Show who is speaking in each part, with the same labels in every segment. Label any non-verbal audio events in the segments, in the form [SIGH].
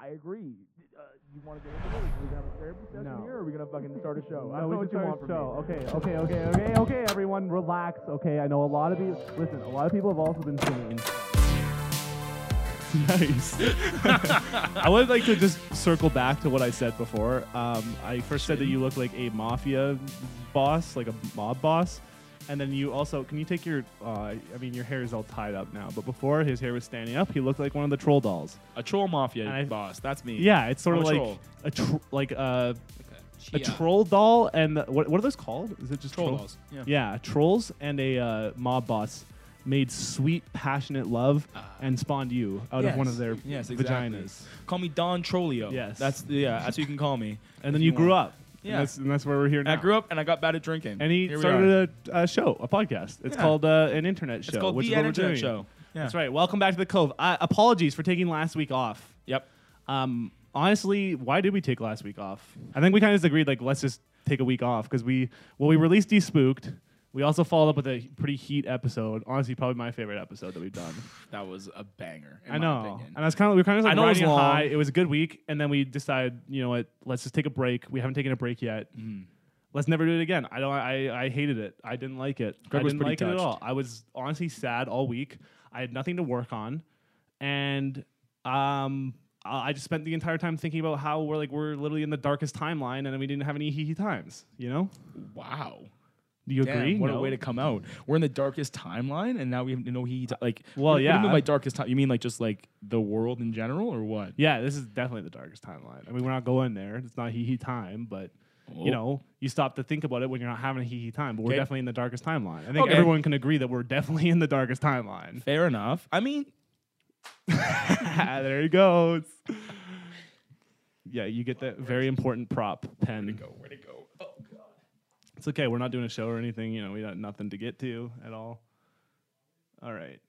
Speaker 1: I agree. Uh, you want to get into this? Are we gonna have a therapy session
Speaker 2: No.
Speaker 1: here, or are we gonna fucking start a show?
Speaker 2: No,
Speaker 1: I don't know
Speaker 2: we
Speaker 1: what
Speaker 2: should
Speaker 1: you
Speaker 2: start
Speaker 1: want from
Speaker 2: a show.
Speaker 1: me.
Speaker 2: Okay, okay, okay, okay, okay. Everyone, relax. Okay, I know a lot of you. Listen, a lot of people have also been singing.
Speaker 3: nice. [LAUGHS] I would like to just circle back to what I said before. Um, I first said that you look like a mafia boss, like a mob boss, and then you also can you take your? Uh, I mean, your hair is all tied up now, but before his hair was standing up, he looked like one of the troll dolls.
Speaker 4: A troll mafia
Speaker 3: And I-
Speaker 4: boss. That's me.
Speaker 3: Yeah, it's sort
Speaker 4: I'm
Speaker 3: of
Speaker 4: a
Speaker 3: like
Speaker 4: troll.
Speaker 3: a tr- like uh, a, a
Speaker 5: Chia.
Speaker 3: troll doll, and the, what what are those called? Is it just
Speaker 4: Troll dolls. Yeah.
Speaker 3: Yeah, trolls and a uh, mob boss made sweet, passionate love and spawned you out of one of
Speaker 4: Ah. Yes.
Speaker 3: their
Speaker 4: Yes, exactly.
Speaker 3: vaginas.
Speaker 4: Call me Don Trollio.
Speaker 3: Yes.
Speaker 4: That's yeah. That's who you can call me.
Speaker 3: And then you grew up.
Speaker 4: Yeah.
Speaker 3: And that's, and that's where we're here
Speaker 4: And
Speaker 3: now.
Speaker 4: I grew up and I got bad at drinking.
Speaker 3: And he
Speaker 4: Here we are.
Speaker 3: started a, a show, a podcast. It's
Speaker 4: Yeah.
Speaker 3: called uh, an internet show.
Speaker 4: It's called
Speaker 3: which
Speaker 4: the
Speaker 3: is what we're
Speaker 4: Internet
Speaker 3: doing.
Speaker 4: Show. Yeah.
Speaker 3: That's right. Welcome back to the Cove. Uh, apologies for taking last week off.
Speaker 4: Yep.
Speaker 3: Um, honestly, why did we take last week off? I think we kind of just agreed like let's just take a week off because we well we released Despooked. We also followed up with a pretty heat episode. Honestly, probably my favorite episode that we've done.
Speaker 4: That was a banger. In
Speaker 3: I
Speaker 4: my
Speaker 3: know,
Speaker 4: opinion.
Speaker 3: and I was kind of we were kind of
Speaker 4: I
Speaker 3: like
Speaker 4: know it was
Speaker 3: riding a
Speaker 4: long.
Speaker 3: high. It was a good week, and then we decided, you know what? Let's just take a break. We haven't taken a break yet.
Speaker 4: Mm-hmm.
Speaker 3: Let's never do it again. I don't. I, I hated it. I didn't like it.
Speaker 4: Greg
Speaker 3: I
Speaker 4: was
Speaker 3: didn't
Speaker 4: pretty
Speaker 3: like it at
Speaker 4: touched.
Speaker 3: all. I was honestly sad all week. I had nothing to work on, and um, I I just spent the entire time thinking about how we're like we're literally in the darkest timeline, and we didn't have any hee hee times. You know?
Speaker 4: Wow.
Speaker 3: Do you
Speaker 4: Damn,
Speaker 3: agree?
Speaker 4: what
Speaker 3: No?
Speaker 4: a way to come out. We're in the darkest timeline, and now we have no heat. Like,
Speaker 3: Well,
Speaker 4: what do you
Speaker 3: yeah.
Speaker 4: mean by darkest time? You mean like just like the world in general, or what?
Speaker 3: Yeah, this is definitely the darkest timeline. I mean, we're not going there. It's not hee hee time, but you know, you stop to think about it when you're not having a hee hee time. But we're
Speaker 4: Okay.
Speaker 3: definitely in the darkest timeline. I think
Speaker 4: Okay.
Speaker 3: everyone can agree that we're definitely in the darkest timeline. [LAUGHS]
Speaker 4: Fair enough. I mean,
Speaker 3: there he goes. yeah, you get that very important prop pen.
Speaker 4: where to go? Oh,
Speaker 3: It's okay. We're not doing a show or anything. You know, we got nothing to get to at all. All right.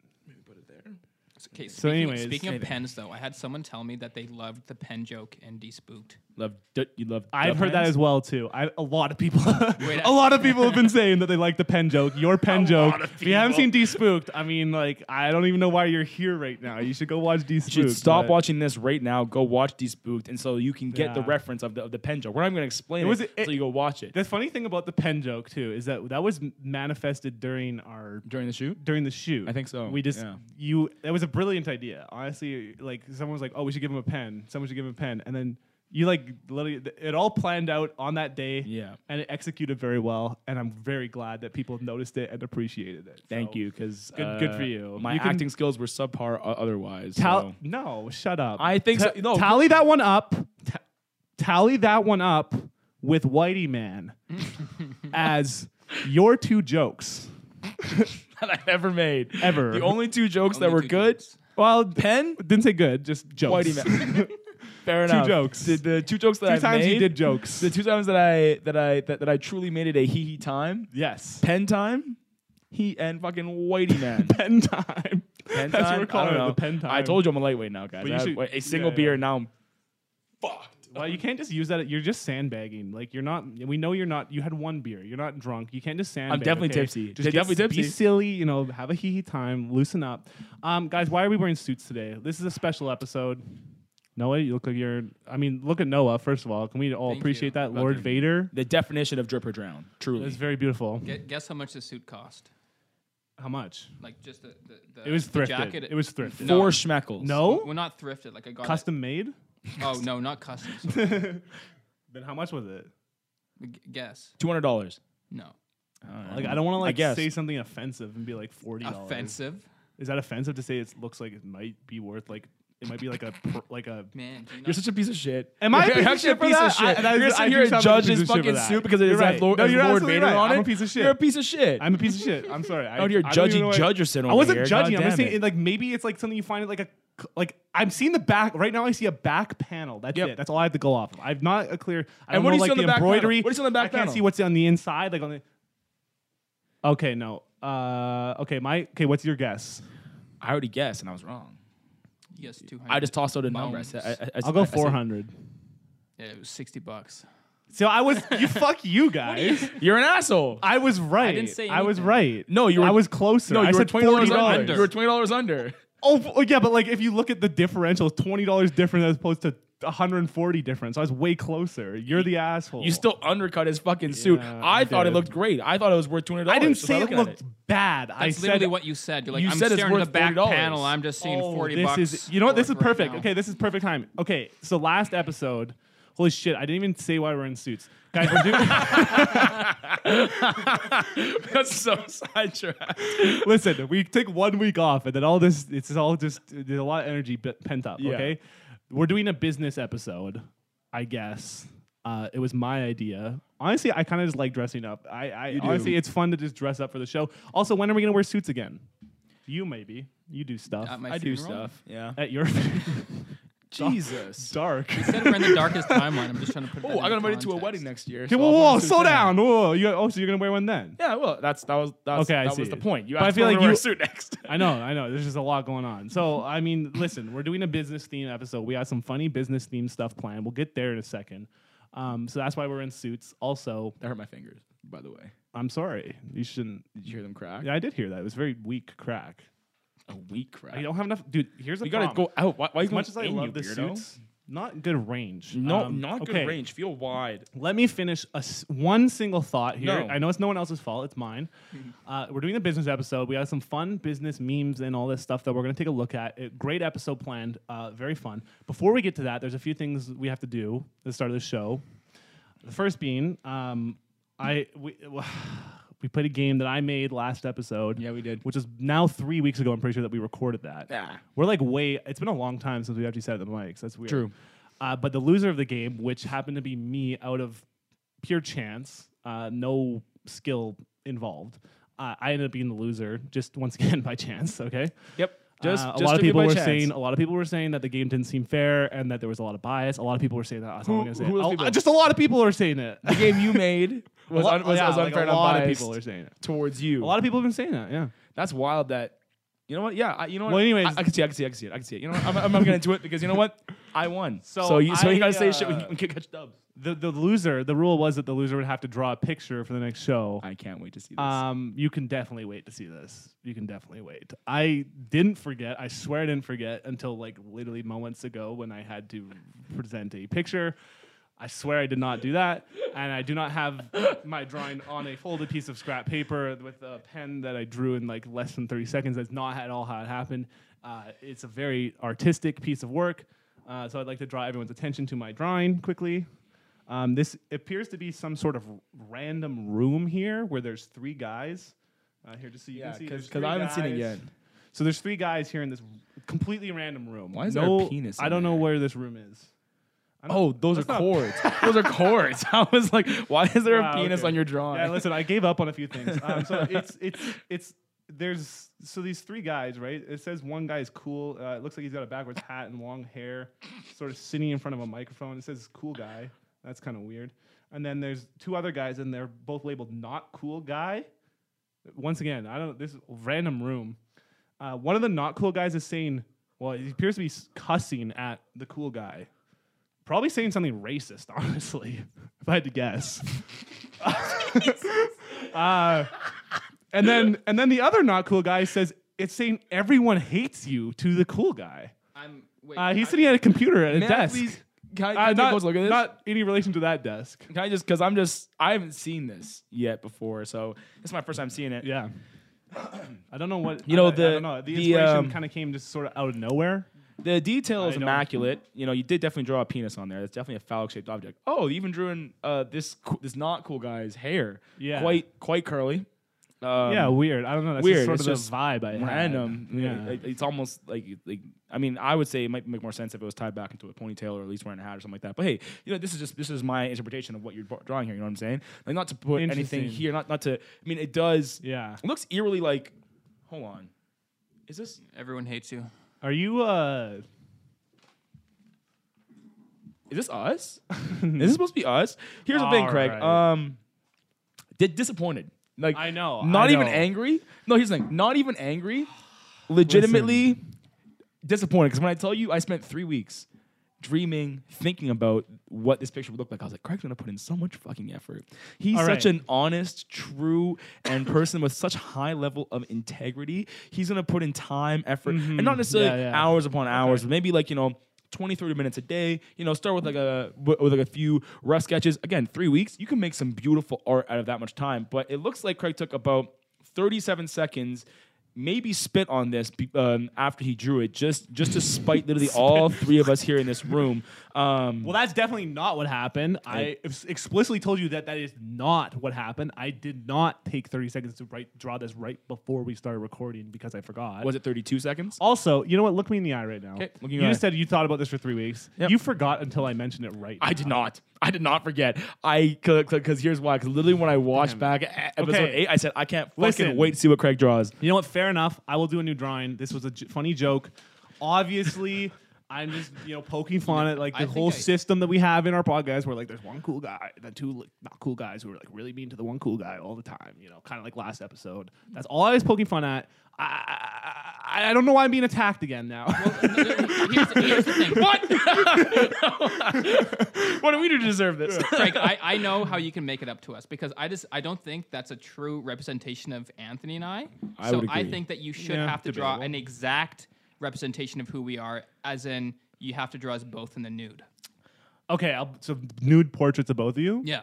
Speaker 5: Okay, speaking,
Speaker 3: anyways-
Speaker 5: speaking of
Speaker 3: Anything.
Speaker 5: pens, though, I had someone tell me that they loved the pen joke and despooked.
Speaker 4: Love, d- you love.
Speaker 3: I've heard that as well too. I, a lot of people,
Speaker 5: Wait,
Speaker 3: [LAUGHS] a lot of people have been saying that they like the pen joke.
Speaker 4: [LAUGHS]
Speaker 3: Your pen joke.
Speaker 4: lot of
Speaker 3: If you haven't seen
Speaker 4: people.
Speaker 3: Despooked, I mean, like, I don't even know why you're here right now. You should go watch Despooked.
Speaker 4: You should stop
Speaker 3: but-
Speaker 4: watching this right now. Go watch Despooked, and so you can get the
Speaker 3: Yeah.
Speaker 4: reference of the, of the pen joke. We're not even going to explain
Speaker 3: It
Speaker 4: it,
Speaker 3: was- it-
Speaker 4: so you go watch it
Speaker 3: The funny thing about the pen joke too is that that was manifested during our
Speaker 4: during the shoot.
Speaker 3: during the shoot.
Speaker 4: I think so,
Speaker 3: We just
Speaker 4: yeah.
Speaker 3: you that was a brilliant idea. Honestly, like someone was like, "Oh, we should give him a pen." Someone should give him a pen, and then you like literally it all planned out on that day.
Speaker 4: Yeah.
Speaker 3: and it executed very well. And I'm very glad that people noticed it and appreciated it.
Speaker 4: Thank
Speaker 3: So,
Speaker 4: you, because
Speaker 3: Good- good for you.
Speaker 4: My
Speaker 3: You can-
Speaker 4: acting skills were subpar o- otherwise.
Speaker 3: Tal- [LAUGHS]
Speaker 4: so-
Speaker 3: No, shut up.
Speaker 4: I think so. No,
Speaker 3: tally that one up. Ta- tally that one up with Whitey
Speaker 4: [LAUGHS]
Speaker 3: Man as your two jokes.
Speaker 4: that I've ever made
Speaker 3: Ever.
Speaker 4: The only two jokes that
Speaker 5: Only
Speaker 4: were
Speaker 5: two
Speaker 4: good.
Speaker 5: jokes.
Speaker 3: Well,
Speaker 4: Pen?
Speaker 3: didn't say good, just jokes.
Speaker 4: Whitey
Speaker 3: [LAUGHS]
Speaker 4: man. Fair enough.
Speaker 3: jokes.
Speaker 4: The, the two jokes that
Speaker 3: Two
Speaker 4: I've
Speaker 3: times
Speaker 4: made,
Speaker 3: you did jokes.
Speaker 4: The two times that I that I that, that I truly made it a hee hee time.
Speaker 3: yes.
Speaker 4: Pen time. He and fucking Whitey man.
Speaker 3: [LAUGHS] Pen time.
Speaker 4: pen
Speaker 3: That's
Speaker 4: time.
Speaker 3: what we're calling
Speaker 4: I
Speaker 3: it,
Speaker 4: don't
Speaker 3: the
Speaker 4: know.
Speaker 3: pen time.
Speaker 4: I told you I'm a lightweight now, guys.
Speaker 3: But you
Speaker 4: I had
Speaker 3: should-
Speaker 4: wa- a single
Speaker 3: yeah,
Speaker 4: beer
Speaker 3: yeah.
Speaker 4: now. I'm fucked.
Speaker 3: Well, you can't just use that. You're just sandbagging. Like you're not. We know you're not. You had one beer. You're not drunk. You can't just sandbag.
Speaker 4: definitely
Speaker 3: okay?
Speaker 4: tipsy.
Speaker 3: Just
Speaker 4: Definitely
Speaker 3: get- Be
Speaker 4: tipsy.
Speaker 3: silly. You know, have a hee hee time. Loosen up, um, guys. Why are we wearing suits today? This is a special episode. Noah, you look like you're. I mean, look at Noah. First of all, can we all
Speaker 5: Thank
Speaker 3: appreciate
Speaker 5: you.
Speaker 3: that, Lord Vader?
Speaker 4: The definition of drip or drown. Truly.
Speaker 3: That's very beautiful.
Speaker 5: Gu- guess how much the suit cost?
Speaker 3: How much?
Speaker 5: Like just the, the, the
Speaker 3: It was
Speaker 5: the
Speaker 3: thrifted.
Speaker 5: jacket.
Speaker 3: It was thrifted.
Speaker 5: No.
Speaker 4: Four schmeckles.
Speaker 3: No,
Speaker 5: Well, not thrifted. Like I got it-
Speaker 3: custom
Speaker 5: [LAUGHS]
Speaker 3: made.
Speaker 5: Oh no, not
Speaker 3: [LAUGHS]
Speaker 5: custom. sorry.
Speaker 3: Then how much was it?
Speaker 5: G- guess
Speaker 4: Two hundred dollars. Uh,
Speaker 5: no.
Speaker 3: Like I don't want to like
Speaker 4: guess.
Speaker 3: say something offensive and be like forty dollars.
Speaker 5: Offensive.
Speaker 3: Is that offensive to say it looks like it might be worth like it might be like a pr- like a
Speaker 5: Man, do you
Speaker 4: You're
Speaker 5: not
Speaker 4: such a piece of shit.
Speaker 3: Am I a
Speaker 4: You're
Speaker 3: piece of
Speaker 4: actually
Speaker 3: shit for that? I- and I-
Speaker 4: you're gonna
Speaker 3: I
Speaker 4: sit
Speaker 3: do
Speaker 4: here and
Speaker 3: sound like
Speaker 4: judge
Speaker 3: a
Speaker 4: his
Speaker 3: piece of shit
Speaker 4: fucking
Speaker 3: for that.
Speaker 4: suit because it
Speaker 3: You're
Speaker 4: doesn't have
Speaker 3: right.
Speaker 4: Lord,
Speaker 3: No,
Speaker 4: has
Speaker 3: you're
Speaker 4: Lord
Speaker 3: absolutely
Speaker 4: Vader
Speaker 3: right.
Speaker 4: on
Speaker 3: I'm
Speaker 4: it.
Speaker 3: a piece of shit.
Speaker 4: You're a piece of shit.
Speaker 3: I'm a piece of shit. I'm
Speaker 4: [LAUGHS]
Speaker 3: sorry. I,
Speaker 4: Out here
Speaker 3: I don't
Speaker 4: Oh, judging
Speaker 3: even know what-
Speaker 4: judgerson
Speaker 3: I
Speaker 4: over
Speaker 3: wasn't
Speaker 4: here.
Speaker 3: judging. I'm
Speaker 4: God
Speaker 3: just
Speaker 4: damn
Speaker 3: saying
Speaker 4: it.
Speaker 3: like maybe it's like something you find at like a c- like I'm seeing the back right now. I see a back panel. That's
Speaker 4: Yep.
Speaker 3: it. That's all I have to go off of. I've not a clear. I don't
Speaker 4: And what do
Speaker 3: know,
Speaker 4: you see
Speaker 3: like
Speaker 4: on the back panel?
Speaker 3: embroidery.
Speaker 4: What do you see on the back
Speaker 3: I can't
Speaker 4: panel?
Speaker 3: see what's on the inside. Like on the. Okay, no. Uh, okay, my okay. What's your guess?
Speaker 4: I already guessed and I was wrong.
Speaker 5: guess two hundred.
Speaker 4: I just tossed out a number. I said, I, I- I-
Speaker 3: I'll
Speaker 4: I
Speaker 3: go
Speaker 4: said-
Speaker 3: four hundred.
Speaker 5: Yeah, it was sixty bucks.
Speaker 3: So I was you. [LAUGHS] Fuck you guys.
Speaker 4: You're an asshole.
Speaker 3: I was right.
Speaker 5: didn't say
Speaker 3: was
Speaker 5: anything.
Speaker 3: right.
Speaker 4: No, you were-
Speaker 3: I was closer.
Speaker 4: no, you
Speaker 3: I
Speaker 4: were
Speaker 3: said
Speaker 4: twenty dollars
Speaker 3: forty
Speaker 4: under.
Speaker 3: dollars.
Speaker 4: You were twenty dollars under.
Speaker 3: Oh well, yeah, but like if you look at the differential, it's twenty dollars different as opposed to one hundred and forty difference. I was way closer. You're the asshole.
Speaker 4: You still undercut his fucking suit.
Speaker 3: Yeah,
Speaker 4: I,
Speaker 3: I
Speaker 4: thought it
Speaker 3: did.
Speaker 4: looked great. I thought it was worth two hundred dollars.
Speaker 3: I didn't say it looked bad. I
Speaker 5: That's
Speaker 3: said
Speaker 5: literally what you said. You're like,
Speaker 4: You
Speaker 5: I'm
Speaker 4: said it's
Speaker 5: staring at
Speaker 4: worth
Speaker 5: the back
Speaker 4: $40.
Speaker 5: panel. I'm just seeing
Speaker 3: Oh,
Speaker 5: 40
Speaker 3: this
Speaker 5: bucks.
Speaker 3: Is, you know what? This is
Speaker 5: worth right
Speaker 3: perfect.
Speaker 5: now.
Speaker 3: okay, this is perfect time. Okay, so last episode. Holy shit! I didn't even say why we're in suits, guys. We're doing.
Speaker 4: [LAUGHS] That's so sidetracked.
Speaker 3: Listen, we take one week off, and then all this, it's all just there's a lot of energy pe- pent up.
Speaker 4: Yeah.
Speaker 3: Okay, we're doing a business episode, I guess. Uh, it was my idea. Honestly, I kind of just like dressing up. I, I honestly, it's fun to just dress up for the show. Also, when are we gonna wear suits again? You maybe. You do stuff
Speaker 5: At my
Speaker 4: I do
Speaker 5: funeral?
Speaker 4: stuff. Yeah.
Speaker 3: at your [LAUGHS]
Speaker 4: Jesus.
Speaker 3: dark.
Speaker 5: You said we're in the darkest timeline. I'm just trying to
Speaker 3: [LAUGHS]
Speaker 5: put. that
Speaker 4: Oh, I
Speaker 5: into
Speaker 4: got invited to a
Speaker 5: context.
Speaker 4: wedding next year.
Speaker 3: Okay, [LAUGHS]
Speaker 4: so
Speaker 3: whoa,
Speaker 4: I'll
Speaker 3: whoa,
Speaker 4: wear a suit
Speaker 3: slow
Speaker 4: then.
Speaker 3: down. Whoa, you, oh, so you're gonna wear one then?
Speaker 4: Yeah, well, that's that was that's,
Speaker 3: Okay, I
Speaker 4: that was
Speaker 3: see.
Speaker 4: the point. You
Speaker 3: But I
Speaker 4: asked
Speaker 3: feel
Speaker 4: when
Speaker 3: like
Speaker 4: we wear
Speaker 3: you-
Speaker 4: a suit next.
Speaker 3: I know, I know. There's just a lot going on. So, I mean, listen, we're doing a business theme episode. We got some funny business theme stuff planned. We'll get there in a second. Um, so that's why we're in suits. Also,
Speaker 4: That hurt my fingers, by the way.
Speaker 3: I'm sorry. You shouldn't.
Speaker 4: Did you hear them crack?
Speaker 3: Yeah, I did hear that. It was very weak crack.
Speaker 4: A weak crack.
Speaker 3: I don't have enough. Dude, here's the
Speaker 4: We gotta
Speaker 3: problem.
Speaker 4: go out. Why, why
Speaker 3: As much as I love the
Speaker 4: this
Speaker 3: suits, not good range.
Speaker 4: No,
Speaker 3: Um,
Speaker 4: not good
Speaker 3: okay,
Speaker 4: range. Feel wide.
Speaker 3: Let me finish a s one single thought here.
Speaker 4: No.
Speaker 3: I know it's no one else's fault. It's mine.
Speaker 4: [LAUGHS]
Speaker 3: Uh, we're doing a business episode. We got some fun business memes and all this stuff that we're going to take a look at. It- great episode planned. Uh, very fun. Before we get to that, there's a few things we have to do at the start of the show. The first being, um, I we, [SIGHS] we played a game that I made last episode.
Speaker 4: Yeah, we did.
Speaker 3: Which is now three weeks ago. I'm pretty sure that we recorded that.
Speaker 4: Yeah.
Speaker 3: We're like way. It's been a long time since we actually sat at the mics. That's weird.
Speaker 4: True.
Speaker 3: Uh, but the loser of the game, which happened to be me, out of pure chance, uh, no skill involved. Uh, I ended up being the loser, just once [LAUGHS] again by chance. Okay.
Speaker 4: Yep.
Speaker 3: Just,
Speaker 4: Just,
Speaker 3: uh, a
Speaker 4: just
Speaker 3: lot of
Speaker 4: to be
Speaker 3: people
Speaker 4: by
Speaker 3: were
Speaker 4: chance.
Speaker 3: saying a lot of people were saying that the game didn't seem fair and that there was a lot of bias. A lot of people were saying that. That's all I'm
Speaker 4: Who-
Speaker 3: gonna say.
Speaker 4: who those
Speaker 3: Oh,
Speaker 4: people?
Speaker 3: just a lot of people are saying it.
Speaker 4: the game you
Speaker 3: [LAUGHS]
Speaker 4: made was,
Speaker 3: Well,
Speaker 4: un- was,
Speaker 3: yeah,
Speaker 4: was
Speaker 3: like,
Speaker 4: unfair and
Speaker 3: a lot of
Speaker 4: unbiased
Speaker 3: people are saying it.
Speaker 4: towards
Speaker 3: A
Speaker 4: you.
Speaker 3: lot of people have been saying that. Yeah.
Speaker 4: That's wild. That you know what? Yeah, I, you know what?
Speaker 3: Well, anyways-
Speaker 4: I, I can see, I can see, I can see it. I can see it. You know what? I'm,
Speaker 3: [LAUGHS]
Speaker 4: I'm not gonna do it because you know what? I won. So, you, so you
Speaker 3: I,
Speaker 4: gotta say shit when
Speaker 3: uh,
Speaker 4: you, when you catch dubs.
Speaker 3: The the loser. The rule was that the loser would have to draw a picture for the next show.
Speaker 4: I can't wait to see this.
Speaker 3: Um, you can definitely wait to see this. You can definitely wait. I didn't forget. I swear I didn't forget until like literally moments ago when I had to present a picture. I swear I did not do that, and I do not have my drawing on a folded piece of scrap paper with a pen that I drew in like less than thirty seconds. That's not at all how it happened. Uh, it's a very artistic piece of work, uh, so I'd like to draw everyone's attention to my drawing quickly. Um, this appears to be some sort of r- random room here where there's three guys. Uh, here, just so you
Speaker 4: yeah,
Speaker 3: can see.
Speaker 4: because
Speaker 3: there's three
Speaker 4: I haven't seen it
Speaker 3: guys.
Speaker 4: yet.
Speaker 3: So there's three guys here in this r- completely random room.
Speaker 4: Why is there a
Speaker 3: no,
Speaker 4: penis
Speaker 3: I
Speaker 4: in
Speaker 3: don't know
Speaker 4: there?
Speaker 3: where this room is. I don't-
Speaker 4: Oh, those
Speaker 3: That's
Speaker 4: are
Speaker 3: not-
Speaker 4: cords. [LAUGHS] those are cords. [LAUGHS] I was like, why is there
Speaker 3: Wow,
Speaker 4: a penis
Speaker 3: okay.
Speaker 4: on your drawing? [LAUGHS]
Speaker 3: Yeah, listen, I gave up on a few things. Um, so it's it's it's there's so these three guys, right? It says one guy is cool. Uh, it looks like he's got a backwards hat and long hair, sort of sitting in front of a microphone. It says cool guy. That's kind of weird. And then there's two other guys, and they're both labeled not cool guy. Once again, I don't. This is a random room. Uh, one of the not cool guys is saying, well, he appears to be s- cussing at the cool guy. Probably saying something racist, [LAUGHS] honestly, if I had to guess. Uh, and then and then the other not cool guy says it's saying everyone hates you to the cool guy.
Speaker 5: I'm. Wait,
Speaker 3: Uh, he's
Speaker 5: I-
Speaker 3: sitting at a computer at a
Speaker 4: May I
Speaker 3: desk.
Speaker 4: please- can I, can
Speaker 3: Uh,
Speaker 4: I take a
Speaker 3: not,
Speaker 4: close look at this?
Speaker 3: not any relation to that desk.
Speaker 4: Can I just because I'm just I haven't seen this yet before, so this is my first time seeing it.
Speaker 3: Yeah. I don't know what
Speaker 4: You know,
Speaker 3: I- I
Speaker 4: the-
Speaker 3: don't know. the
Speaker 4: the,
Speaker 3: inspiration
Speaker 4: um,
Speaker 3: kind of came just sort of out of nowhere.
Speaker 4: The detail is
Speaker 3: I don't-
Speaker 4: immaculate. You know, you did definitely draw a penis on there. That's definitely a phallic shaped object. Oh, they even drew in uh, this co- this not cool guy's hair.
Speaker 3: Yeah.
Speaker 4: quite quite curly. Um,
Speaker 3: yeah, weird. I don't know. That's
Speaker 4: weird.
Speaker 3: Just sort
Speaker 4: It's
Speaker 3: of the
Speaker 4: just
Speaker 3: vibe I had.
Speaker 4: random.
Speaker 3: Yeah.
Speaker 4: It- it's almost like like I mean, I would say it might make more sense if it was tied back into a ponytail or at least wearing a hat or something like that. But hey, you know, this is just this is my interpretation of what you're bar- drawing here. You know what I'm saying? Like not to put anything
Speaker 3: Interesting.
Speaker 4: here, not not to. I mean, it does.
Speaker 3: Yeah.
Speaker 4: it looks eerily like. Hold on, is this?
Speaker 5: Everyone hates you.
Speaker 3: Are you uh
Speaker 4: Is
Speaker 3: [LAUGHS]
Speaker 4: this us? is this supposed to be us? Here's the thing, Craig.
Speaker 3: Alright.
Speaker 4: Um, di- disappointed. Like
Speaker 3: I know,
Speaker 4: Not
Speaker 3: I
Speaker 4: even
Speaker 3: know.
Speaker 4: angry. No, here's the thing. Not even angry. Legitimately disappointed. Because when I tell you, I spent three weeks dreaming, thinking about what this picture would look like. I was like, Craig's gonna put in so much fucking effort. He's
Speaker 3: All
Speaker 4: such
Speaker 3: right.
Speaker 4: an honest, true, and person with such high level of integrity. He's gonna put in time, effort, and not necessarily
Speaker 3: Mm-hmm. Yeah, yeah.
Speaker 4: hours upon hours, but maybe like you know. 20 30 minutes a day you know start with like a with with like a few rough sketches again three weeks you can make some beautiful art out of that much time but it looks like craig took about 37 seconds maybe spit on this be- um, after he drew it just just to
Speaker 3: [LAUGHS]
Speaker 4: spite literally all three of us here in this room um,
Speaker 3: Well, that's definitely not what happened. I ex- explicitly told you that that is not what happened. I did not take 30 seconds to write, draw this right before we started recording because I forgot.
Speaker 4: was it 32 seconds
Speaker 3: Also, you know what? Look me in the eye right now.
Speaker 4: 'Kay, look me in
Speaker 3: you
Speaker 4: the
Speaker 3: just
Speaker 4: eye.
Speaker 3: said you thought about this for three weeks.
Speaker 4: Yep.
Speaker 3: You forgot until I mentioned it right.
Speaker 4: I did not. I did not forget. I because here's why. Because literally when I watched back e- episode
Speaker 3: Okay.
Speaker 4: eight, I said I can't fucking
Speaker 3: Listen.
Speaker 4: wait to see what Craig draws.
Speaker 3: You know what? Fair enough. I will do a new drawing. This was a j- funny joke. Obviously, I'm just you know poking fun at like
Speaker 5: I
Speaker 3: the
Speaker 5: think
Speaker 3: whole
Speaker 5: I-
Speaker 3: system that we have in our podcast, where like there's one cool guy and then two like, not cool guys who are like really mean to the one cool guy all the time. You know, kind of like last episode. That's all I was poking fun at. I I, I- I don't know why I'm being attacked again now. [LAUGHS]
Speaker 5: here's, here's the thing.
Speaker 4: What?
Speaker 5: [LAUGHS]
Speaker 4: what do we do to deserve this?
Speaker 5: Craig, I, I know how you can make it up to us because I just I don't think that's a true representation of Anthony and I.
Speaker 4: I
Speaker 5: so
Speaker 4: would
Speaker 5: I
Speaker 4: agree.
Speaker 5: think that you should
Speaker 3: Yeah,
Speaker 5: have to draw
Speaker 3: debatable.
Speaker 5: an exact representation of who we are, as in you have to draw us both in the nude.
Speaker 3: okay, I'll, so nude portraits of both of you.
Speaker 5: Yeah.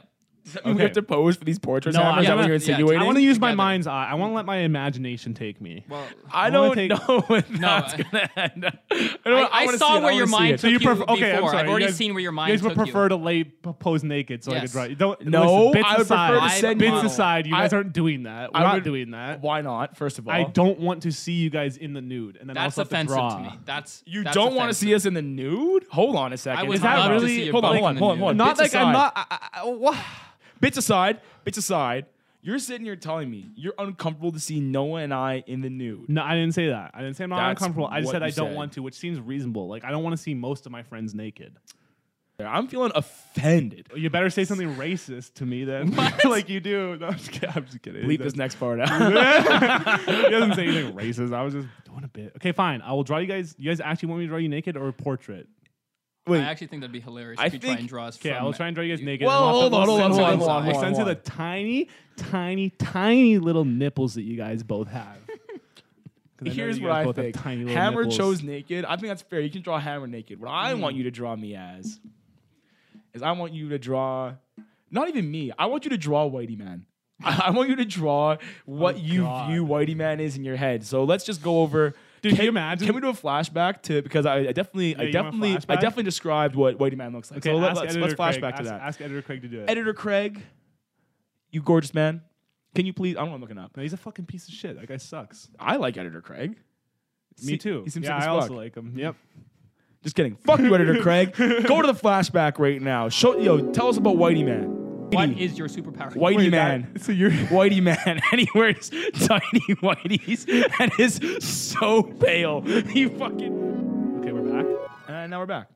Speaker 4: You
Speaker 3: Okay.
Speaker 4: have to pose for these portraits.
Speaker 3: No,
Speaker 4: Hammer?
Speaker 3: I'm
Speaker 4: Is that what
Speaker 3: gonna-
Speaker 4: you're
Speaker 5: yeah, I
Speaker 4: insinuating?
Speaker 3: I want to use my
Speaker 5: Together.
Speaker 3: mind's eye. I want to let my imagination take me. [LAUGHS]
Speaker 5: Well,
Speaker 4: I
Speaker 3: wanna
Speaker 4: don't
Speaker 3: take-
Speaker 4: know [LAUGHS] when that's
Speaker 5: I-
Speaker 4: gonna end. up.
Speaker 5: I, [LAUGHS]
Speaker 4: don't-
Speaker 5: I
Speaker 4: wanna see
Speaker 5: saw
Speaker 4: it.
Speaker 5: where
Speaker 4: wanna
Speaker 5: your
Speaker 4: see
Speaker 5: mind
Speaker 4: it.
Speaker 5: took
Speaker 3: So you
Speaker 5: you
Speaker 3: prefer? Okay, I'm
Speaker 5: before.
Speaker 3: sorry.
Speaker 5: I've
Speaker 3: you
Speaker 5: already
Speaker 3: guys-
Speaker 5: seen where your
Speaker 3: You
Speaker 5: mind
Speaker 3: guys would
Speaker 5: took you.
Speaker 3: prefer to lay p- pose naked so I could
Speaker 5: Yes.
Speaker 3: draw. You don't.
Speaker 4: No,
Speaker 3: listen, bits
Speaker 4: I would
Speaker 3: aside,
Speaker 4: prefer
Speaker 5: to send
Speaker 3: bits
Speaker 5: model.
Speaker 3: aside. You
Speaker 4: I-
Speaker 3: guys aren't doing that. We're
Speaker 4: I
Speaker 3: not
Speaker 4: would-
Speaker 3: doing that.
Speaker 4: Why not? First of all,
Speaker 3: I don't want to see you guys in the nude, and then
Speaker 5: That's
Speaker 3: also have to
Speaker 5: offensive
Speaker 3: draw.
Speaker 5: to me. That's
Speaker 4: You
Speaker 5: that's
Speaker 4: don't want to
Speaker 5: offensive.
Speaker 4: see us in the nude? Hold on a second.
Speaker 5: I would
Speaker 4: Is that
Speaker 5: love to
Speaker 4: really?
Speaker 5: see you
Speaker 4: hold on,
Speaker 5: both
Speaker 4: hold on,
Speaker 5: in the
Speaker 4: hold on,
Speaker 5: nude.
Speaker 4: hold on.
Speaker 3: Not
Speaker 4: Bits
Speaker 3: like I'm
Speaker 4: aside.
Speaker 3: not. I, I, I- wha-
Speaker 4: Bits aside. Bits aside. You're sitting here telling me you're uncomfortable to see Noah and I in the nude.
Speaker 3: No, I didn't say that. I didn't say I'm not
Speaker 4: That's
Speaker 3: uncomfortable. I just
Speaker 4: what
Speaker 3: said
Speaker 4: you
Speaker 3: I don't
Speaker 4: said.
Speaker 3: want to, which seems reasonable. Like I don't want to see most of my friends naked.
Speaker 4: I'm feeling offended.
Speaker 3: You better say something racist to me then,
Speaker 5: [LAUGHS]
Speaker 3: [LAUGHS] like you do. No, I'm just kidding. I'm just kidding.
Speaker 4: Bleep
Speaker 3: That's-
Speaker 4: this next
Speaker 3: [LAUGHS]
Speaker 4: part out. [LAUGHS]
Speaker 3: he doesn't say anything racist. I was just doing a bit. Okay, fine. I will draw you guys. You guys actually want me to draw you naked or a portrait?
Speaker 5: I
Speaker 4: Wait.
Speaker 5: actually think that'd be hilarious
Speaker 4: I
Speaker 5: if you try
Speaker 4: think-
Speaker 5: and draw us.
Speaker 3: Okay,
Speaker 5: from
Speaker 3: I will try and draw you guys naked.
Speaker 4: Well,
Speaker 3: and we'll have to-
Speaker 4: hold on,
Speaker 3: we'll
Speaker 4: hold
Speaker 5: on,
Speaker 3: send you
Speaker 5: hold on,
Speaker 3: the- We'll
Speaker 4: hold on,
Speaker 3: send you
Speaker 4: hold
Speaker 3: the
Speaker 4: on.
Speaker 3: tiny, tiny, tiny little nipples that you guys both have. [LAUGHS] 'Cause I know
Speaker 4: Here's
Speaker 3: you
Speaker 4: what
Speaker 3: guys
Speaker 4: I
Speaker 3: both have
Speaker 4: think.
Speaker 3: tiny little
Speaker 4: Hammer
Speaker 3: nipples. Mm.
Speaker 4: chose naked. I think that's fair. You can draw Hammer naked. What I want you to draw me as is I want you to draw, not even me. I want you to draw Whitey Man. [LAUGHS] I I want you to draw what you
Speaker 3: Oh God.
Speaker 4: view Whitey Man is in your head. So let's just go over.
Speaker 3: Dude, can
Speaker 4: can
Speaker 3: you imagine?
Speaker 4: Can we do a flashback to because I, I definitely,
Speaker 3: you
Speaker 4: I
Speaker 3: want a
Speaker 4: definitely, I
Speaker 3: flashback?
Speaker 4: definitely described what Whitey Man looks like.
Speaker 3: Okay,
Speaker 4: so let,
Speaker 3: ask
Speaker 4: us let's
Speaker 3: editor Craig,
Speaker 4: flashback to
Speaker 3: ask-
Speaker 4: that.
Speaker 3: Ask editor Craig to do it.
Speaker 4: Editor Craig, you gorgeous man. Can you please? I don't know. what I'm looking up.
Speaker 3: no, he's a fucking piece of shit. That guy sucks.
Speaker 4: I like Editor Craig.
Speaker 3: Me too.
Speaker 4: He seems
Speaker 3: yeah,
Speaker 4: sick as
Speaker 3: I also
Speaker 4: fuck.
Speaker 3: like him. Yep.
Speaker 4: Just kidding. Fuck you, Editor
Speaker 3: [LAUGHS]
Speaker 4: Craig. Go to the flashback right now. Show yo. Tell us about Whitey Man.
Speaker 5: What
Speaker 4: Whitey,
Speaker 5: is your superpower?
Speaker 4: Whitey
Speaker 3: Wait,
Speaker 4: Man?
Speaker 3: that- so you're.
Speaker 4: [LAUGHS] Whitey Man, and he wears tiny whiteys and is so pale. He fucking.
Speaker 3: Okay, we're back.
Speaker 4: And now we're back.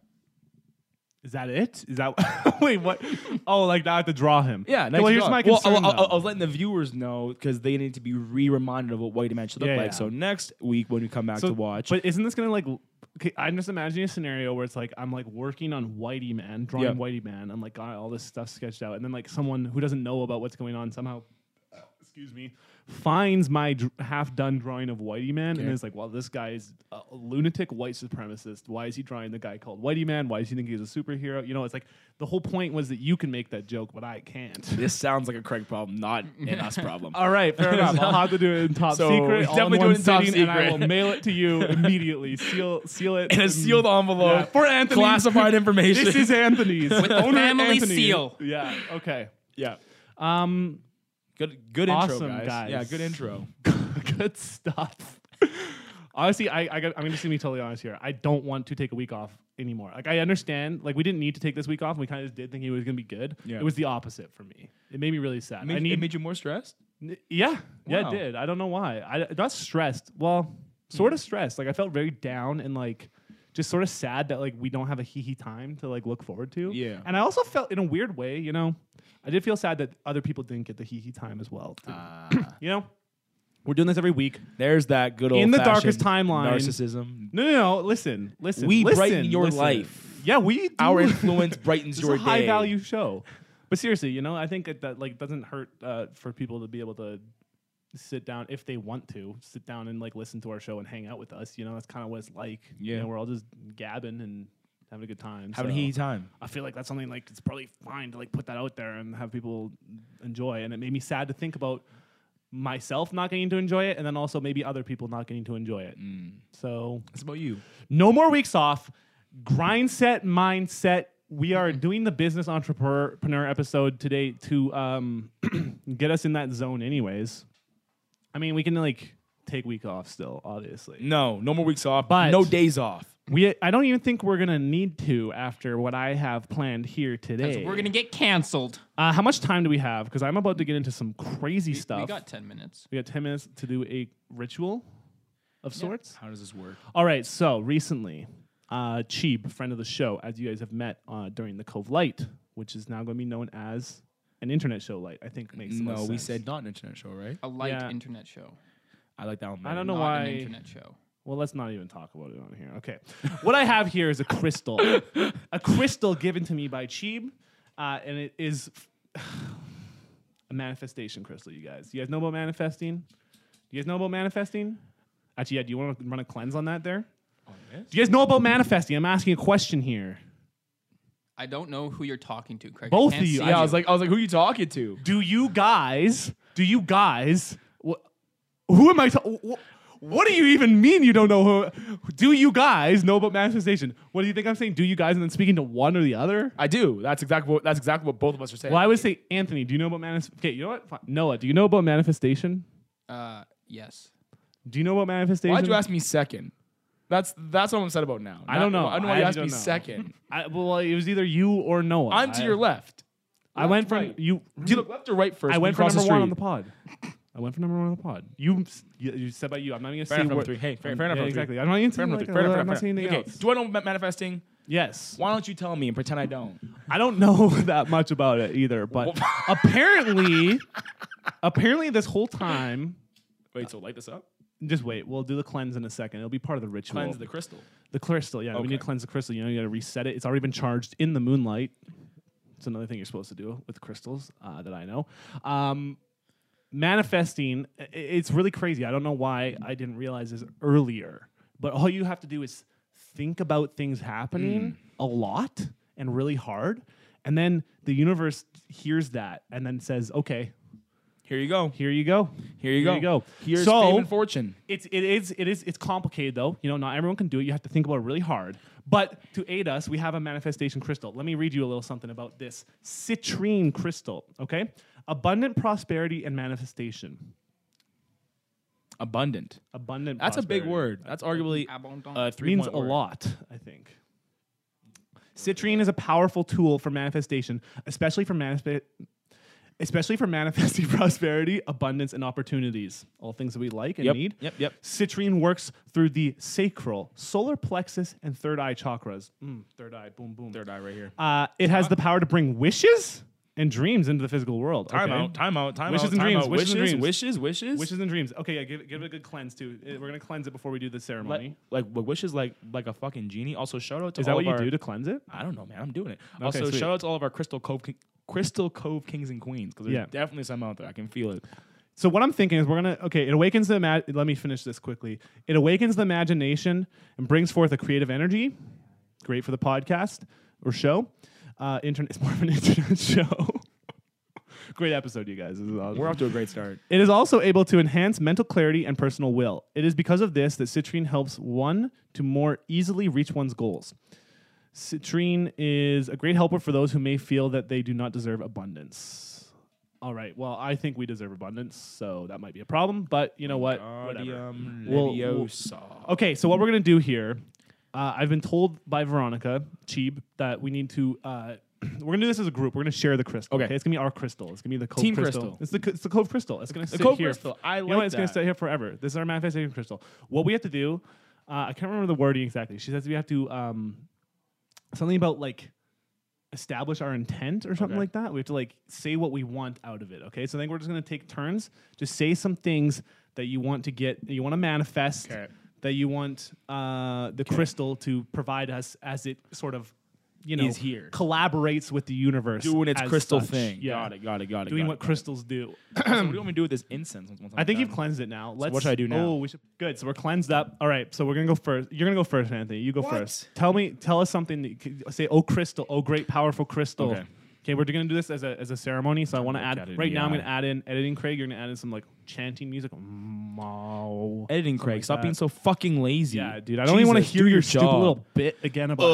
Speaker 3: Is that it? Is that [LAUGHS] wait? What? Oh, like now I have to draw him.
Speaker 4: Yeah.
Speaker 3: Okay,
Speaker 4: nice
Speaker 3: well,
Speaker 4: to
Speaker 3: here's
Speaker 4: know.
Speaker 3: my
Speaker 4: Well,
Speaker 3: concern.
Speaker 4: I- I, I-
Speaker 3: though.
Speaker 4: I was letting the viewers know because they need to be re-reminded of what Whitey Man should look
Speaker 3: Yeah,
Speaker 4: like.
Speaker 3: yeah.
Speaker 4: So next week when we come back to watch,
Speaker 3: But isn't this gonna like? l- Okay, I'm just imagining a scenario where it's like I'm like working on Whitey Man, drawing
Speaker 4: Yeah.
Speaker 3: Whitey Man. I'm like got all this stuff sketched out, and then like someone who doesn't know about what's going on somehow, uh, excuse me, finds my dr- half-done drawing of Whitey Man, and
Speaker 4: Okay.
Speaker 3: is like, "Well, this guy is a lunatic white supremacist. Why is he drawing the guy called Whitey Man? Why does he think he's a superhero? You know, it's like the whole point was that you can make that joke, but I can't." [LAUGHS]
Speaker 4: this sounds like a Craig problem, not an us problem.
Speaker 3: All right,
Speaker 4: [LAUGHS]
Speaker 3: fair enough. I'll have to do it in top
Speaker 4: So,
Speaker 3: secret. all
Speaker 4: definitely
Speaker 3: in
Speaker 4: do
Speaker 3: one
Speaker 4: it in top
Speaker 3: sitting, and I
Speaker 4: secret.
Speaker 3: will mail it to
Speaker 4: [LAUGHS]
Speaker 3: you immediately. Seal, seal it
Speaker 4: in a
Speaker 3: and-
Speaker 4: sealed envelope
Speaker 3: Mm. Yeah, for Anthony.
Speaker 4: Classified
Speaker 3: [LAUGHS]
Speaker 4: information.
Speaker 3: This is Anthony's with
Speaker 5: the family seal.
Speaker 3: Yeah. Okay.
Speaker 4: yeah.
Speaker 3: Um. [LAUGHS]
Speaker 4: Good, good
Speaker 3: Awesome,
Speaker 4: intro, guys.
Speaker 3: guys.
Speaker 4: Yeah, good intro.
Speaker 3: good stuff. Honestly, I, I got, I'm going to just be totally honest here. I don't want to take a week off anymore. Like I understand, like we didn't need to take this week off. and We kind of just did thinking it was going to be good.
Speaker 4: Yeah.
Speaker 3: It was the opposite for me. It made me really sad. I
Speaker 4: Made-
Speaker 3: need
Speaker 4: it made you more stressed.
Speaker 3: N- Yeah, yeah,
Speaker 4: Wow.
Speaker 3: it did. I don't know why. I I got stressed. Well,
Speaker 4: Hmm.
Speaker 3: sort of stressed. Like I felt very down and like just sort of sad that like we don't have a hee hee time to like look forward to.
Speaker 4: Yeah.
Speaker 3: And I also felt in a weird way, you know, I did feel sad that other people didn't get the hee hee time as well. too.
Speaker 4: Ah.
Speaker 3: you know, we're doing this every week.
Speaker 4: There's that good old
Speaker 3: In the darkest timeline.
Speaker 4: narcissism.
Speaker 3: No, no, no. Listen, listen.
Speaker 4: We
Speaker 3: listen,
Speaker 4: brighten your
Speaker 3: listen.
Speaker 4: life.
Speaker 3: Yeah, we do. [LAUGHS]
Speaker 4: Our influence brightens
Speaker 3: It's
Speaker 4: your
Speaker 3: a high
Speaker 4: day.
Speaker 3: value show. But seriously, you know, I think that, that like doesn't hurt uh, for people to be able to sit down if they want to sit down and like listen to our show and hang out with us. You know, that's kind of what it's like. You
Speaker 4: Yeah.
Speaker 3: know, we're all just gabbing and having a good time.
Speaker 4: Having a
Speaker 3: so
Speaker 4: heady time.
Speaker 3: I feel like that's something like it's probably fine to like put that out there and have people enjoy. And it made me sad to think about myself not getting to enjoy it, and then also maybe other people not getting to enjoy it.
Speaker 4: Mm.
Speaker 3: So
Speaker 4: It's about you.
Speaker 3: no more weeks off. Grind set mindset. We are doing the business entrepreneur episode today to um, [CLEARS THROAT] get us in that zone, anyways. I mean, we can like take week off still, obviously.
Speaker 4: No, no more weeks off.
Speaker 3: But-
Speaker 4: no days off.
Speaker 3: We I don't even think we're gonna need to after what I have planned here today.
Speaker 5: We're gonna get canceled.
Speaker 3: Uh, how much time do we have? Because I'm about to get into some crazy stuff.
Speaker 5: We got ten minutes.
Speaker 3: we got 10 minutes to do a ritual of sorts.
Speaker 4: How does this work?
Speaker 3: All right, so recently, uh, Cheeb, friend of the show, as you guys have met uh, during the Cove Light, which is now going to be known as an internet show light, I think makes the
Speaker 4: No,
Speaker 3: most
Speaker 4: we
Speaker 3: sense.
Speaker 4: said not an internet show, right?
Speaker 5: A light
Speaker 3: Yeah.
Speaker 5: internet show.
Speaker 4: I like that one.
Speaker 3: I don't know
Speaker 5: Not
Speaker 3: why.
Speaker 5: an internet show.
Speaker 3: Well, let's not even talk about it on here. Okay. [LAUGHS] what I have here is a crystal. a crystal given to me by Cheeb, uh, and it is [SIGHS] a manifestation crystal, you guys. You guys know about manifesting? You guys know about manifesting? Actually, yeah, do you want to run a cleanse on that there? Do you guys know about manifesting? I'm asking a question here.
Speaker 5: I don't know who you're talking to, Craig. I
Speaker 3: Both
Speaker 5: can't
Speaker 3: of you.
Speaker 5: see
Speaker 4: Yeah, I was like, I was like, who are you talking to?
Speaker 3: Do you guys, do you guys, wh- who am I talking, what do you even mean you don't know who, do you guys know about manifestation? What do you think I'm saying? Do you guys and then speaking to one or the other?
Speaker 4: I do. That's exactly what. That's exactly what both of us are saying.
Speaker 3: Well, I would say, Anthony, do you know about manifestation? Okay, you know what? Fine. Noah, do you know about manifestation?
Speaker 5: Uh, yes.
Speaker 3: Do you know about manifestation?
Speaker 4: Why'd you ask me second? That's that's what I'm upset about now.
Speaker 3: I don't know.
Speaker 4: I don't know
Speaker 3: I
Speaker 4: why you asked
Speaker 3: actually
Speaker 4: me
Speaker 3: don't know. [LAUGHS]
Speaker 4: second.
Speaker 3: I, well, it was either you or Noah.
Speaker 4: I'm to
Speaker 3: I-
Speaker 4: your left.
Speaker 3: I went from
Speaker 4: right.
Speaker 3: you.
Speaker 4: Do you look left or right first?
Speaker 3: I
Speaker 4: when
Speaker 3: went
Speaker 4: you
Speaker 3: for
Speaker 4: cross
Speaker 3: number
Speaker 4: the
Speaker 3: one
Speaker 4: street?
Speaker 3: on the pod. I went for number one on the pod. You, you, you said about you. I'm not even gonna
Speaker 4: Fair
Speaker 3: say
Speaker 4: enough, number
Speaker 3: where-
Speaker 4: three. Hey, fair-
Speaker 3: Um,
Speaker 4: fair enough,
Speaker 3: yeah,
Speaker 4: number three.
Speaker 3: exactly. I'm not even
Speaker 4: Fair
Speaker 3: saying
Speaker 4: enough,
Speaker 3: like,
Speaker 4: fair enough,
Speaker 3: I'm
Speaker 4: fair
Speaker 3: not
Speaker 4: enough.
Speaker 3: saying anything
Speaker 4: Okay,
Speaker 3: else.
Speaker 4: do uh, I know ma- manifesting?
Speaker 3: Yes.
Speaker 4: Why don't you tell me and pretend I don't?
Speaker 3: I don't know [LAUGHS] that much about it either, but apparently, apparently, this whole time.
Speaker 4: Wait, so light this up.
Speaker 3: Just wait. We'll do the cleanse in a second. It'll be part of the ritual.
Speaker 4: Cleanse the crystal.
Speaker 3: The crystal, yeah. We need
Speaker 4: Okay.
Speaker 3: to cleanse the crystal. You know, you got to reset it. It's already been charged in the moonlight. It's another thing you're supposed to do with crystals uh, that I know. Um, manifesting, i- i- it's really crazy. I don't know why I didn't realize this earlier, but all you have to do is think about things
Speaker 4: Mm.
Speaker 3: happening a lot and really hard. And then the universe hears that and then says, okay,
Speaker 4: Here you go.
Speaker 3: here you go.
Speaker 4: Here you go. Here's
Speaker 3: so,
Speaker 4: fame and fortune.
Speaker 3: it's it is it is it's complicated though. You know, not everyone can do it. You have to think about it really hard. But to aid us, we have a manifestation crystal. Let me read you a little something about this citrine crystal. Okay, abundant prosperity and manifestation.
Speaker 4: Abundant.
Speaker 3: Abundant.
Speaker 4: That's a big
Speaker 3: prosperity.
Speaker 4: word. That's arguably
Speaker 5: Abondant.
Speaker 4: uh, three
Speaker 3: means a lot, I think. Citrine is a powerful tool for manifestation, especially for manifest especially for [LAUGHS] manifesting prosperity, abundance, and opportunities. All things that we like and
Speaker 4: Yep,
Speaker 3: need.
Speaker 4: yep, yep.
Speaker 3: Citrine works through the sacral, solar plexus, and third eye chakras. Mm, third eye, boom, boom.
Speaker 4: Third eye right here.
Speaker 3: Uh, it has the power to bring wishes and dreams into the physical world.
Speaker 4: Time
Speaker 3: okay?
Speaker 4: out. Time out. Time
Speaker 3: Wishes
Speaker 4: out.
Speaker 3: and
Speaker 4: time
Speaker 3: dreams,
Speaker 4: out.
Speaker 3: wishes and dreams.
Speaker 4: Wishes. Wishes.
Speaker 3: Wishes and dreams. Okay, yeah, give, give it a good cleanse too. Uh, We're gonna cleanse it before we do the ceremony.
Speaker 4: Like, like what wishes like like a fucking genie. Also shout out to
Speaker 3: is that
Speaker 4: all
Speaker 3: what
Speaker 4: of
Speaker 3: you
Speaker 4: our,
Speaker 3: do to cleanse it?
Speaker 4: I don't know, man. I'm doing it. also
Speaker 3: sweet.
Speaker 4: shout out to all of our Crystal Cove King, Crystal Cove kings and queens because there's
Speaker 3: Yeah.
Speaker 4: definitely some out there. I can feel it.
Speaker 3: So what I'm thinking is we're gonna okay. It awakens the ima- let me finish this quickly. It awakens the imagination and brings forth a creative energy, great for the podcast or show. Uh, internet [LAUGHS] it's more of an internet show. great episode, you guys. This is awesome.
Speaker 4: We're off to a great start.
Speaker 3: It is also able to enhance mental clarity and personal will. It is because of this that citrine helps one to more easily reach one's goals. Citrine is a great helper for those who may feel that they do not deserve abundance. All right. Well, I think we deserve abundance, so that might be a problem, but you know what? Whatever. Mm.
Speaker 4: Wingardium
Speaker 3: um, We'll- we'll-
Speaker 4: Leviosa.
Speaker 3: Okay, so what we're going to do here, uh, I've been told by Veronica Cheeb that we need to. Uh, [CLEARS THROAT] we're gonna do this as a group. We're gonna share the crystal.
Speaker 4: Okay.
Speaker 3: it's gonna be our crystal. It's gonna be the Cove
Speaker 4: Team
Speaker 3: crystal.
Speaker 4: crystal.
Speaker 3: It's the it's the Cove crystal. It's gonna sit
Speaker 4: Cove
Speaker 3: here.
Speaker 4: crystal. I
Speaker 3: you know
Speaker 4: like
Speaker 3: what? It's gonna
Speaker 4: that.
Speaker 3: sit here forever. This is our manifestation crystal. What we have to do, uh, I can't remember the wording exactly. She says we have to um, something about like establish our intent or something
Speaker 4: Okay.
Speaker 3: like that. We have to like say what we want out of it. Okay, so I think we're just gonna take turns. Just say some things that you want to get, that you want to manifest,
Speaker 4: Okay.
Speaker 3: that you want uh, the crystal to provide us as it sort of you know
Speaker 4: Is here.
Speaker 3: collaborates with the universe,
Speaker 4: doing its
Speaker 3: as
Speaker 4: crystal
Speaker 3: such.
Speaker 4: thing.
Speaker 3: Yeah,
Speaker 4: Got it. Got it. Got it.
Speaker 3: doing
Speaker 4: got
Speaker 3: what
Speaker 4: it, got it.
Speaker 3: crystals
Speaker 4: [CLEARS THROAT]
Speaker 3: do.
Speaker 4: So what do you want me to do with this incense? Once, once
Speaker 3: I think
Speaker 4: I'm
Speaker 3: you've
Speaker 4: done?
Speaker 3: cleansed it now. Let's
Speaker 4: what should I do now?
Speaker 3: Oh, we should good. So we're cleansed up. All right. So we're gonna go first. You're gonna go first, Anthony. You go
Speaker 4: What?
Speaker 3: first. Tell me. Tell us something. That you could- say, "Oh, crystal. Oh, great, powerful crystal."
Speaker 4: Okay.
Speaker 3: Okay. we're gonna do this as a, as a ceremony. So I want to
Speaker 4: at
Speaker 3: add
Speaker 4: it,
Speaker 3: right now. I'm
Speaker 4: yeah.
Speaker 3: gonna add in editing. Craig, you're gonna add in some like chanting music. Mao.
Speaker 4: Editing, Craig.
Speaker 3: like
Speaker 4: stop
Speaker 3: that.
Speaker 4: being so fucking lazy.
Speaker 3: Yeah, dude. I don't even want to
Speaker 4: Jesus,
Speaker 3: hear
Speaker 4: do
Speaker 3: your,
Speaker 4: your
Speaker 3: stupid
Speaker 4: job.
Speaker 3: little bit again about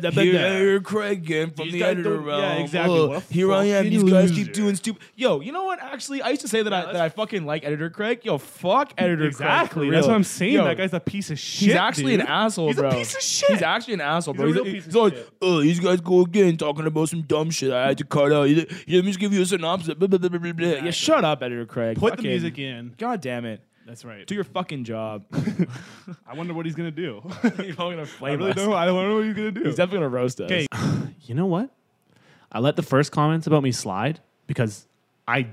Speaker 4: Uh,
Speaker 3: how you're.
Speaker 4: Craig again from
Speaker 3: These guys don't- yeah, exactly. What a fucking loser.
Speaker 4: stupid. Yo, you know what? Actually, I used to say that I that I fucking like editor Craig. Yo, fuck editor Craig.
Speaker 3: Exactly.
Speaker 4: for
Speaker 3: That's
Speaker 4: real.
Speaker 3: what I'm saying.
Speaker 4: Yo,
Speaker 3: that guy's a piece of shit.
Speaker 4: He's actually
Speaker 3: dude.
Speaker 4: an asshole,
Speaker 3: He's
Speaker 4: bro.
Speaker 3: a piece of shit.
Speaker 4: He's actually an asshole, bro.
Speaker 3: a
Speaker 4: He's,
Speaker 3: real
Speaker 4: he's
Speaker 3: piece of
Speaker 4: like,
Speaker 3: shit.
Speaker 4: oh, these guys go again talking about some dumb shit I had to cut out. Yeah, Let me just give you a synopsis. Blah, blah, blah, blah, blah, blah. Yeah, shut up, editor Craig.
Speaker 3: Put the
Speaker 4: Fucking-
Speaker 3: music in.
Speaker 4: God damn it.
Speaker 3: That's right.
Speaker 4: Do your
Speaker 3: [LAUGHS]
Speaker 4: fucking job. [LAUGHS]
Speaker 3: I wonder what he's gonna do.
Speaker 4: You're all gonna
Speaker 3: I
Speaker 4: flame
Speaker 3: really
Speaker 4: us.
Speaker 3: don't. I don't know what he's gonna do.
Speaker 4: He's definitely gonna roast us.
Speaker 3: 'Kay. [SIGHS] you know what? I let the first comments about me slide because I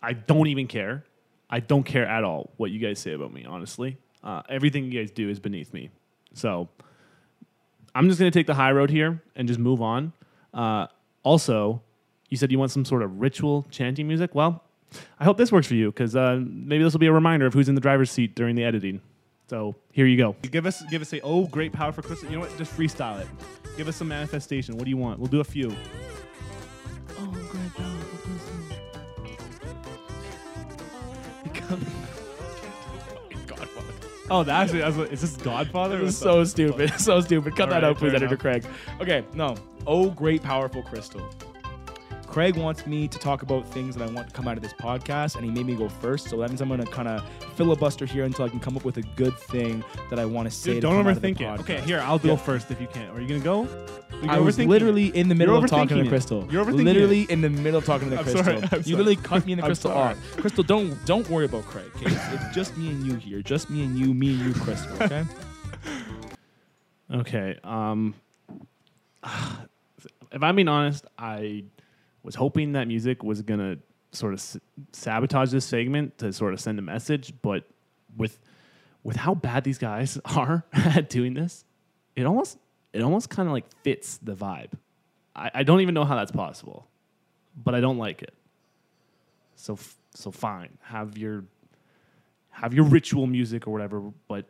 Speaker 3: I don't even care. I don't care at all what you guys say about me, honestly. Uh, everything you guys do is beneath me. So I'm just going to take the high road here and just move on. Uh, also, you said you want some sort of ritual chanting music. Well, I hope this works for you because uh, maybe this will be a reminder of who's in the driver's seat during the editing. So here you go. Give us, give us a oh great power for Crystal. You know what? Just freestyle it. Give us some manifestation. What do you want? We'll do a few. Oh, that's it. That's what, is this Godfather?
Speaker 4: This is so stupid. [LAUGHS] So stupid. Cut
Speaker 3: All
Speaker 4: that
Speaker 3: right,
Speaker 4: out, please,
Speaker 3: fair
Speaker 4: Editor
Speaker 3: enough.
Speaker 4: Craig. Okay, no. Oh, great, powerful crystal. Craig wants me to talk about things that I want to come out of this podcast, and he made me go first. So that means I'm going to kind of filibuster here until I can come up with a good thing that I want to say.
Speaker 3: Dude,
Speaker 4: to
Speaker 3: don't
Speaker 4: come out of the
Speaker 3: overthink it.
Speaker 4: podcast.
Speaker 3: Okay, here I'll go first if you can. Are you gonna go? You're
Speaker 4: I was
Speaker 3: overthinking
Speaker 4: literally
Speaker 3: it.
Speaker 4: in the middle
Speaker 3: You're
Speaker 4: of talking to
Speaker 3: overthinking it.
Speaker 4: Crystal.
Speaker 3: You're overthinking
Speaker 4: Literally
Speaker 3: it.
Speaker 4: in the middle of talking to
Speaker 3: [LAUGHS]
Speaker 4: the
Speaker 3: I'm
Speaker 4: Crystal.
Speaker 3: sorry, I'm
Speaker 4: you
Speaker 3: sorry.
Speaker 4: literally cut me and
Speaker 3: [LAUGHS]
Speaker 4: the
Speaker 3: I'm
Speaker 4: Crystal
Speaker 3: sorry.
Speaker 4: off. Crystal, don't don't worry about Craig. Okay? It's, it's just me and you here. Just me and you. Me and you, Crystal.
Speaker 3: [LAUGHS]
Speaker 4: Okay.
Speaker 3: Okay. Um, [SIGHS] if I'm being honest, I was hoping that music was gonna sort of s- sabotage this segment to sort of send a message, but with with how bad these guys [LAUGHS] are at doing this, it almost it almost kind of like fits the vibe. I, I don't even know how that's possible, but I don't like it. So f- so fine, have your have your ritual music or whatever, but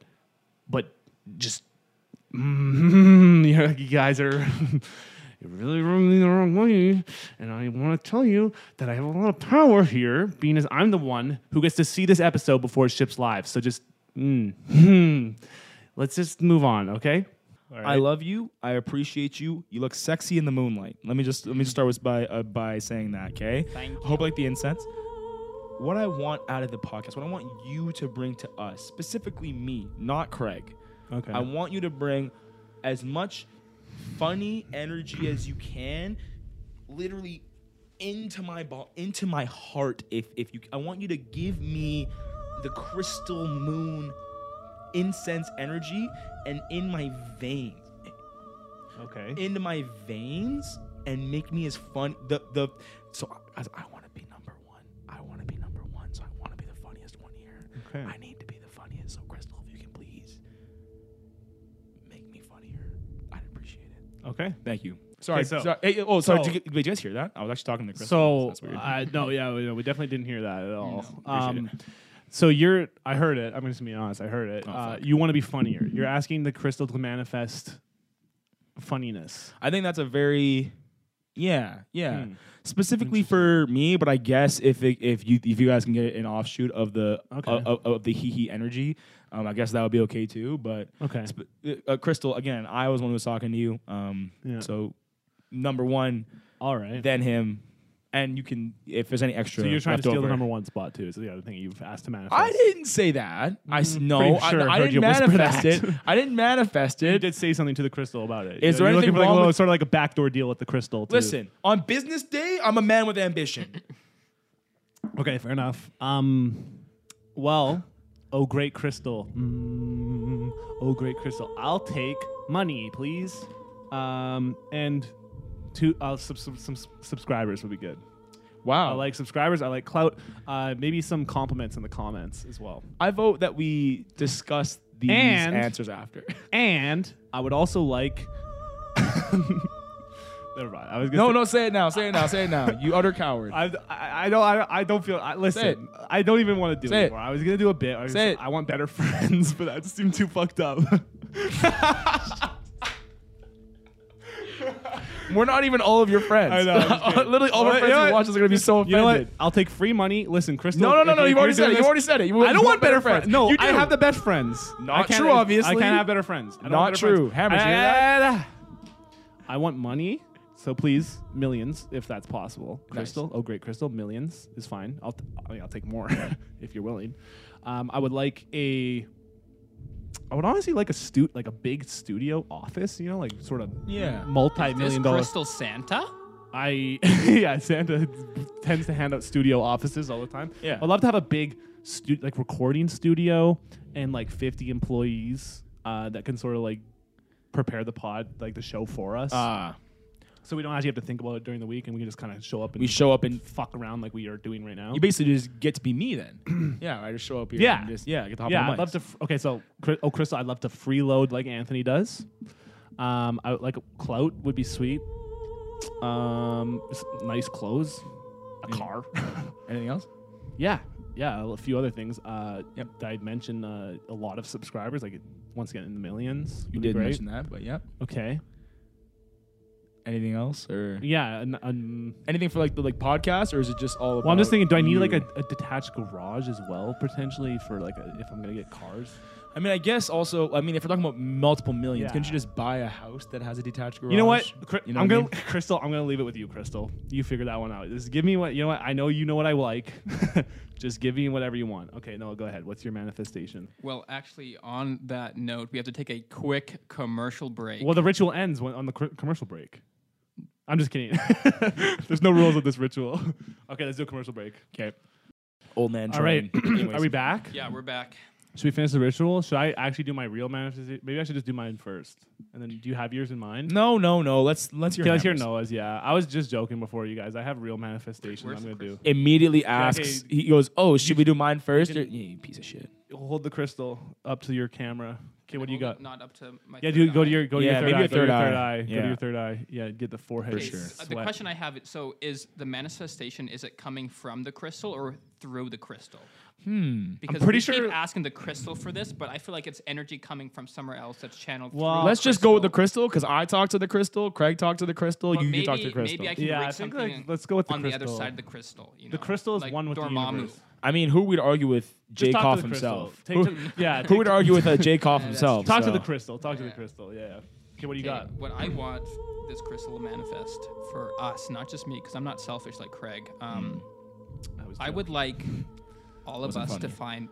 Speaker 3: but just [LAUGHS] mm, you're like, you guys are [LAUGHS] you're really rubbing me the wrong way. And I want to tell you that I have a lot of power here, being as I'm the one who gets to see this episode before it ships live. So just, mm, [LAUGHS] hmm, let's just move on, okay?
Speaker 4: I love you. I appreciate you. You look sexy in the moonlight. Let me just let me just start with by uh, by saying that, okay?
Speaker 5: Thank
Speaker 4: Hope like the incense. What I want out of the podcast, what I want you to bring to us, specifically me, not Craig.
Speaker 3: Okay.
Speaker 4: I want you to bring as much funny energy as you can, literally into my ball, into my heart. If if you, I want you to give me the crystal moon incense energy and in my veins
Speaker 3: okay.
Speaker 4: into my veins and make me as fun. The the so I, I want to be number one. I want to be number one. So I want to be the funniest one here.
Speaker 3: Okay.
Speaker 4: I need to be the funniest. So Crystal, if you can please make me funnier, I'd appreciate it.
Speaker 3: okay.
Speaker 4: Thank you. Sorry.
Speaker 3: so-
Speaker 4: sorry- hey, oh, sorry.
Speaker 3: so-
Speaker 4: did, you, did you guys hear that? I was actually talking to Crystal.
Speaker 3: So,
Speaker 4: that's weird.
Speaker 3: uh, no, yeah, we, we definitely didn't hear that at all.
Speaker 4: No,
Speaker 3: um,
Speaker 4: appreciate
Speaker 3: so you're, I heard it. I'm just gonna be honest. I heard it.
Speaker 4: Oh,
Speaker 3: uh,
Speaker 4: fuck.
Speaker 3: you want to be funnier. You're asking the crystal to manifest funniness.
Speaker 4: I think that's a very yeah, yeah.
Speaker 3: Hmm.
Speaker 4: Specifically for me, but I guess if it, if you if you guys can get an offshoot of the
Speaker 3: Okay.
Speaker 4: of, of, of the hee hee energy, um, I guess that would be okay too. But
Speaker 3: Okay.
Speaker 4: sp- uh, Crystal, again, I was the one who was talking to you. Um,
Speaker 3: Yeah.
Speaker 4: so number one,
Speaker 3: All right.
Speaker 4: then him, and you can if there's any extra.
Speaker 3: so you're trying to
Speaker 4: left
Speaker 3: steal
Speaker 4: over.
Speaker 3: the number one spot too. Is the other thing you've asked to manifest.
Speaker 4: uh, I didn't say that. I s- no,
Speaker 3: Mm-hmm. pretty
Speaker 4: I-
Speaker 3: sure I
Speaker 4: I,
Speaker 3: heard
Speaker 4: didn't
Speaker 3: you whisper
Speaker 4: manifest
Speaker 3: that.
Speaker 4: it. I didn't manifest
Speaker 3: You
Speaker 4: it.
Speaker 3: did say something to the crystal about it.
Speaker 4: Is
Speaker 3: You know,
Speaker 4: there
Speaker 3: you're
Speaker 4: anything
Speaker 3: looking for like
Speaker 4: wrong
Speaker 3: a little-
Speaker 4: with-
Speaker 3: sort of like a backdoor deal with the crystal? too.
Speaker 4: Listen, on business day, I'm a man with ambition.
Speaker 3: Okay, fair enough. Um, well, oh great crystal. Mm, oh great crystal. I'll take money, please. Um, and two uh, sub- sub- some s- subscribers would be good.
Speaker 4: wow,
Speaker 3: I like subscribers. I like clout. Uh, maybe some compliments in the comments as well.
Speaker 4: I vote that we discuss these
Speaker 3: And-
Speaker 4: answers after.
Speaker 3: And I would also like [LAUGHS] Never mind. I was gonna
Speaker 4: [LAUGHS] No,
Speaker 3: say,
Speaker 4: no, say it now. Say it now. Say it now. You utter coward.
Speaker 3: [LAUGHS] I, I I don't I don't, I don't feel. I, listen,
Speaker 4: it.
Speaker 3: I don't even want to do
Speaker 4: Say it.
Speaker 3: it anymore. I was gonna do a bit. I, was
Speaker 4: Say
Speaker 3: gonna
Speaker 4: it.
Speaker 3: I want better [LAUGHS] friends, but that just seemed too fucked up. [LAUGHS]
Speaker 4: We're not even all of your friends.
Speaker 3: I know, I'm
Speaker 4: [LAUGHS]
Speaker 3: just kidding.
Speaker 4: Literally, all of
Speaker 3: Well,
Speaker 4: our friends
Speaker 3: you know
Speaker 4: who
Speaker 3: what?
Speaker 4: watch this are gonna be so offended.
Speaker 3: you know what? I'll take free money. Listen, Crystal.
Speaker 4: No, no, no,
Speaker 3: if
Speaker 4: no.
Speaker 3: you-
Speaker 4: You've
Speaker 3: if
Speaker 4: already
Speaker 3: you're
Speaker 4: said it.
Speaker 3: doing
Speaker 4: You
Speaker 3: this-
Speaker 4: already said it. You
Speaker 3: I don't
Speaker 4: you
Speaker 3: want better friends. No,
Speaker 4: you
Speaker 3: I
Speaker 4: do.
Speaker 3: have the best friends.
Speaker 4: Not
Speaker 3: I can't
Speaker 4: true,
Speaker 3: have-
Speaker 4: obviously.
Speaker 3: I can't have better friends. I don't
Speaker 4: Not
Speaker 3: want better
Speaker 4: true.
Speaker 3: friends.
Speaker 4: Hammer, you hear
Speaker 3: I, I want money. So please, millions, if that's possible. Crystal, oh great, Crystal, millions is fine. I'll, t- I mean, I'll take more [LAUGHS] if you're willing. Um, I would like a. I would honestly like a stu- like a big studio office, you know, like sort of
Speaker 4: Yeah.
Speaker 5: Is
Speaker 3: multi-million dollar.
Speaker 5: Crystal Santa?
Speaker 3: I [LAUGHS] yeah, Santa tends to hand out studio offices all the time.
Speaker 4: Yeah.
Speaker 3: I'd love to have a big stu- like recording studio and like 50 employees uh, that can sort of like prepare the pod like the show for us,
Speaker 4: Ah,
Speaker 3: so we don't actually have to think about it during the week, and we can just kind of show up and
Speaker 4: we show up and
Speaker 3: fuck around like we are doing right now.
Speaker 4: you basically just get to be
Speaker 3: [CLEARS THROAT]
Speaker 4: me then. yeah, I just show up here.
Speaker 3: Yeah.
Speaker 4: and just, yeah. I Get to hop
Speaker 3: yeah,
Speaker 4: on the
Speaker 3: I'd love
Speaker 4: mics.
Speaker 3: to. Fr- okay, so Chri- oh, Crystal, I'd love to freeload like Anthony does. Um, I would- like clout would be sweet. Um, s- nice clothes, a car. [LAUGHS]
Speaker 4: Anything else?
Speaker 3: Yeah, yeah, a few other things. Uh,
Speaker 4: Yep.
Speaker 3: that I'd mentioned uh, a lot of subscribers, like once again in the millions.
Speaker 4: You
Speaker 3: would be
Speaker 4: did
Speaker 3: great.
Speaker 4: mention that, but yeah.
Speaker 3: Okay.
Speaker 4: Anything else or
Speaker 3: Yeah. An, an,
Speaker 4: anything for like the like podcast or is it just all?
Speaker 3: well, I'm just
Speaker 4: about
Speaker 3: thinking, do I need
Speaker 4: you?
Speaker 3: like a, a detached garage as well, potentially for like a, if I'm gonna get cars?
Speaker 4: I mean, I guess also. I mean, if we're talking about multiple millions,
Speaker 3: Yeah.
Speaker 4: couldn't you just buy a house that has a detached garage?
Speaker 3: You know what? Cri-
Speaker 4: You know
Speaker 3: I'm
Speaker 4: what I
Speaker 3: gonna [LAUGHS] Crystal. I'm gonna leave it with you, Crystal. You figure that one out. Just give me what you know. What I know you know what I like. [LAUGHS] just give me whatever you want. Okay, no, go ahead. What's your manifestation?
Speaker 5: Well, actually, on that note, we have to take a quick commercial break.
Speaker 3: Well, the ritual ends when, on the cr- commercial break. I'm just
Speaker 4: [LAUGHS]
Speaker 3: kidding. [LAUGHS] There's no rules with this ritual. [LAUGHS] Okay, let's do a commercial break. Okay.
Speaker 4: [LAUGHS] Old man.
Speaker 3: All right. [CLEARS THROAT]
Speaker 4: train.
Speaker 3: Are we back?
Speaker 5: yeah, we're back.
Speaker 3: Should we finish the ritual? Should I actually do my real manifestation? Maybe I should just do mine first. And then do you have yours in mind?
Speaker 4: No, no, no. Let's let's hear.
Speaker 3: Okay, let's hear
Speaker 4: Hammers.
Speaker 3: Noah's. Yeah. I was just joking before you guys. I have real manifestation
Speaker 5: Where's
Speaker 3: I'm
Speaker 5: the
Speaker 3: going to do.
Speaker 4: Immediately asks. He goes, "Oh, should we do mine first? Or, yeah, you piece of shit.
Speaker 3: Hold the crystal up to your camera. Okay, what do you
Speaker 5: Hold
Speaker 3: got?
Speaker 5: it Not up to my.
Speaker 3: Yeah,
Speaker 5: third
Speaker 3: do go
Speaker 5: eye.
Speaker 3: to your go
Speaker 4: Yeah,
Speaker 3: to
Speaker 4: maybe
Speaker 3: your
Speaker 4: a
Speaker 3: third
Speaker 4: third
Speaker 3: eye.
Speaker 4: eye.
Speaker 3: Go to your third eye. Go to your third
Speaker 4: Yeah.
Speaker 3: eye. Yeah, get the forehead.
Speaker 5: Okay,
Speaker 4: sure.
Speaker 5: s- uh, the
Speaker 3: sweat.
Speaker 5: question I have is so is the manifestation is it coming from the crystal or through the crystal? Hmm. Because
Speaker 3: pretty
Speaker 5: we
Speaker 3: sure-
Speaker 5: keep asking the crystal for this, but I feel like it's energy coming from somewhere else that's channeled.
Speaker 3: Well,
Speaker 5: through
Speaker 4: Let's just go with the
Speaker 5: crystal.
Speaker 4: crystal because I talked to the crystal. Craig talked to the crystal.
Speaker 5: But
Speaker 4: you,
Speaker 5: maybe,
Speaker 4: you talked to the crystal.
Speaker 5: Maybe I can
Speaker 3: Yeah,
Speaker 5: read
Speaker 3: I think,
Speaker 5: something
Speaker 3: like, let's go with the
Speaker 5: on the other
Speaker 3: crystal.
Speaker 5: side of the crystal. You know?
Speaker 3: The crystal is
Speaker 5: like
Speaker 3: one with the
Speaker 5: Dormammu.
Speaker 3: universe.
Speaker 4: I mean, who would argue with
Speaker 3: Just
Speaker 4: Jay
Speaker 3: talk to
Speaker 4: Koff
Speaker 3: the
Speaker 4: himself?
Speaker 3: crystal.
Speaker 4: who,
Speaker 3: Take to- yeah,
Speaker 4: [LAUGHS] who
Speaker 3: take
Speaker 4: would
Speaker 3: to-
Speaker 4: argue with uh,
Speaker 3: [LAUGHS]
Speaker 4: Jay Koff himself?
Speaker 3: Talk
Speaker 4: so.
Speaker 3: to the crystal. Talk to the
Speaker 5: Yeah.
Speaker 3: crystal. Yeah. Okay, what do you
Speaker 5: Okay,
Speaker 3: got?
Speaker 5: what I want this crystal to manifest for us, not just me, because I'm not selfish like Craig. Um,
Speaker 3: Hmm.
Speaker 5: I would like all of
Speaker 4: Wasn't
Speaker 5: us to
Speaker 4: funny.
Speaker 5: find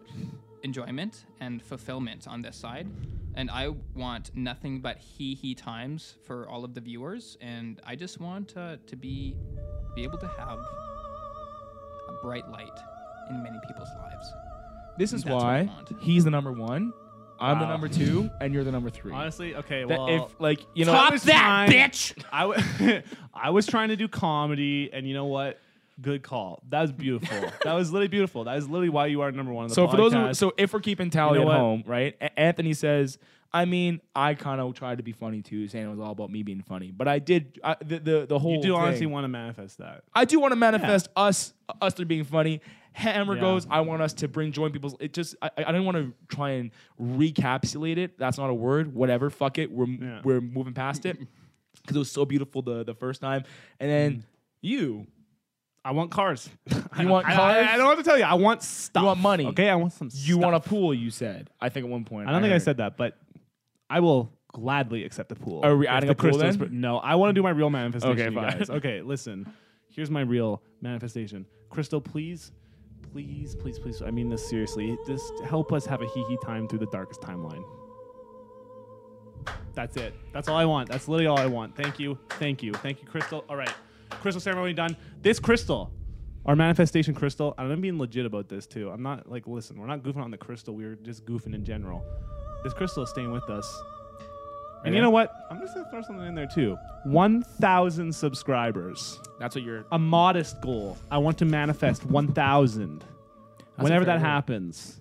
Speaker 5: enjoyment and fulfillment on this side. And I want nothing but he he times for all of the viewers. And I just want uh, to be be able to have a bright light in many people's lives.
Speaker 4: This is
Speaker 5: That's what I
Speaker 4: why
Speaker 5: want.
Speaker 4: he's the number one. I'm the
Speaker 3: Wow.
Speaker 4: number two, and you're the number three.
Speaker 3: Honestly, okay.
Speaker 4: That
Speaker 3: Well,
Speaker 4: if like you know,
Speaker 3: Top
Speaker 5: Top
Speaker 3: was
Speaker 5: that,
Speaker 3: fine.
Speaker 5: bitch!
Speaker 3: I, w- [LAUGHS] I was trying to do comedy, and you know what? Good call. That was beautiful. that was literally beautiful. That is literally why you are number one. On the
Speaker 4: So for those, who,
Speaker 3: podcast.
Speaker 4: so if we're keeping tally
Speaker 3: You know
Speaker 4: at
Speaker 3: what?
Speaker 4: home, right? A- Anthony says, I mean, I kind of tried to be funny too, saying it was all about me being funny, but I did I, the, the the whole.
Speaker 3: you do
Speaker 4: thing-
Speaker 3: honestly want to manifest that.
Speaker 4: I do want to manifest us us through being funny. Hammer
Speaker 3: Yeah.
Speaker 4: goes. I want us to bring joy in people's. It just I, I don't want to try and recapsulate it. That's not a word. Whatever. Fuck it. We're
Speaker 3: Yeah.
Speaker 4: we're moving past it because it was so beautiful the the first time, and then
Speaker 3: Mm.
Speaker 4: you
Speaker 3: I want cars. [LAUGHS] I
Speaker 4: [LAUGHS] You
Speaker 3: don't-
Speaker 4: want
Speaker 3: I-
Speaker 4: cars?
Speaker 3: I, I don't want to tell you. I want stuff.
Speaker 4: want money.
Speaker 3: Okay, I want some.
Speaker 4: you want a pool. You said I think at one point.
Speaker 3: I don't think I
Speaker 4: heard.
Speaker 3: said that, but I will gladly accept a pool.
Speaker 4: Are we
Speaker 3: If
Speaker 4: adding
Speaker 3: the
Speaker 4: a pool
Speaker 3: crystals-
Speaker 4: then?
Speaker 3: No, I want to do my real manifestation.
Speaker 4: Okay,
Speaker 3: you
Speaker 4: fine. [LAUGHS]
Speaker 3: guys. Okay, listen. Here's my real manifestation. Crystal, please, please, please, please. I mean this seriously. Just help us have a hee hee time through the darkest timeline. That's it. That's all I want. That's literally all I want. Thank you. Thank you. Thank you, Crystal. All right. Crystal ceremony done. This crystal, our manifestation crystal, and I'm being legit about this too. I'm not like, listen, we're not goofing on the crystal. We're just goofing in general. This crystal is staying with us. And you
Speaker 4: Yeah.
Speaker 3: know what? I'm just going to throw something in there too 1,000 subscribers.
Speaker 4: That's what you're.
Speaker 3: A modest goal. I want to manifest 1,000 whenever
Speaker 4: fair
Speaker 3: that
Speaker 4: goal.
Speaker 3: happens.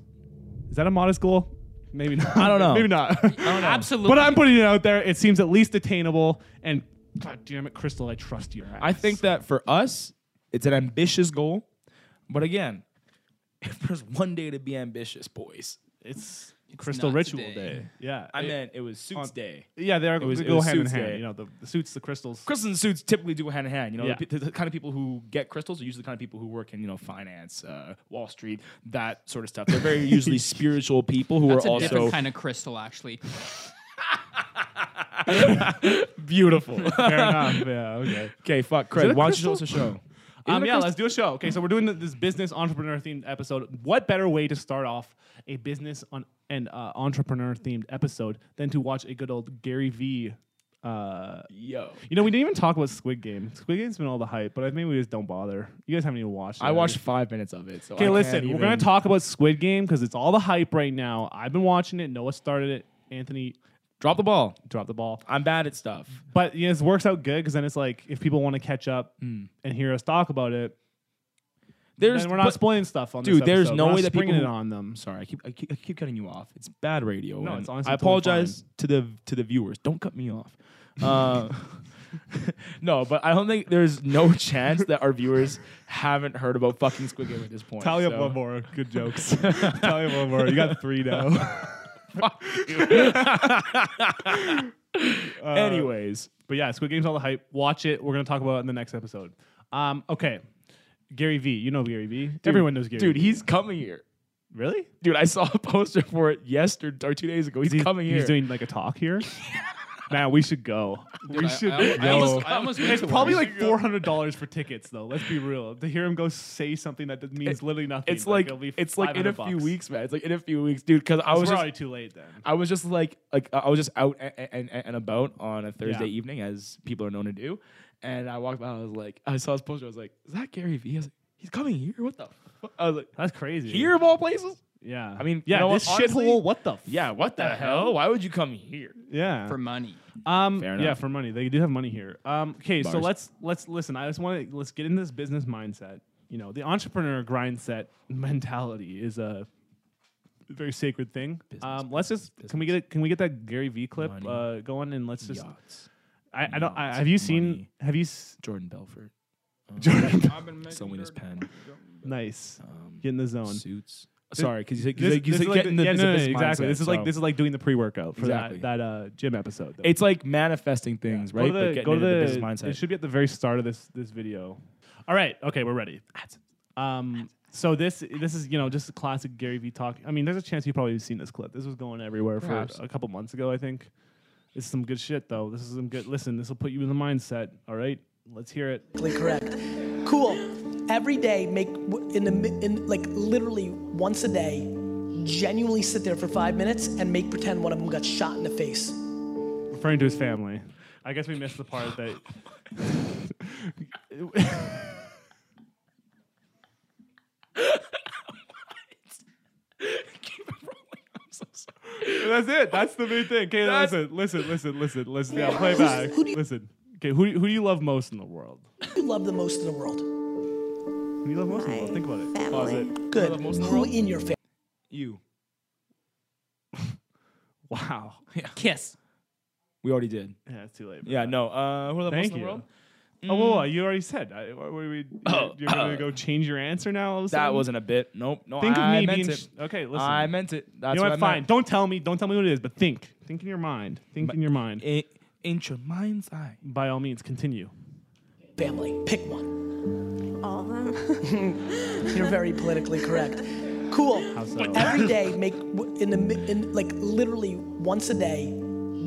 Speaker 3: Is that a modest goal? Maybe not.
Speaker 4: [LAUGHS] I don't know.
Speaker 3: Maybe not. [LAUGHS]
Speaker 5: Absolutely.
Speaker 3: But I'm putting it out there. It seems at least attainable and God damn it, Crystal, I trust your ass.
Speaker 4: I think that for us, it's an ambitious goal. But again, [LAUGHS] if there's one day to be ambitious, boys,
Speaker 3: it's,
Speaker 5: It's
Speaker 3: Crystal
Speaker 5: not
Speaker 3: Ritual
Speaker 5: today.
Speaker 3: Day. Yeah.
Speaker 4: I
Speaker 3: it-
Speaker 4: meant it was suits day.
Speaker 3: yeah, they are
Speaker 4: was-
Speaker 3: they
Speaker 4: it
Speaker 3: go
Speaker 4: was
Speaker 3: hand in
Speaker 4: Suits
Speaker 3: hand.
Speaker 4: Day.
Speaker 3: You know, the, the suits, the
Speaker 4: [LAUGHS]
Speaker 3: crystals.
Speaker 4: Crystals and suits typically do hand in hand. You know,
Speaker 3: Yeah.
Speaker 4: the, pe- the kind of people who get crystals are usually the kind of people who work in you know finance, uh, Wall Street, that sort of stuff.
Speaker 3: [LAUGHS]
Speaker 4: They're very usually spiritual people who
Speaker 5: That's
Speaker 4: are
Speaker 5: a
Speaker 4: also
Speaker 5: different kind of crystal, actually.
Speaker 4: beautiful.
Speaker 3: Fair enough. Yeah. Okay.
Speaker 4: okay, fuck, Craig.
Speaker 3: it a
Speaker 4: Why don't you show us a
Speaker 3: crystal?
Speaker 4: show?
Speaker 3: [LAUGHS] Um,
Speaker 4: it a
Speaker 3: yeah,
Speaker 4: crystal?
Speaker 3: let's do a show. Okay, so we're doing this business entrepreneur themed episode. What better way to start off a business on and uh, entrepreneur themed episode than to watch a good old Gary V. Uh,
Speaker 4: Yo,
Speaker 3: you know, we didn't even talk about Squid Game. Squid Game's been all the hype, but I think we just don't bother. You guys haven't even watched it.
Speaker 4: I watched five minutes of it. So
Speaker 3: Okay, listen, we're gonna talk about Squid Game because it's all the hype right now. I've been watching it. Noah started it. Anthony
Speaker 4: Drop the ball.
Speaker 3: dropped the ball.
Speaker 4: I'm bad at stuff.
Speaker 3: But you know, this works out good because then it's like if people want to catch up
Speaker 4: Hmm.
Speaker 3: and hear us talk about it,
Speaker 4: There's
Speaker 3: then we're not
Speaker 4: but-
Speaker 3: spoiling stuff on this
Speaker 4: Dude, there's
Speaker 3: episode.
Speaker 4: no
Speaker 3: We're not
Speaker 4: way that
Speaker 3: springing
Speaker 4: people
Speaker 3: it
Speaker 4: who- [LAUGHS]
Speaker 3: on them.
Speaker 4: sorry, I keep, I keep I keep cutting you off. It's bad radio.
Speaker 3: No,
Speaker 4: and
Speaker 3: it's honestly
Speaker 4: I
Speaker 3: totally
Speaker 4: apologize to the to the viewers. Don't cut me off. Uh, [LAUGHS] no, but I don't think there's no chance that our viewers haven't heard about fucking Squid Game at this point.
Speaker 3: Tally up
Speaker 4: so-
Speaker 3: one more. Good [LAUGHS] jokes. Tally up one more. You got three [LAUGHS] now.
Speaker 4: Anyways,
Speaker 3: Uh, but yeah, Squid Game's all the hype. Watch it. We're gonna talk about it in the next episode. Um, okay. Gary V. You know Gary V. Everyone knows Gary.
Speaker 4: dude,
Speaker 3: V.
Speaker 4: he's coming here.
Speaker 3: really?
Speaker 4: Dude, I saw a [LAUGHS] poster for it yesterday or two days ago. He's
Speaker 3: He's-
Speaker 4: coming here.
Speaker 3: He's doing like a talk
Speaker 4: [LAUGHS]
Speaker 3: here. Man, we should go.
Speaker 5: Dude, I- I al- I almost- I almost went
Speaker 3: it's
Speaker 5: to one.
Speaker 3: probably like four hundred dollars for tickets, though. Let's be real. To hear him go say something that d- means literally nothing.
Speaker 4: it's like,
Speaker 3: it'll be
Speaker 4: it's like in a
Speaker 3: 500
Speaker 4: few
Speaker 3: bucks.
Speaker 4: weeks, man. It's like in a few weeks, dude. Because I
Speaker 3: So
Speaker 4: was
Speaker 3: we're
Speaker 4: just
Speaker 3: already too late then.
Speaker 4: I was just like like I I was just out and, and, and about on a Thursday
Speaker 3: Yeah.
Speaker 4: evening as people are known to do, and I walked by. I was like, I saw his poster. I was like, is that Gary Vee? I was like, he's coming here. What the? Fuck? I was like,
Speaker 3: That's crazy.
Speaker 4: here of all places.
Speaker 3: Yeah.
Speaker 4: I mean,
Speaker 3: yeah,
Speaker 4: you know what,
Speaker 3: this
Speaker 4: honestly-
Speaker 3: shithole. What the? F-
Speaker 4: Yeah. What the, hell? Why would you come here?
Speaker 3: yeah.
Speaker 5: for money.
Speaker 3: um.
Speaker 4: Fair
Speaker 3: yeah,
Speaker 4: enough.
Speaker 3: for money. They do have money here. Um. Okay. So
Speaker 4: Bars.
Speaker 3: let's let's listen. I just want to let's get into this business mindset. You know, the entrepreneur grind set mentality is a very sacred thing. um. Let's just can we get it? Can we get that Gary V clip
Speaker 4: Money.
Speaker 3: uh, going and let's just.
Speaker 4: Yachts.
Speaker 3: I, I don't. I,
Speaker 4: Yachts,
Speaker 3: have you seen?
Speaker 4: money.
Speaker 3: Have you? S-
Speaker 4: Jordan Belfort.
Speaker 3: Um, Jordan,
Speaker 5: I've been
Speaker 4: Someone his pen.
Speaker 3: nice.
Speaker 4: Um,
Speaker 3: Get in the zone.
Speaker 4: suits. Sorry, because you said
Speaker 3: This- this
Speaker 4: you
Speaker 3: is
Speaker 4: said
Speaker 3: like
Speaker 4: getting
Speaker 3: the-
Speaker 4: the
Speaker 3: yeah,
Speaker 4: it's
Speaker 3: no,
Speaker 4: a
Speaker 3: no, no,
Speaker 4: business
Speaker 3: exactly.
Speaker 4: mindset,
Speaker 3: This is like
Speaker 4: so-
Speaker 3: this is like doing the pre workout for
Speaker 4: Exactly.
Speaker 3: that that uh, gym episode. that we
Speaker 4: It's like manifesting things,
Speaker 3: Go
Speaker 4: right?
Speaker 3: to
Speaker 4: But
Speaker 3: the,
Speaker 4: getting
Speaker 3: go to
Speaker 4: into
Speaker 3: the,
Speaker 4: business mindset.
Speaker 3: It should be at the very start of this this video. All right. Okay, we're ready. Um, so this this is you know just a classic Gary Vee talk. I mean, there's a chance you've probably seen this clip. This was going everywhere for
Speaker 4: Perhaps.
Speaker 3: a couple months ago, I think. It's some good shit though. This is some good. Listen, this will put you in the mindset. All right, let's hear it.
Speaker 6: politically correct. Cool. Every day, make w- in the mi- in like literally once a day, genuinely sit there for five minutes and make pretend one of them got shot in the face.
Speaker 3: Referring to his family. I guess we missed the part that.
Speaker 4: Keep it rolling. I'm so sorry.
Speaker 3: That's it. That's the main thing. Okay,
Speaker 4: That's-
Speaker 3: listen, listen, listen, listen, listen. Yeah, play back.
Speaker 6: who do you-
Speaker 3: Listen. Okay, who, who do you love most in the world?
Speaker 6: Who you love the most in the world?
Speaker 3: Who do you love most in the world? Think about it. Pause it.
Speaker 6: Good.
Speaker 4: most in the
Speaker 6: Who
Speaker 4: world?
Speaker 6: in your family?
Speaker 4: You. [LAUGHS]
Speaker 3: Wow.
Speaker 5: Kiss.
Speaker 4: We already did.
Speaker 3: Yeah, it's too late.
Speaker 4: Yeah, no. Uh, who are the most
Speaker 3: Thank
Speaker 4: in the
Speaker 3: you.
Speaker 4: world?
Speaker 3: Oh, whoa, whoa, you already said. I, what were
Speaker 4: [COUGHS]
Speaker 3: we, you're, you're gonna go change your answer now? All of a
Speaker 4: Oh. That
Speaker 3: sudden?
Speaker 4: wasn't a bit. Nope. No,
Speaker 3: Think
Speaker 4: I
Speaker 3: of me
Speaker 4: meant
Speaker 3: being.
Speaker 4: it.
Speaker 3: Sh- okay, listen.
Speaker 4: I meant it.
Speaker 3: you
Speaker 4: That's
Speaker 3: know
Speaker 4: what,
Speaker 3: what?
Speaker 4: I
Speaker 3: Fine.
Speaker 4: meant.
Speaker 3: Don't tell me. Don't tell me what it is. But think. Think in your mind. Think in your mind.
Speaker 4: In, in your mind's eye.
Speaker 3: By all means, continue.
Speaker 6: Family. Pick one.
Speaker 7: All of them.
Speaker 6: You're very politically correct. Cool.
Speaker 3: so?
Speaker 4: [LAUGHS]
Speaker 6: Every day, make w- in the mi- in like literally once a day,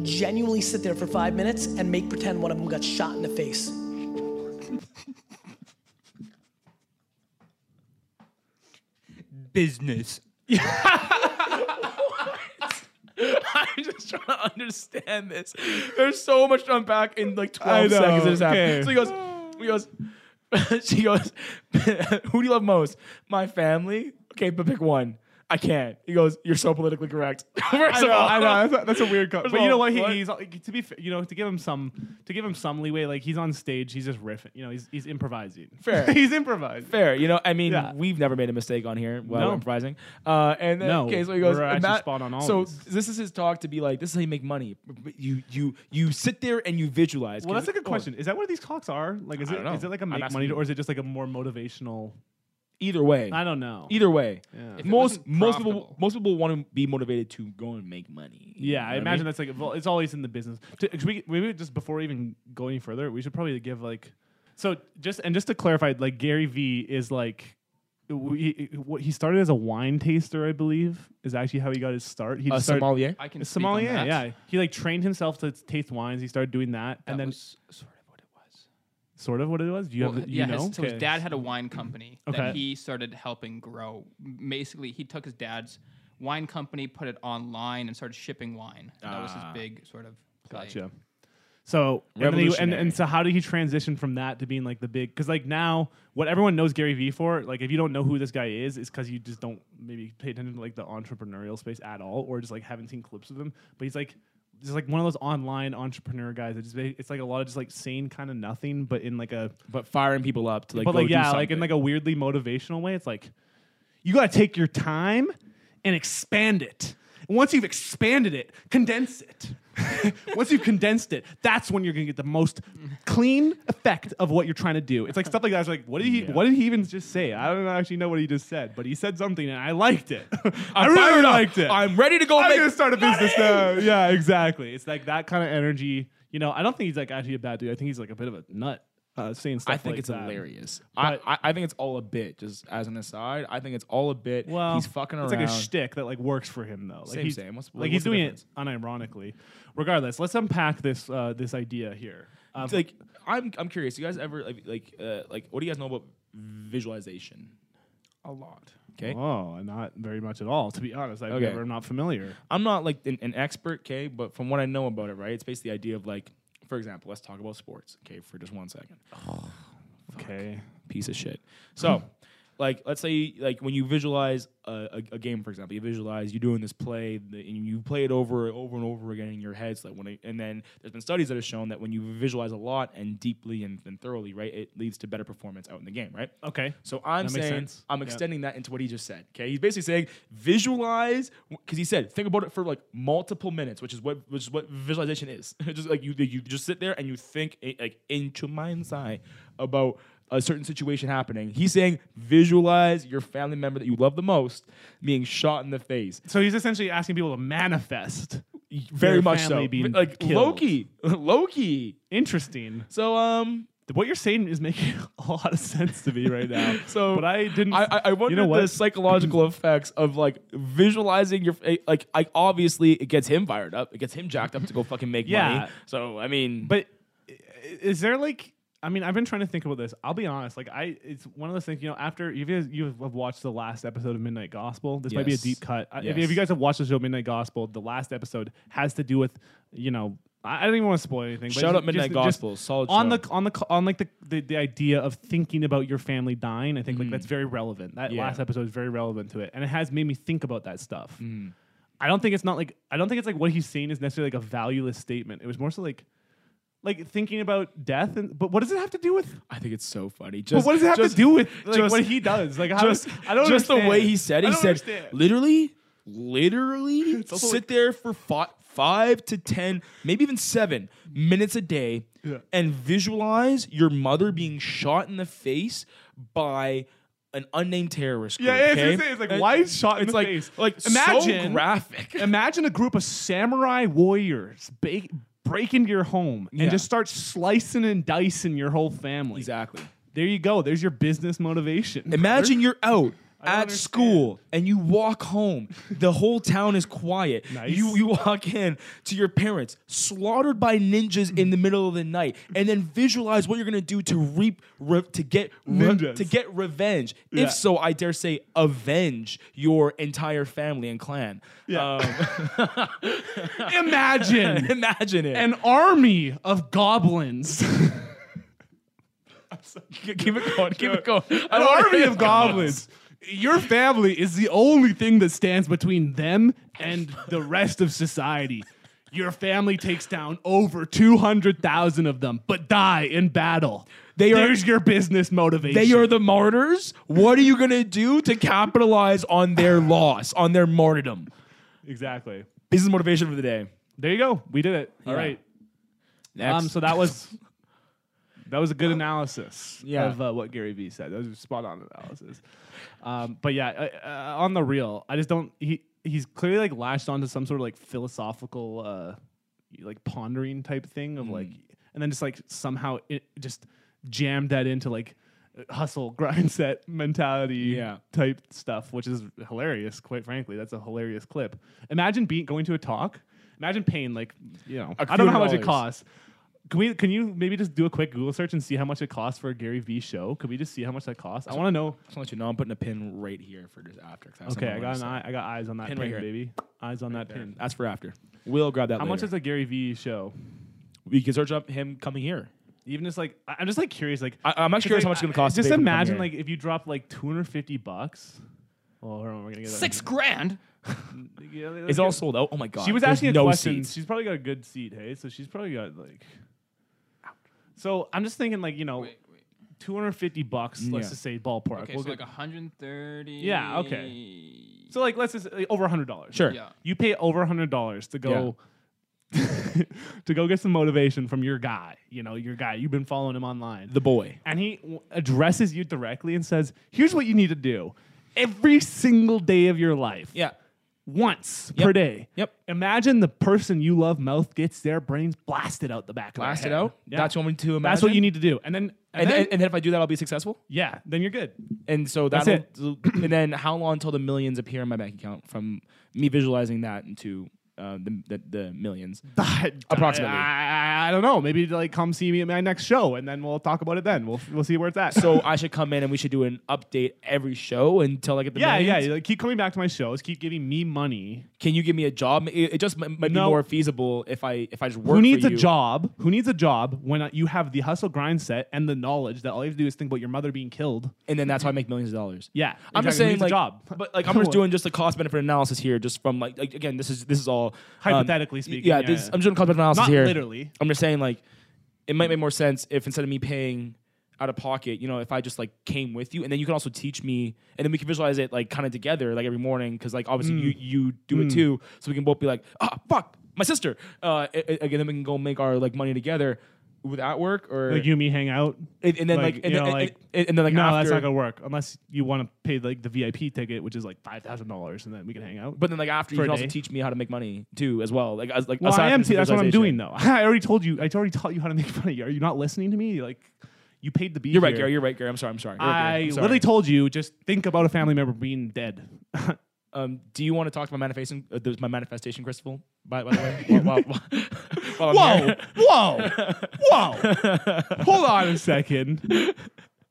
Speaker 6: genuinely sit there for five minutes and make pretend one of them got shot in the face.
Speaker 5: Business.
Speaker 4: [LAUGHS] I'm just trying to understand this. There's so much to unpack in like 12
Speaker 3: know,
Speaker 4: seconds. That just
Speaker 3: okay.
Speaker 4: happened. So he goes, [LAUGHS] he goes, she goes, who do you love most? My family. Okay, but pick one. I can't. He goes, you're so politically correct. [LAUGHS] First
Speaker 3: I know,
Speaker 4: of all,
Speaker 3: I know. That's a, that's a weird cut.
Speaker 4: First
Speaker 3: But
Speaker 4: of
Speaker 3: you know
Speaker 4: all,
Speaker 3: what? He,
Speaker 4: what?
Speaker 3: He's to be fair, you know to give him some to give him some leeway. Like he's on stage, he's just riffing. You know, he's he's improvising.
Speaker 4: Fair.
Speaker 3: [LAUGHS] he's improvising.
Speaker 4: fair. You know, I mean,
Speaker 3: Yeah.
Speaker 4: we've never made a mistake on here while
Speaker 3: No.
Speaker 4: we're improvising. Uh, and then,
Speaker 3: No,
Speaker 4: okay, so he goes,
Speaker 3: we're
Speaker 4: and
Speaker 3: actually
Speaker 4: that-
Speaker 3: spot on all
Speaker 4: So
Speaker 3: of these.
Speaker 4: this is his talk to be like, this is how you make money. You you you sit there and you visualize.
Speaker 3: Well,
Speaker 4: 'Cause-
Speaker 3: that's a good
Speaker 4: oh,
Speaker 3: question. Is that what these talks are? Like, is
Speaker 4: I
Speaker 3: it
Speaker 4: don't know.
Speaker 3: is it like a
Speaker 4: I'm
Speaker 3: make
Speaker 4: asking
Speaker 3: money
Speaker 4: you.
Speaker 3: or is it just like a more motivational?
Speaker 4: Either way,
Speaker 3: I don't know.
Speaker 4: either way,
Speaker 5: If it
Speaker 4: most
Speaker 5: wasn't
Speaker 4: most people
Speaker 5: profitable.
Speaker 4: most people want to be motivated to go and make money. Uh, You
Speaker 3: Yeah,
Speaker 4: know
Speaker 3: I
Speaker 4: what
Speaker 3: imagine
Speaker 4: mean?
Speaker 3: that's like well, it's always in the business. To, should we, maybe just before even going further, we should probably give like so just and just to clarify, like Gary V is like. We, what he started as a wine taster, I believe, is actually how he got his start. He
Speaker 4: a
Speaker 3: just started,
Speaker 4: sommelier.
Speaker 5: I can
Speaker 3: A
Speaker 5: speak on
Speaker 3: sommelier,
Speaker 5: that.
Speaker 3: yeah. He like trained himself to taste wines. He started doing that,
Speaker 5: That
Speaker 3: and then
Speaker 5: was sort of what it was.
Speaker 3: sort of what it was. Do you
Speaker 5: Well,
Speaker 3: have? The, you
Speaker 5: yeah,
Speaker 3: know?
Speaker 5: his, so his
Speaker 3: Okay.
Speaker 5: dad had a wine company
Speaker 3: Okay.
Speaker 5: that he started helping grow. M- Basically, he took his dad's wine company, put it online, and started shipping wine. And That was his
Speaker 4: Ah.
Speaker 5: big sort of play.
Speaker 3: Gotcha. So and, then he, and
Speaker 4: Revolutionary.
Speaker 3: and so how did he transition from that to being like the big? Because like now, what everyone knows Gary Vee for, like if you don't know who this guy is, it's because you just don't maybe pay attention to like the entrepreneurial space at all, or just like haven't seen clips of him. But he's like just like one of those online entrepreneur guys. That just, ba- it's like a lot of just like saying kind of nothing, but in like a
Speaker 4: but firing people up to like.
Speaker 3: but
Speaker 4: go
Speaker 3: like
Speaker 4: do
Speaker 3: yeah, like in
Speaker 4: something.
Speaker 3: like a weirdly motivational way. It's like you gotta take your time and expand it. And once you've expanded it, condense it. [LAUGHS] Once you've condensed it, that's when you're gonna get the most clean effect of what you're trying to do. It's like stuff like that. It's like, what did he? What did he even just say? I don't actually know what he just said, but he said something, and I liked it. [LAUGHS] I
Speaker 4: I'm
Speaker 3: really
Speaker 4: fired up.
Speaker 3: liked it.
Speaker 4: I'm ready to go
Speaker 3: I'm
Speaker 4: make
Speaker 3: gonna start a business now. [LAUGHS] Yeah, exactly. It's like that kind of energy. You know, I don't think he's like actually a bad dude. I think he's like a bit of a nut. Uh, saying stuff
Speaker 4: I think
Speaker 3: like
Speaker 4: it's
Speaker 3: that.
Speaker 4: hilarious. I,
Speaker 3: But-
Speaker 4: I I think it's all a bit. Just as an aside, I think it's all a bit.
Speaker 3: Well,
Speaker 4: he's fucking around.
Speaker 3: It's like a shtick that like works for him though. Like
Speaker 4: Same,
Speaker 3: he's,
Speaker 4: same. What's-
Speaker 3: like
Speaker 4: what's
Speaker 3: he's
Speaker 4: the
Speaker 3: doing
Speaker 4: difference?
Speaker 3: it unironically. Regardless, let's unpack this uh, this idea here. Um,
Speaker 4: It's like I'm I'm curious. You guys ever like like uh, like what do you guys know about visualization?
Speaker 5: A lot.
Speaker 4: Okay,
Speaker 3: oh, not very much at all. To be honest, I've
Speaker 4: Okay.
Speaker 3: never. I'm not familiar.
Speaker 4: I'm not like an, an expert, okay, but from what I know about it, right, it's basically the idea of like, for example, let's talk about sports, okay, for just one second.
Speaker 3: Okay.
Speaker 4: Piece of shit. So, like, let's say like when you visualize a, a, a game, for example, you visualize you're doing this play the, and you play it over over and over again in your head. So that when it, and then there's been studies that have shown that when you visualize a lot and deeply and, and thoroughly, right, it leads to better performance out in the game, right?
Speaker 3: Okay.
Speaker 4: So I'm
Speaker 3: That makes
Speaker 4: saying
Speaker 3: sense.
Speaker 4: I'm
Speaker 3: Yeah.
Speaker 4: extending that into what he just said. Okay, he's basically saying visualize because he said think about it for like multiple minutes, which is what which is what visualization is. [LAUGHS] just like you you just sit there and you think eh, like into mind's eye about a certain situation happening. He's saying visualize your family member that you love the most being shot in the face.
Speaker 3: So he's essentially asking people to manifest.
Speaker 4: Very
Speaker 3: their
Speaker 4: much so.
Speaker 3: family Being
Speaker 4: like
Speaker 3: killed.
Speaker 4: Loki, [LAUGHS] Loki.
Speaker 3: Interesting.
Speaker 4: So um,
Speaker 3: What you're saying is making [LAUGHS] a lot of sense to me right now.
Speaker 4: [LAUGHS] So
Speaker 3: but I didn't.
Speaker 4: I, I- I wonder
Speaker 3: you know
Speaker 4: the
Speaker 3: what? [CLEARS THROAT]
Speaker 4: psychological effects of like visualizing your eh, like. I obviously it gets him fired up. It gets him jacked up to go fucking make
Speaker 3: Yeah.
Speaker 4: money. So I mean,
Speaker 3: But i- is there like I mean, I've been trying to think about this. I'll be honest. Like I it's one of those things, you know, after if you guys you have watched the last episode of Midnight Gospel, this might be a
Speaker 4: Yes.
Speaker 3: deep cut. I- If, if
Speaker 4: Yes.
Speaker 3: you guys have watched the show Midnight Gospel, the last episode has to do with, you know, I I don't even want to spoil anything. but
Speaker 4: Shout
Speaker 3: just-
Speaker 4: out Midnight
Speaker 3: just-
Speaker 4: Gospel,
Speaker 3: just
Speaker 4: solid
Speaker 3: on
Speaker 4: show.
Speaker 3: the on the on like the, the the idea of thinking about your family dying. I think like that's very relevant. That
Speaker 4: Mm. Yeah. Mm.
Speaker 3: last episode is very relevant to it, and it has made me think about that stuff. I don't think it's not like I don't think it's like what he's saying is necessarily like a valueless statement. It was more so like like thinking about death and but what does it have to do with
Speaker 4: I think it's so funny.
Speaker 3: but
Speaker 4: Just
Speaker 3: what does it have
Speaker 4: just-
Speaker 3: to do with like
Speaker 4: just-
Speaker 3: what he does? Like how
Speaker 4: just
Speaker 3: I don't
Speaker 4: just the
Speaker 3: understand.
Speaker 4: way he said it.
Speaker 3: I
Speaker 4: He
Speaker 3: don't
Speaker 4: said
Speaker 3: understand.
Speaker 4: literally,
Speaker 3: [LAUGHS]
Speaker 4: literally
Speaker 3: also
Speaker 4: sit
Speaker 3: like-
Speaker 4: there for five, five to ten, maybe even seven minutes a day, and visualize your mother being shot in the face by. An unnamed terrorist. Group,
Speaker 3: Yeah, yeah, it's,
Speaker 4: okay?
Speaker 3: it's, it's like
Speaker 4: And-
Speaker 3: why is shot in
Speaker 4: it's
Speaker 3: the
Speaker 4: like,
Speaker 3: face?
Speaker 4: Like
Speaker 3: imagine
Speaker 4: so graphic.
Speaker 3: imagine a group of samurai warriors ba- break into your home and
Speaker 4: Yeah.
Speaker 3: just start slicing and dicing your whole family.
Speaker 4: Exactly.
Speaker 3: There you go. There's your business motivation.
Speaker 4: Imagine you're out at
Speaker 3: understand.
Speaker 4: school and you walk home. The whole town is quiet.
Speaker 3: Nice.
Speaker 4: You you walk in to your parents, slaughtered by ninjas in the middle of the night, and then visualize what you're gonna do to reap re- to get re-
Speaker 3: Ninjas.
Speaker 4: to get revenge.
Speaker 3: Yeah.
Speaker 4: If so, I dare say, avenge your entire family and clan.
Speaker 3: Yeah. [LAUGHS]
Speaker 4: Um,
Speaker 3: imagine
Speaker 4: [LAUGHS] imagine it.
Speaker 3: an army of
Speaker 4: [LAUGHS]
Speaker 3: goblins.
Speaker 4: keep it going. Keep it going. An
Speaker 3: an army of goblins your family is the only thing that stands between them and the rest of society. Your family takes down over 200,000 of them, but die in battle.
Speaker 4: They are-
Speaker 3: There's your business motivation.
Speaker 4: They are the martyrs. What are you going to do to capitalize on their loss, on their martyrdom?
Speaker 3: exactly.
Speaker 4: Business motivation for the day.
Speaker 3: There you go. We did it. All
Speaker 4: Yeah.
Speaker 3: right.
Speaker 4: Next.
Speaker 3: Um, so that was [LAUGHS] that was a good analysis
Speaker 4: Yeah.
Speaker 3: of uh, what Gary Vee said. That was a spot on analysis. Um, but yeah, uh, uh, on the real, I just don't. He he's clearly like latched onto some sort of like philosophical, uh, like pondering type thing of like, and then just like somehow it just jammed that into like hustle [LAUGHS] grind set mentality
Speaker 4: Yeah.
Speaker 3: type stuff which is hilarious quite frankly that's a hilarious clip imagine being going to a talk imagine paying like you know
Speaker 4: A
Speaker 3: i don't know how much
Speaker 4: few
Speaker 3: it
Speaker 4: dollars.
Speaker 3: costs can we? Can you maybe just do a quick Google search and see how much it costs for a Gary V show? Could we just see how much that costs? I want to know.
Speaker 4: Just want you to know I'm putting a pin right here for just after. 'cause have
Speaker 3: Okay,
Speaker 4: something
Speaker 3: I
Speaker 4: wanna
Speaker 3: got an
Speaker 4: say.
Speaker 3: eye. I got eyes on that pin,
Speaker 4: Pin right here.
Speaker 3: baby. Eyes on that pin.
Speaker 4: That's for after. We'll grab that.
Speaker 3: How much
Speaker 4: later.
Speaker 3: is a Gary V show?
Speaker 4: We can search up him coming here.
Speaker 3: Even just like I- I'm just like curious. Like
Speaker 4: I, I'm actually curious
Speaker 3: like,
Speaker 4: how much it's going
Speaker 3: I-
Speaker 4: to cost.
Speaker 3: Just
Speaker 4: today for him to come
Speaker 3: imagine
Speaker 4: here.
Speaker 3: like if you drop like 250 bucks. Well, hold on, we're gonna get that.
Speaker 5: Six grand.
Speaker 3: Yeah, let's get-
Speaker 4: it's all sold out. Oh my god.
Speaker 3: She was
Speaker 4: There's
Speaker 3: asking a
Speaker 4: no
Speaker 3: question.
Speaker 4: seats.
Speaker 3: She's probably got a good seat, hey. So she's probably got like. So I'm just thinking like you know,
Speaker 5: Wait, wait.
Speaker 3: 250 bucks. Let's
Speaker 4: Yeah.
Speaker 3: just say ballpark.
Speaker 5: Okay,
Speaker 3: We'll
Speaker 5: so
Speaker 3: get-
Speaker 5: like 130.
Speaker 3: Yeah,
Speaker 5: okay.
Speaker 3: So like, let's just like, over a hundred dollars.
Speaker 4: Sure.
Speaker 5: Yeah.
Speaker 3: You pay over a hundred dollars to go [LAUGHS] to go get some motivation from your guy. You know, your guy. You've been following him online,
Speaker 4: The boy.
Speaker 3: and he w- addresses you directly and says, "Here's what you need to do every single day of your life.
Speaker 4: Yeah.
Speaker 3: Once
Speaker 4: Yep.
Speaker 3: per day.
Speaker 4: Yep.
Speaker 3: Imagine the person you love mouth gets their brains blasted out the back.
Speaker 4: Blast
Speaker 3: of
Speaker 4: it
Speaker 3: their head.
Speaker 4: out.
Speaker 3: Yeah.
Speaker 4: That's what I'm to imagine.
Speaker 3: That's what you need to do. And then, and,
Speaker 4: And,
Speaker 3: then,
Speaker 4: and, and then if I do that, I'll be successful.
Speaker 3: yeah, then you're good.
Speaker 4: And so
Speaker 3: That's
Speaker 4: that'll, and then how long until the millions appear in my bank account from me visualizing that into uh, the, the the millions? Approximately.
Speaker 3: uh, I, I- I don't know. Maybe like come see me at my next show, and then we'll talk about it. Then we'll we'll see where it's at.
Speaker 4: so I should come in and we should do an update every show until I get the
Speaker 3: yeah, yeah.
Speaker 4: millions?
Speaker 3: you, Like, keep coming back to my shows. Keep giving me money.
Speaker 4: Can you give me a job? It, it just m- might
Speaker 3: No.
Speaker 4: be more feasible if I if I just work.
Speaker 3: Who needs
Speaker 4: for
Speaker 3: a
Speaker 4: you.
Speaker 3: job? Who needs a job when uh, you have the hustle grind set and the knowledge that all you have to do is think about your mother being killed?
Speaker 4: And then that's how I make millions of dollars.
Speaker 3: Yeah,
Speaker 4: I'm just
Speaker 3: exactly. Who
Speaker 4: saying
Speaker 3: needs a
Speaker 4: like,
Speaker 3: job?
Speaker 4: but like I'm just doing just a cost benefit analysis here, just from like, like, again, this is this is all um,
Speaker 3: Hypothetically speaking,
Speaker 4: Yeah,
Speaker 3: yeah,
Speaker 4: this,
Speaker 3: yeah.
Speaker 4: I'm just doing cost benefit analysis
Speaker 3: Not
Speaker 4: here.
Speaker 3: literally.
Speaker 4: I'm just saying like, it might make more sense if instead of me paying out of pocket, you know, if I just like came with you, and then you can also teach me, and then we can visualize it like kind of together, like every morning, because like obviously
Speaker 3: Hmm.
Speaker 4: you you do it too, so we can both be like, ah, fuck, my sister. Uh, a- a- again, then we can go make our like money together. Would that work? Or
Speaker 3: Like you, and me hang out,
Speaker 4: and, and then like,
Speaker 3: you
Speaker 4: and,
Speaker 3: know,
Speaker 4: then-
Speaker 3: like
Speaker 4: and, and then like
Speaker 3: no,
Speaker 4: after,
Speaker 3: that's not gonna work unless you want to pay like the VIP ticket, which is like five thousand dollars, and then we can hang out.
Speaker 4: But then, like after, you
Speaker 3: For a
Speaker 4: can also
Speaker 3: day.
Speaker 4: teach me how to make money too, as well. Like, as, like
Speaker 3: Well,
Speaker 4: aside
Speaker 3: I am.
Speaker 4: from
Speaker 3: T- that's what I'm doing,
Speaker 4: visualization.
Speaker 3: though. [LAUGHS] I already told you. I already taught you how to make money. Are you not listening to me? Like, you paid the beat.
Speaker 4: You're right,
Speaker 3: here.
Speaker 4: Gary. You're right, Gary. I'm sorry. I'm sorry. You're right,
Speaker 3: I
Speaker 4: Gary. I'm sorry.
Speaker 3: literally told you. Just think about a family member being dead. [LAUGHS]
Speaker 4: Um, do you want to talk to my manifestation? Uh, there's my manifestation, Christopher. By, by the way. [LAUGHS] While- while- while I'm here.
Speaker 3: whoa,
Speaker 4: [LAUGHS]
Speaker 3: whoa! Hold on a second.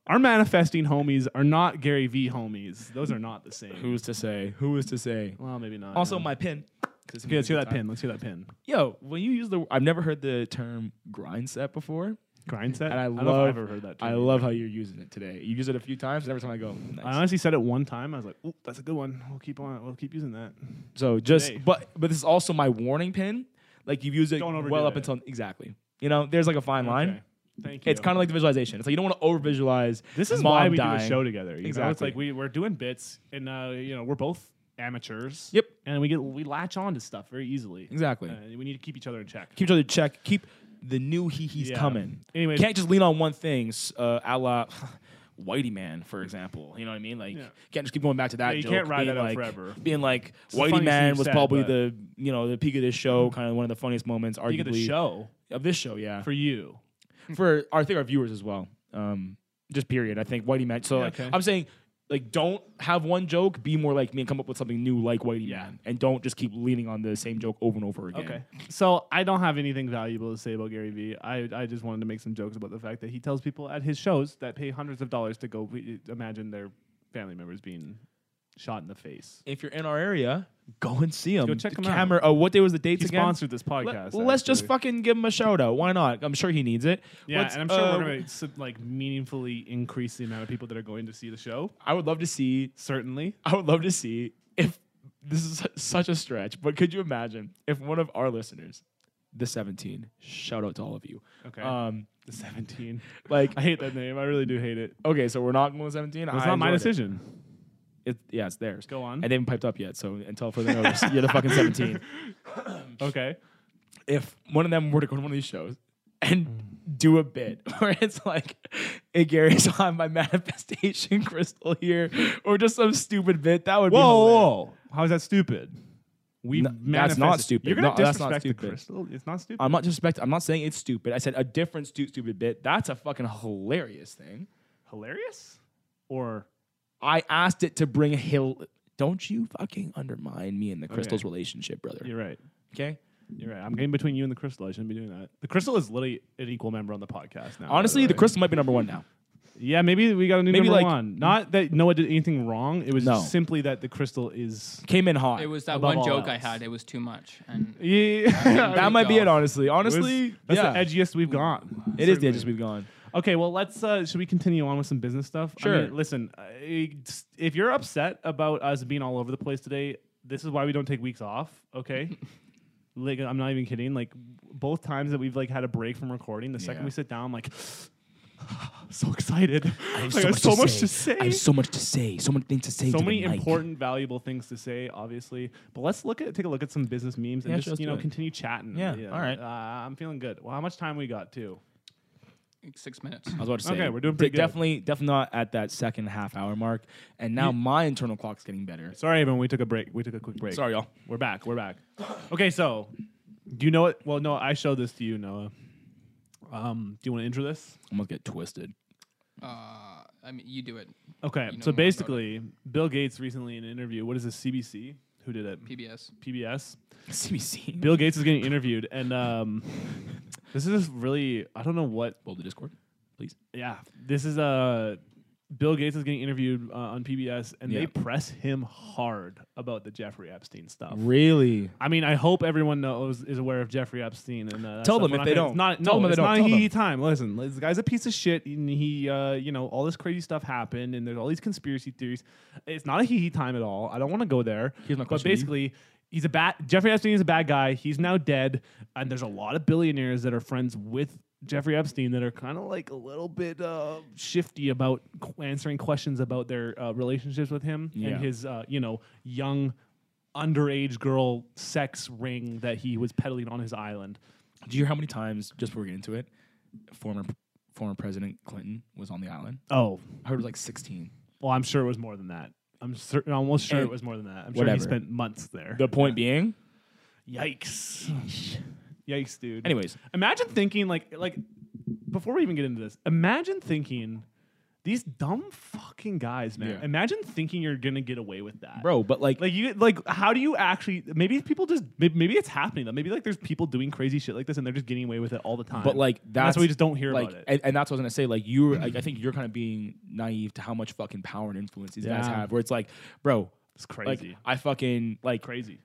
Speaker 3: Our manifesting homies are not Gary V homies. Those are not the same.
Speaker 4: Who's to say? Who is to say?
Speaker 3: Well, maybe not.
Speaker 4: Also,
Speaker 3: yeah.
Speaker 4: my pin.
Speaker 3: okay. Let's hear that pin. Let's hear that pin.
Speaker 4: Yo, when you use the, I've never heard the term grind set before,
Speaker 3: Grind set.
Speaker 4: and I,
Speaker 3: don't
Speaker 4: love.
Speaker 3: know if I've ever heard that.
Speaker 4: I
Speaker 3: term.
Speaker 4: love how you're using it today. You use it a few times, and every time I go,
Speaker 3: I
Speaker 4: nice.
Speaker 3: honestly said it one time. I was like, "Ooh, that's a good one. We'll keep on. We'll keep using that."
Speaker 4: So just
Speaker 3: Today.
Speaker 4: but but this is also my warning pin. Like you've used it
Speaker 3: Don't overdo
Speaker 4: well up
Speaker 3: it.
Speaker 4: until exactly. You know, there's like a fine
Speaker 3: Okay.
Speaker 4: line.
Speaker 3: Thank you.
Speaker 4: It's kind of like the visualization. It's like you don't want to over visualize.
Speaker 3: This is
Speaker 4: mom
Speaker 3: why we
Speaker 4: dying.
Speaker 3: do a show together. You Know? It's
Speaker 4: Exactly.
Speaker 3: like we, we're doing bits, and uh, you know we're both amateurs.
Speaker 4: Yep.
Speaker 3: And we get we latch on to stuff very easily.
Speaker 4: Exactly.
Speaker 3: Uh, we need to keep each other in check.
Speaker 4: Keep each other check. Keep the new he he's
Speaker 3: Yeah.
Speaker 4: coming.
Speaker 3: Anyways-
Speaker 4: can't just lean on one thing. s- Uh, a la [LAUGHS] Whitey Man, for example. You know what I mean? Like can't just keep going back to that.
Speaker 3: Yeah, you
Speaker 4: joke,
Speaker 3: can't ride
Speaker 4: being
Speaker 3: that out
Speaker 4: like,
Speaker 3: forever.
Speaker 4: Being like
Speaker 3: the
Speaker 4: Whitey
Speaker 3: funniest thing
Speaker 4: Man
Speaker 3: you've
Speaker 4: was
Speaker 3: said,
Speaker 4: probably
Speaker 3: but-
Speaker 4: the you know the peak of this show, kind of one of the funniest moments, arguably
Speaker 3: You get the show
Speaker 4: of this show. Yeah,
Speaker 3: for you.
Speaker 4: for our, I think our viewers as well. Um, just period. I think Whitey Man. So like,
Speaker 3: okay.
Speaker 4: I'm saying like don't have one joke. Be more like me and come up with something new like Whitey Man, and don't just keep leaning on the same joke over and over again.
Speaker 3: Okay. So I don't have anything valuable to say about Gary Vee. I, I just wanted to make some jokes about the fact that he tells people at his shows that pay hundreds of dollars to go we- imagine their family members being shot in the face.
Speaker 4: If you're in our area, go and see him.
Speaker 3: Go check
Speaker 4: the
Speaker 3: him out.
Speaker 4: camera, Oh, what day was the date
Speaker 3: He
Speaker 4: again?
Speaker 3: sponsored this
Speaker 4: Let-
Speaker 3: podcast.
Speaker 4: Let's just
Speaker 3: actually.
Speaker 4: fucking give him a shout out. Why not? I'm sure he needs it.
Speaker 3: Yeah,
Speaker 4: Let's,
Speaker 3: and I'm sure
Speaker 4: uh,
Speaker 3: we're gonna s- like meaningfully increase the amount of people that are going to see the show.
Speaker 4: I would love to see.
Speaker 3: Certainly.
Speaker 4: I would love to see if this is such a stretch, but could you imagine if one of our listeners, the 17, shout out to all of you.
Speaker 3: Okay.
Speaker 4: Um,
Speaker 3: the 17.
Speaker 4: [LAUGHS] like
Speaker 3: I hate that name. I really do hate it.
Speaker 4: okay, so we're not going with 17.
Speaker 3: It's
Speaker 4: I
Speaker 3: not my
Speaker 4: enjoyed it.
Speaker 3: decision.
Speaker 4: It, yeah, it's theirs.
Speaker 3: Go on.
Speaker 4: And they haven't piped up yet, so until further notice, you're the
Speaker 3: [LAUGHS]
Speaker 4: fucking 17.
Speaker 3: Okay.
Speaker 4: If one of them were to go to one of these shows and do a bit [LAUGHS] where it's like, hey, Gary, [LAUGHS] so I have my manifestation [LAUGHS] crystal here, or just some stupid bit, that would
Speaker 3: Whoa,
Speaker 4: be hilarious.
Speaker 3: whoa, whoa. How is that stupid? We
Speaker 4: No, that's not stupid.
Speaker 3: You're gonna
Speaker 4: No, that's
Speaker 3: disrespect
Speaker 4: not
Speaker 3: the
Speaker 4: stupid. Um,
Speaker 3: crystal. It's not stupid.
Speaker 4: I'm not disrespect. I'm not saying it's stupid. I said a different stu- stupid bit. That's a fucking hilarious thing.
Speaker 3: hilarious. Or
Speaker 4: I asked it to bring a hill. Don't you fucking undermine me and the crystal's
Speaker 3: Okay.
Speaker 4: relationship, brother.
Speaker 3: you're right.
Speaker 4: okay.
Speaker 3: You're right. I'm getting between you and the crystal. I shouldn't be doing that. The crystal is literally an equal member on the podcast now. by
Speaker 4: Honestly, the
Speaker 3: way.
Speaker 4: crystal might be number one now.
Speaker 3: Yeah, maybe we got a new
Speaker 4: Maybe
Speaker 3: number
Speaker 4: like-
Speaker 3: one. Not that Noah did anything wrong. It was
Speaker 4: No.
Speaker 3: simply that the crystal
Speaker 4: [LAUGHS]
Speaker 3: is.
Speaker 4: Came in hot.
Speaker 5: It was that
Speaker 3: Above
Speaker 5: one
Speaker 3: all
Speaker 5: joke I
Speaker 3: else.
Speaker 5: had. It was too much. And
Speaker 3: Yeah.
Speaker 4: that might be it.
Speaker 5: Golf.
Speaker 4: Honestly, honestly,
Speaker 3: that's
Speaker 4: yeah.
Speaker 3: the edgiest we've gone.
Speaker 4: It is the
Speaker 3: Certainly.
Speaker 4: edges we've gone.
Speaker 3: Okay, well, let's. Uh, should we continue on with some business stuff? I
Speaker 4: Sure.
Speaker 3: mean, listen, I- if you're upset about us being all over the place today, this is why we don't take weeks off. Okay.
Speaker 4: [LAUGHS]
Speaker 3: like I'm not even kidding. Like both times that we've like had a break from recording, the second
Speaker 4: Yeah.
Speaker 3: we sit down, I'm like. [SIGHS] so excited! I
Speaker 4: have
Speaker 3: like, I have so much to say.
Speaker 4: I have so much to say. So many things to say.
Speaker 3: so
Speaker 4: to the
Speaker 3: many
Speaker 4: mic.
Speaker 3: important, valuable things to say, obviously. But let's look at take a look at some business memes and
Speaker 4: Yeah, sure,
Speaker 3: just
Speaker 4: let's
Speaker 3: you know
Speaker 4: do it.
Speaker 3: continue chatting.
Speaker 4: Yeah,
Speaker 3: You know,
Speaker 4: all right.
Speaker 3: Uh, I'm feeling good. Well, how much time we got too?
Speaker 5: six minutes.
Speaker 4: I was about to say.
Speaker 3: Okay, we're doing pretty
Speaker 4: de-
Speaker 3: good.
Speaker 4: Definitely, definitely not at that second half hour mark. And now my internal clock's getting better.
Speaker 3: Sorry, everyone. We took a break. We took a quick break.
Speaker 4: Sorry, y'all.
Speaker 3: We're back. We're back. Okay, so do you know what? Well, no, I showed this to you, Noah. Um, do you want to intro this?
Speaker 4: I'm gonna get twisted. [LAUGHS]
Speaker 5: Uh, I mean, you do it.
Speaker 3: Okay,
Speaker 5: You know more
Speaker 3: so
Speaker 5: about
Speaker 3: basically, Bill Gates recently in an interview. What is this? CBC? Who did it?
Speaker 5: PBS.
Speaker 3: PBS.
Speaker 4: CBC.
Speaker 3: Bill Gates is getting interviewed, and um, [LAUGHS] this is really I don't know what
Speaker 4: Build the Discord, please.
Speaker 3: Yeah, this is uh, Bill Gates is getting interviewed uh, on PBS, and
Speaker 4: Yeah.
Speaker 3: they press him hard about the Jeffrey Epstein stuff.
Speaker 4: Really?
Speaker 3: I mean, I hope everyone knows is aware of Jeffrey Epstein. And uh, that
Speaker 4: Tell
Speaker 3: stuff.
Speaker 4: them
Speaker 3: We're
Speaker 4: if
Speaker 3: not
Speaker 4: they
Speaker 3: gonna-
Speaker 4: don't.
Speaker 3: It's not,
Speaker 4: Tell
Speaker 3: no,
Speaker 4: them if
Speaker 3: it's
Speaker 4: they don't.
Speaker 3: not
Speaker 4: Tell
Speaker 3: he
Speaker 4: them.
Speaker 3: time. Listen, this guy's a piece of shit, and he, uh, you know, all this crazy stuff happened, and there's all these conspiracy theories. It's not a he he time at all. I don't want to go there.
Speaker 4: Here's my
Speaker 3: but
Speaker 4: question to you.
Speaker 3: basically. He's a bad Jeffrey Epstein is a bad guy. He's now dead, and there's a lot of billionaires that are friends with Jeffrey Epstein that are kind of like a little bit uh, shifty about qu- answering questions about their uh, relationships with him
Speaker 4: Yeah.
Speaker 3: and his, uh, you know, young underage girl sex ring that he was peddling on his island.
Speaker 4: Do you hear how many times just before we get into it, former former President Clinton was on the island?
Speaker 3: Oh,
Speaker 4: I heard it was like 16.
Speaker 3: well, I'm sure it was more than that. I'm certain, almost sure
Speaker 4: And
Speaker 3: it was more than that. I'm
Speaker 4: Eh, whatever.
Speaker 3: sure he spent months there.
Speaker 4: The point being,
Speaker 3: Yikes! Yikes, dude.
Speaker 4: anyways,
Speaker 3: imagine thinking like like before we even get into this. Imagine thinking these dumb fucking guys, man.
Speaker 4: Yeah.
Speaker 3: Imagine thinking you're gonna get away with that,
Speaker 4: bro. But like,
Speaker 3: Like you like how do you actually? Maybe people just maybe, maybe it's happening. though. Maybe like there's people doing crazy shit like this and they're just getting away with it all the time.
Speaker 4: but like
Speaker 3: And
Speaker 4: that's,
Speaker 3: that's why we just don't hear
Speaker 4: like,
Speaker 3: about it.
Speaker 4: And, and that's what I was gonna say. Like you, were, like,
Speaker 3: [CLEARS THROAT]
Speaker 4: I think you're kind of being naive to how much fucking power and influence these guys
Speaker 3: Yeah.
Speaker 4: have. Where it's like, bro,
Speaker 3: It's crazy.
Speaker 4: like I fucking like
Speaker 3: crazy.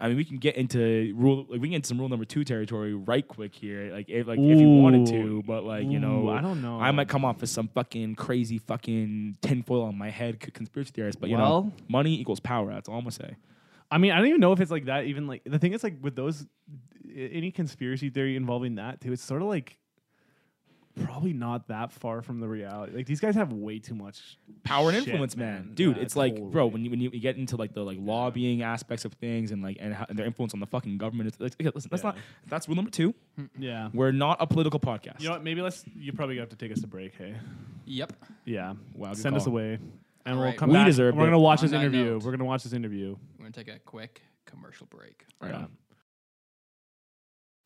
Speaker 4: I mean, we can get into rule. Like, we can get into some rule number two territory right quick here. Like, if, like if you wanted to,
Speaker 3: Ooh.
Speaker 4: but like you
Speaker 3: Ooh,
Speaker 4: know,
Speaker 3: I don't know.
Speaker 4: I might come off as some fucking crazy fucking tinfoil on my head c- conspiracy theorist. But you know,
Speaker 3: Well-
Speaker 4: money equals power. That's all I'm gonna say.
Speaker 3: I mean, I don't even know if it's like that. Even like the thing is like with those i- any conspiracy theory involving that too. It's sort of like probably not that far from the reality. Like these guys have way too much
Speaker 4: Power and
Speaker 3: shit,
Speaker 4: influence, man, dude.
Speaker 3: Yeah,
Speaker 4: it's like, bro,
Speaker 3: totally.
Speaker 4: when you when you, you get into like the like lobbying aspects of things and like and, how, and their influence on the fucking government. It's, like, okay, listen, that's
Speaker 3: Yeah.
Speaker 4: not that's rule number two.
Speaker 3: yeah.
Speaker 4: We're not a political podcast.
Speaker 3: You know what? Maybe let's. You probably have to take us a break. Hey,
Speaker 5: Yep.
Speaker 3: yeah.
Speaker 4: Wow, good
Speaker 3: Send us
Speaker 4: call.
Speaker 3: away, and we'll
Speaker 5: Alright.
Speaker 3: come
Speaker 4: We
Speaker 3: back.
Speaker 4: deserved
Speaker 3: We're
Speaker 4: it.
Speaker 3: gonna watch
Speaker 5: On
Speaker 3: this
Speaker 5: that
Speaker 3: interview.
Speaker 5: note.
Speaker 3: We're gonna watch this interview.
Speaker 5: We're gonna take a quick commercial break.
Speaker 4: Right on.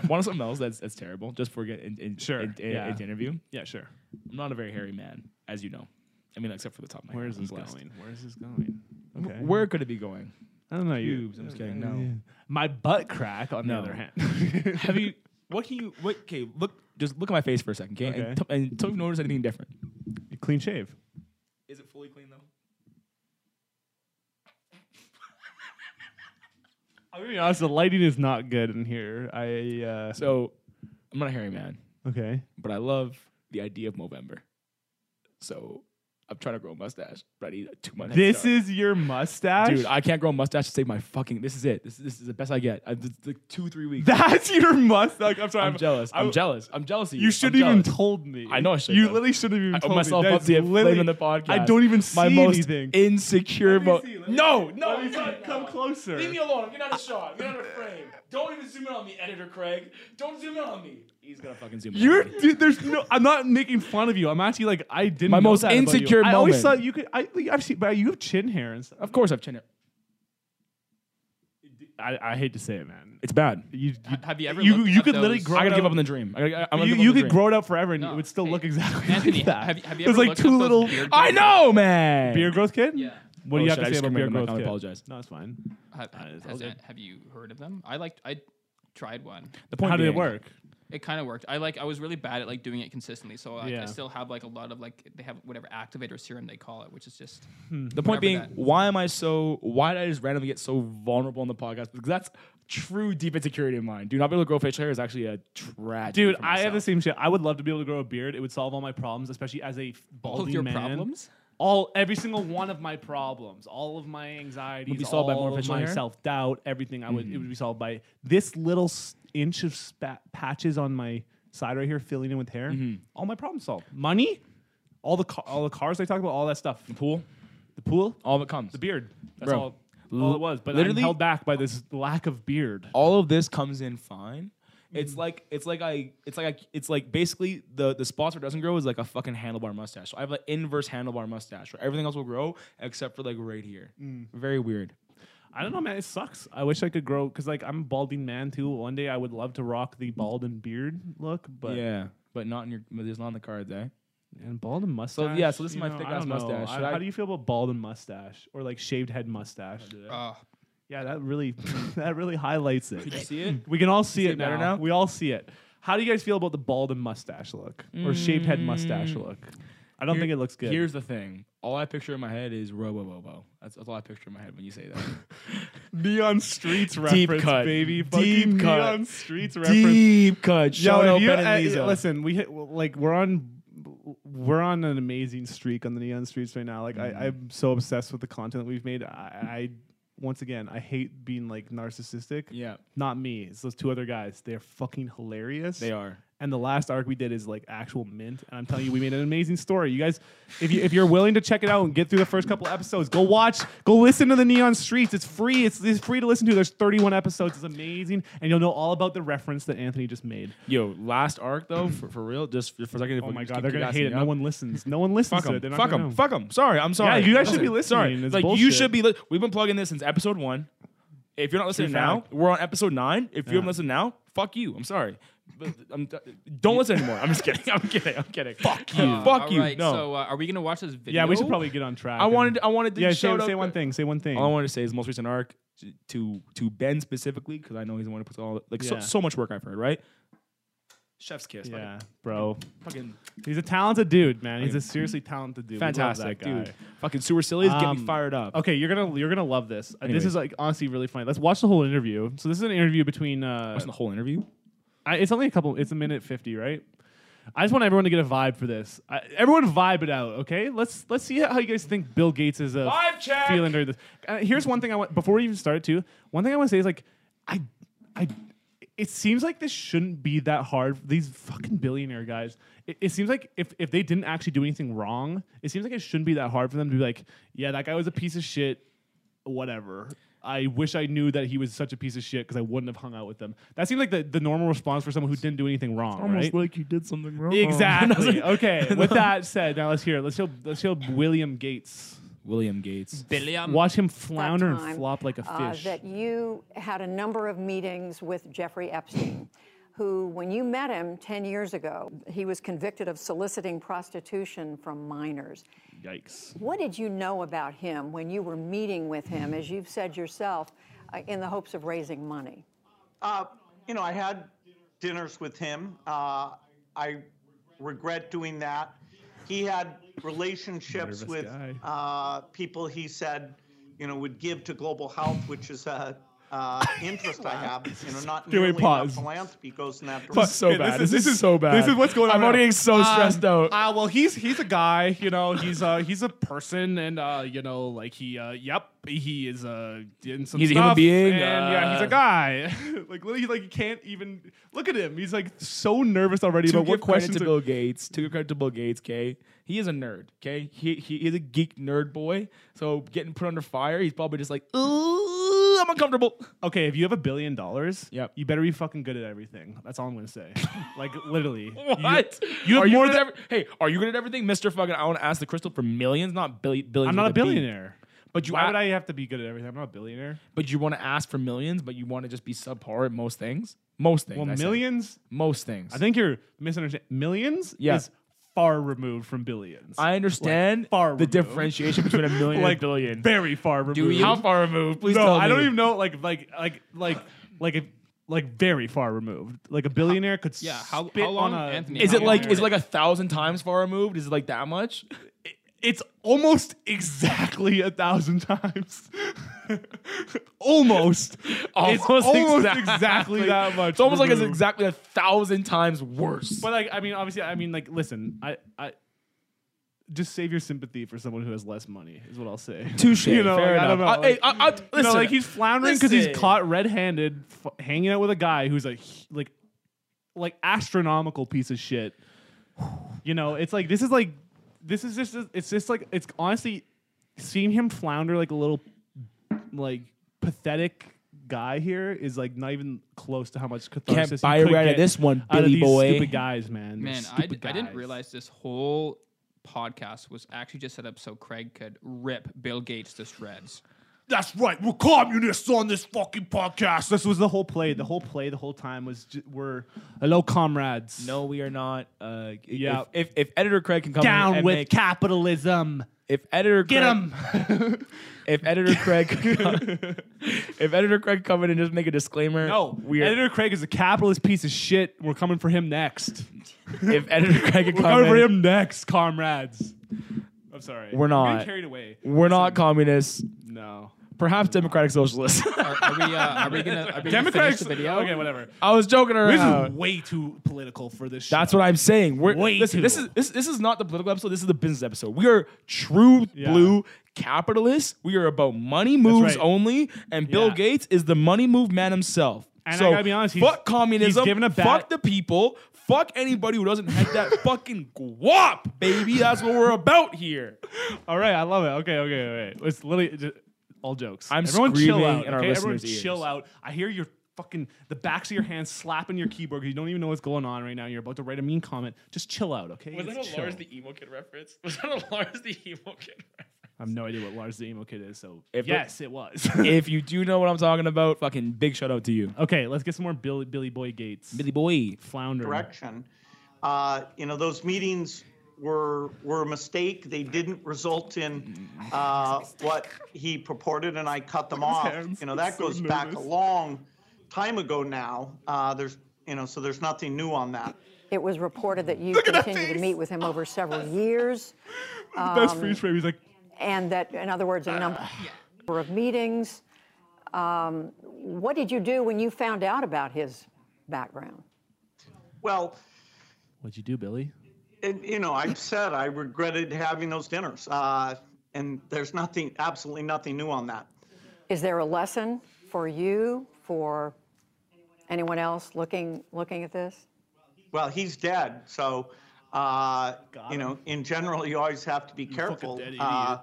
Speaker 4: One of something else that's that's terrible. Just for get in, in,
Speaker 3: Sure,
Speaker 4: in, in-
Speaker 3: yeah.
Speaker 4: into interview.
Speaker 3: Yeah, sure.
Speaker 4: I'm not a very hairy man, as you know. I mean, except for the top of my
Speaker 3: Where
Speaker 4: head.
Speaker 3: is
Speaker 4: I'm
Speaker 3: this
Speaker 4: blessed.
Speaker 3: going? Where is this going? Okay.
Speaker 4: Where could it be going?
Speaker 3: I don't know. You.
Speaker 4: Boobs. I'm just kidding. No.
Speaker 3: [LAUGHS] My butt crack. On
Speaker 4: No.
Speaker 3: the other [LAUGHS] hand,
Speaker 4: Have [LAUGHS] you? What can you? What? Okay. Look. Just look at my face for a second, okay?
Speaker 3: Okay.
Speaker 4: And, t- and tell me if you notice anything different.
Speaker 3: clean shave?
Speaker 4: Is it fully clean though?
Speaker 3: I'll be honest. The lighting is not good in here. I uh,
Speaker 4: So I'm not a hairy man,
Speaker 3: okay.
Speaker 4: but I love the idea of Movember. So I'm trying to grow a mustache, but I need two months. head
Speaker 3: This
Speaker 4: start.
Speaker 3: is your mustache,
Speaker 4: Dude, I can't grow a mustache to save my fucking. This is it. This, this is the best I get. I, this, like two, three
Speaker 3: [LAUGHS]
Speaker 4: weeks.
Speaker 3: That's your mustache. I'm sorry.
Speaker 4: I'm jealous. I'm
Speaker 3: I-
Speaker 4: jealous. I'm jealous of you.
Speaker 3: You
Speaker 4: I'm
Speaker 3: shouldn't even
Speaker 4: jealous.
Speaker 3: told me.
Speaker 4: I know I should've
Speaker 3: You
Speaker 4: done.
Speaker 3: literally shouldn't even
Speaker 4: I owe
Speaker 3: told
Speaker 4: myself
Speaker 3: me.
Speaker 4: up
Speaker 3: That's
Speaker 4: to get blamed
Speaker 3: literally-
Speaker 4: on the podcast.
Speaker 3: I don't even
Speaker 4: my
Speaker 3: see
Speaker 4: most
Speaker 3: anything.
Speaker 4: insecure mo-
Speaker 3: see, let me
Speaker 4: No,
Speaker 3: see.
Speaker 4: no,
Speaker 3: Let me
Speaker 4: it's not-
Speaker 3: see. Come
Speaker 4: no.
Speaker 3: closer.
Speaker 4: Leave me alone. I'm getting out of shot. I'm getting out of frame. Don't even zoom in on me, editor Craig. Don't zoom in on me. He's gonna fucking zoom in.
Speaker 3: You're
Speaker 4: on me.
Speaker 3: dude, there's no. I'm not making fun of you. I'm actually like I didn't.
Speaker 4: My
Speaker 3: know
Speaker 4: most
Speaker 3: that about you.
Speaker 4: insecure
Speaker 3: I always
Speaker 4: moment.
Speaker 3: thought you could. I, I've seen, but you have chin hair and stuff.
Speaker 4: Of course, I've chin it.
Speaker 3: I, I hate to say it, man.
Speaker 4: It's bad.
Speaker 3: You, you,
Speaker 5: Have you ever
Speaker 3: You,
Speaker 5: looked
Speaker 3: you
Speaker 5: up
Speaker 3: could literally
Speaker 5: those-
Speaker 3: grow.
Speaker 4: I
Speaker 3: it
Speaker 4: gotta give
Speaker 3: out-
Speaker 4: up on the dream. I gotta, I'm gonna
Speaker 3: you
Speaker 4: give up
Speaker 3: you
Speaker 4: on
Speaker 3: could
Speaker 4: the dream.
Speaker 3: grow it out forever, and it
Speaker 5: No.
Speaker 3: would still look
Speaker 5: Hey,
Speaker 3: exactly
Speaker 5: Anthony,
Speaker 3: like that.
Speaker 5: have you- have you
Speaker 3: There's
Speaker 5: ever
Speaker 3: like
Speaker 5: looked
Speaker 3: two
Speaker 5: up those
Speaker 3: little
Speaker 5: beard
Speaker 4: I know, man.
Speaker 3: beer growth kid.
Speaker 5: Yeah.
Speaker 3: What
Speaker 4: Oh,
Speaker 3: do you have
Speaker 4: shit,
Speaker 3: to say
Speaker 4: I just
Speaker 3: about
Speaker 4: screamed
Speaker 3: beer
Speaker 4: into the mic.
Speaker 3: growth
Speaker 4: I
Speaker 3: kid?
Speaker 4: apologize.
Speaker 3: No, it's fine.
Speaker 5: Have,
Speaker 3: Uh, it's all
Speaker 5: has
Speaker 3: good.
Speaker 5: that- have you heard of them? I liked. I tried one.
Speaker 4: The point
Speaker 3: How did it
Speaker 4: being-
Speaker 3: work?
Speaker 5: It kind of worked. I like. I was really bad at like doing it consistently, so like,
Speaker 3: Yeah.
Speaker 5: I still have like a lot of like they have whatever activator serum they call it, which is just
Speaker 3: Hmm.
Speaker 4: The point
Speaker 5: Whatever
Speaker 4: being,
Speaker 5: that-
Speaker 4: why am I so? Why did I just randomly get so vulnerable on the podcast? Because that's true deep insecurity of mine. Do not be able to grow facial hair is actually a tragedy.
Speaker 3: Dude,
Speaker 4: for
Speaker 3: I have the
Speaker 4: myself.
Speaker 3: same shit. I would love to be able to grow a beard. It would solve all my problems, especially as a balding
Speaker 5: your
Speaker 3: man.
Speaker 5: problems?
Speaker 3: All every single one of my problems, all of my anxieties,
Speaker 4: Would be solved by
Speaker 3: all
Speaker 4: more
Speaker 3: of
Speaker 4: facial
Speaker 3: my
Speaker 4: hair? Mm-hmm.
Speaker 3: self doubt, everything. I would it would be solved by this little s- inch of spa- patches on my side right here, filling in with hair.
Speaker 4: Mm-hmm.
Speaker 3: All my problems solved. Money, all the ca- all the cars I talked about, all that stuff. The pool, the pool,
Speaker 4: All that comes.
Speaker 3: the beard. That's
Speaker 4: Bro.
Speaker 3: all. All it was, but literally
Speaker 4: Literally-
Speaker 3: held back by this lack of beard.
Speaker 4: all of this comes in fine. It's like it's like I it's like I, it's like basically the the spots where it doesn't grow is like a fucking handlebar mustache. So I have an inverse handlebar mustache where everything else will grow except for like right here. Very weird.
Speaker 3: I don't know, man. It sucks. I wish I could grow because, like, I'm a balding man too. One day I would love to rock the bald and beard look, but
Speaker 4: Mm. yeah, but not in your but it's not in the cards, eh?
Speaker 3: and bald and mustache.
Speaker 4: yeah, so this is
Speaker 3: you
Speaker 4: my
Speaker 3: know,
Speaker 4: thick
Speaker 3: I
Speaker 4: ass
Speaker 3: don't know.
Speaker 4: mustache.
Speaker 3: I-
Speaker 4: Should I-
Speaker 3: How do you feel about bald and mustache or like shaved head mustache?
Speaker 5: uh,
Speaker 3: Yeah, that really [LAUGHS] that really highlights
Speaker 4: Did you
Speaker 3: it.
Speaker 4: see [CLEARS THROAT] it?
Speaker 3: We can all see,
Speaker 4: see
Speaker 3: it
Speaker 4: it better
Speaker 3: now.
Speaker 4: now?
Speaker 3: We all see it. How do you guys feel about the bald and mustache look or shaved head mustache look? I don't
Speaker 4: Mm. Here-
Speaker 3: think it looks good.
Speaker 4: Here's the thing. All I picture in my head is Robo Bobo. That's, that's all I picture in my head when you say that.
Speaker 3: Neon Streets
Speaker 4: Deep
Speaker 3: reference,
Speaker 4: cut.
Speaker 3: baby.
Speaker 4: Deep
Speaker 3: Fucking
Speaker 4: cut.
Speaker 3: Neon Streets reference.
Speaker 4: [LAUGHS] Deep cut.
Speaker 3: Yo,
Speaker 4: Shout
Speaker 3: if
Speaker 4: out
Speaker 3: you,
Speaker 4: Ben and
Speaker 3: uh,
Speaker 4: Lisa.
Speaker 3: listen, we hit, well, like we're on we're on an amazing streak on the neon streets right now. Like
Speaker 4: Mm-hmm.
Speaker 3: I, I'm so obsessed with the content that we've made. I, I once again I hate being like narcissistic.
Speaker 4: Yeah.
Speaker 3: Not me. It's those two other guys. They're fucking hilarious.
Speaker 4: They are.
Speaker 3: And the last arc we did is like actual mint. And I'm telling you, we made an amazing story. You guys, if you if you're willing to check it out and get through the first couple episodes, go watch, go listen to the Neon Streets. It's free. It's, it's free to listen to. There's 31 episodes. It's amazing, and you'll know all about the reference that Anthony just made.
Speaker 4: Yo, last arc though, for, for real, just for, for a second. if
Speaker 3: Oh
Speaker 4: we
Speaker 3: my
Speaker 4: just
Speaker 3: god,
Speaker 4: keep
Speaker 3: they're gonna
Speaker 4: gassing
Speaker 3: hate
Speaker 4: me
Speaker 3: it. No
Speaker 4: up.
Speaker 3: one listens. No one listens
Speaker 4: Fuck
Speaker 3: to
Speaker 4: them.
Speaker 3: it. They're not
Speaker 4: Fuck
Speaker 3: gonna
Speaker 4: them.
Speaker 3: know.
Speaker 4: Fuck them. Sorry, I'm sorry.
Speaker 3: you guys should be
Speaker 4: Sorry.
Speaker 3: listening. It's
Speaker 4: like you
Speaker 3: bullshit.
Speaker 4: should be. Li- We've been plugging this since episode one. If you're not listening now,
Speaker 3: fact.
Speaker 4: we're on episode nine. If you haven't listened now, fuck you. I'm sorry. But I'm, don't listen anymore. I'm
Speaker 3: [LAUGHS]
Speaker 4: just kidding. I'm kidding. I'm kidding. Fuck you.
Speaker 5: uh,
Speaker 4: fuck
Speaker 5: all
Speaker 4: you.
Speaker 5: right,
Speaker 4: No.
Speaker 5: So uh, are we gonna watch this video?
Speaker 3: Yeah, we should probably get on track.
Speaker 4: I
Speaker 3: and-
Speaker 4: wanted. I wanted to
Speaker 3: yeah, say,
Speaker 4: shout out
Speaker 3: say one thing. Say one thing.
Speaker 4: All I wanted to say is most recent arc to to, to Ben specifically because I know he's the one who puts all like so,
Speaker 3: Yeah.
Speaker 4: so much work I've heard. Right. Chef's kiss. fucking-
Speaker 3: yeah, bro.
Speaker 4: Fucking
Speaker 3: He's a talented dude, man. He's a
Speaker 4: Fucking
Speaker 3: seriously talented dude. We love that
Speaker 4: fantastic,
Speaker 3: guy.
Speaker 4: dude. Fucking sewer silly is getting me
Speaker 3: Um,
Speaker 4: fired up.
Speaker 3: Okay, you're gonna you're gonna love this. Uh, This
Speaker 4: Anyways.
Speaker 3: is like honestly really funny. Let's watch the whole interview. So this is an interview between. Uh,
Speaker 4: Watching the whole interview.
Speaker 3: I, it's only a couple. It's a minute fifty, right? I just want everyone to get a vibe for this. I, everyone vibe it out, okay? Let's let's see how you guys think Bill Gates is a
Speaker 4: Vibe check!
Speaker 3: feeling during this. Uh, here's one thing I want before we even start too. One thing I want to say is like I I it seems like this shouldn't be that hard. These fucking billionaire guys. It, it seems like if, if they didn't actually do anything wrong, it seems like it shouldn't be that hard for them to be like, yeah, that guy was a piece of shit whatever. I wish I knew that he was such a piece of shit because I wouldn't have hung out with them. That seemed like the, the normal response for someone who didn't do anything wrong, right?
Speaker 4: like you did something wrong.
Speaker 3: exactly. [LAUGHS] okay. With that said, now let's hear. it. Let's hear. Let's hear William Gates.
Speaker 4: William Gates.
Speaker 5: Billiam.
Speaker 3: Watch him
Speaker 8: that
Speaker 3: flounder and
Speaker 8: Um, time,
Speaker 3: flop like a
Speaker 8: uh,
Speaker 3: fish.
Speaker 8: that you had a number of meetings with Jeffrey Epstein, who, when you met him 10 years ago, he was convicted of soliciting prostitution from minors.
Speaker 3: Yikes.
Speaker 8: What did you know about him when you were meeting with him, as you've said yourself, uh, in the hopes of raising money?
Speaker 9: Uh, you know, I had dinners with him. Uh, I regret doing that. He had relationships with
Speaker 3: guy.
Speaker 9: uh, people he said, you know, would give to global health, which is a uh, interest I have. You know, not
Speaker 4: Can we
Speaker 9: nearly enough
Speaker 4: pause?
Speaker 9: philanthropy goes in that direction.
Speaker 4: This is so
Speaker 3: Okay,
Speaker 4: bad.
Speaker 3: This is, this is
Speaker 4: so bad.
Speaker 3: This is what's going on.
Speaker 4: I'm
Speaker 3: right
Speaker 4: already
Speaker 3: now.
Speaker 4: getting so stressed out.
Speaker 3: Uh, well, he's he's a guy, you know. He's uh he's a person, and uh you know, like he uh yep, he is uh in some
Speaker 4: He's a
Speaker 3: stuff,
Speaker 4: human being,
Speaker 3: and yeah, he's
Speaker 4: uh,
Speaker 3: a guy. [LAUGHS] like literally, like he can't even look at him. He's like so nervous already.
Speaker 4: to
Speaker 3: about what
Speaker 4: give credit
Speaker 3: questions
Speaker 4: to
Speaker 3: are-
Speaker 4: Bill Gates, to give credit to Bill Gates, okay, he is a nerd, okay. He he is a geek nerd boy. So getting put under fire, he's probably just like, ooh, I'm uncomfortable.
Speaker 3: Okay, if you have a billion dollars,
Speaker 4: Yep.
Speaker 3: you better be fucking good at everything. That's all I'm gonna
Speaker 4: [LAUGHS]
Speaker 3: say. like [LAUGHS] literally,
Speaker 4: What?
Speaker 3: You, you have
Speaker 4: are you
Speaker 3: more
Speaker 4: good
Speaker 3: than.
Speaker 4: at every- hey, are you good at everything, Mister Fucking? I want to ask the crystal for millions, not billi- billions.
Speaker 3: I'm not
Speaker 4: with
Speaker 3: a
Speaker 4: B.
Speaker 3: billionaire.
Speaker 4: But you
Speaker 3: Why
Speaker 4: a-
Speaker 3: would I have to be good at everything? I'm not a billionaire.
Speaker 4: But you want to ask for millions, but you want to just be subpar at most things. Most things.
Speaker 3: Well,
Speaker 4: I said.
Speaker 3: millions.
Speaker 4: Most things.
Speaker 3: I think you're misunderstanding. Millions
Speaker 4: Yeah.
Speaker 3: is far removed from billions.
Speaker 4: I understand
Speaker 3: far
Speaker 4: the
Speaker 3: removed.
Speaker 4: differentiation between
Speaker 3: [LAUGHS]
Speaker 4: a million
Speaker 3: like
Speaker 4: and a billion.
Speaker 3: very far removed.
Speaker 5: you?
Speaker 4: How far removed? Please
Speaker 3: no,
Speaker 4: tell me.
Speaker 3: I don't even know. Like, like, like, like, like, if, like, very far removed. Like a billionaire could
Speaker 5: Yeah, how-
Speaker 3: spit
Speaker 5: how long,
Speaker 3: on a.
Speaker 5: Anthony?
Speaker 4: Is
Speaker 5: How
Speaker 4: it like
Speaker 5: long
Speaker 4: is it like a thousand times far removed? Is it like that much?
Speaker 3: It's almost exactly a thousand times. [LAUGHS]
Speaker 4: [LAUGHS]
Speaker 3: almost. it's almost exactly, that much.
Speaker 4: It's almost like it's
Speaker 3: removed.
Speaker 4: exactly a thousand times worse.
Speaker 3: But like, I mean, obviously, I mean, like, listen, I, I. Just save your sympathy for someone who has less money, is what I'll say. [LAUGHS]
Speaker 4: Touche.
Speaker 3: You know,
Speaker 4: Fair
Speaker 3: like, I don't know.
Speaker 4: enough. I-
Speaker 3: like-
Speaker 4: I- I-
Speaker 3: You know,
Speaker 4: listen.
Speaker 3: like he's floundering because he's
Speaker 4: Listen.
Speaker 3: caught red-handed f- hanging out with a guy who's a h- like like astronomical piece of shit. You know, it's like this is like this is just it's just like it's honestly seeing him flounder like a little like pathetic guy here is like not even close to how much catharsis you
Speaker 4: buy a
Speaker 3: could
Speaker 4: ride of
Speaker 3: get
Speaker 4: this one,
Speaker 3: out of
Speaker 4: Billy
Speaker 3: these
Speaker 4: boy.
Speaker 3: Stupid guys, man. They're
Speaker 5: Man, I,
Speaker 3: stupid
Speaker 5: d- I didn't
Speaker 3: guys.
Speaker 5: realize this whole podcast was actually just set up so Craig could rip Bill Gates to shreds.
Speaker 3: That's right. We're communists on this fucking podcast. This was the whole play. The whole play, the whole time was ju- we're hello, comrades.
Speaker 4: no, we are not. Uh,
Speaker 3: Yeah.
Speaker 4: If, if if editor Craig can come in
Speaker 3: down
Speaker 4: and
Speaker 3: with
Speaker 4: make,
Speaker 3: capitalism.
Speaker 4: if editor
Speaker 3: Get
Speaker 4: Craig,
Speaker 3: him.
Speaker 4: If
Speaker 3: [LAUGHS]
Speaker 4: editor Craig, [LAUGHS] could come- if editor Craig come in and just make a disclaimer.
Speaker 3: No,
Speaker 4: we are,
Speaker 3: editor Craig is a capitalist piece of shit. We're coming for him next.
Speaker 4: if editor
Speaker 3: [LAUGHS]
Speaker 4: Craig can
Speaker 3: We're
Speaker 4: come
Speaker 3: coming for
Speaker 4: in,
Speaker 3: him next, comrades. I'm sorry.
Speaker 4: We're
Speaker 3: I'm getting
Speaker 4: not.
Speaker 3: carried away.
Speaker 4: we're not communists.
Speaker 3: No.
Speaker 4: Perhaps democratic socialists. [LAUGHS]
Speaker 5: Are, are we? Uh, are we gonna? Are we gonna finish
Speaker 3: Democrats.
Speaker 5: the video?
Speaker 3: Okay, whatever. Uh,
Speaker 4: I was joking
Speaker 3: This
Speaker 4: around.
Speaker 3: is way too political for this.
Speaker 4: That's what I'm saying. We're
Speaker 3: Way
Speaker 4: listen,
Speaker 3: too.
Speaker 4: this is this, this is not the political episode. This is the business episode. We are true
Speaker 3: Yeah.
Speaker 4: blue capitalists. We are about money moves
Speaker 3: right.
Speaker 4: only, and Bill
Speaker 3: Yeah.
Speaker 4: Gates is the money move man himself.
Speaker 3: And
Speaker 4: so
Speaker 3: I gotta be honest, he's-
Speaker 4: fuck communism.
Speaker 3: he's given a bad-
Speaker 4: fuck the people. Fuck anybody who doesn't have that [LAUGHS] fucking guap, baby. That's what we're about here.
Speaker 3: All right, I love it. Okay, okay, all right. It's literally just all jokes.
Speaker 4: I'm
Speaker 3: everyone chill
Speaker 4: screaming
Speaker 3: out.
Speaker 4: in our
Speaker 3: okay? everyone
Speaker 4: listeners'
Speaker 3: chill
Speaker 4: ears.
Speaker 3: out. I hear your fucking the backs of your hands slapping your keyboard. 'cause You don't even know what's going on right now. You're about to write a mean comment. Just chill out, okay? Just chill.
Speaker 4: emo kid reference? [LAUGHS] Was that a Lars the emo kid
Speaker 3: I have no idea what Lars the emo kid is. So
Speaker 4: If it-
Speaker 3: yes, it
Speaker 4: [LAUGHS]
Speaker 3: was. [LAUGHS]
Speaker 4: If you do know what I'm talking about, fucking big shout out to you.
Speaker 3: okay, let's get some more Billy Billy Boy Gates.
Speaker 4: Billy Boy.
Speaker 3: Flounder.
Speaker 9: direction. Uh, you know, those meetings were were a mistake. They didn't result in
Speaker 3: Mm-hmm.
Speaker 9: uh, what he purported, and I cut them off. You know, that goes back a long time ago now. Uh, there's you know, so there's nothing new on that.
Speaker 8: It was reported that you continued to meet with him over several years,
Speaker 3: Best freeze frame. He's like,
Speaker 8: and that, in other words, a number of meetings. Um, what did you do when you found out about his background?
Speaker 9: Well,
Speaker 3: "What'd you do, Billy?"
Speaker 9: and, you know, I've said I regretted having those dinners, uh, and there's nothing, absolutely nothing new on that.
Speaker 8: Is there a lesson for you, for anyone else looking looking at this?
Speaker 9: Well, he's dead, so uh, you know, in general, you always have to be careful.
Speaker 3: dead
Speaker 9: Uh,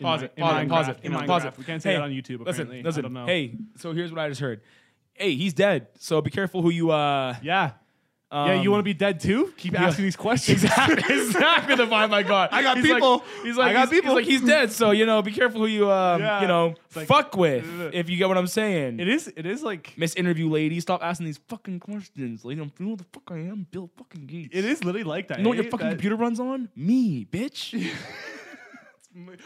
Speaker 4: Pause
Speaker 3: Mi-
Speaker 4: it. Pause it.
Speaker 3: in
Speaker 4: Pause
Speaker 3: Minecraft,
Speaker 4: it.
Speaker 3: in
Speaker 4: Pause
Speaker 3: Minecraft.
Speaker 4: it.
Speaker 3: We can't say that on YouTube,
Speaker 4: Listen.
Speaker 3: apparently. I
Speaker 4: Listen.
Speaker 3: don't know.
Speaker 4: Hey. So here's what I just heard. Hey, he's dead. So be careful who you. uh
Speaker 3: Yeah. yeah, you
Speaker 4: Um,
Speaker 3: want to be dead too? Keep asking these questions.
Speaker 4: [LAUGHS] Exactly, exactly the vibe I got.
Speaker 3: I got
Speaker 4: He's like-
Speaker 3: people.
Speaker 4: he's like,
Speaker 3: I got
Speaker 4: he's- he's
Speaker 3: people.
Speaker 4: like, he's dead. So you know, be careful who you, um,
Speaker 3: Yeah.
Speaker 4: you know,
Speaker 3: It's like-
Speaker 4: fuck with. If you get what I'm saying.
Speaker 3: It is. It is like
Speaker 4: Miss interview lady, stop asking these fucking questions. Lady, I'm- you know what the fuck I am, Bill fucking Gates.
Speaker 3: It is literally like that.
Speaker 4: You know what
Speaker 3: eh?
Speaker 4: your fucking
Speaker 3: That- [LAUGHS]
Speaker 4: computer runs on? Me, bitch.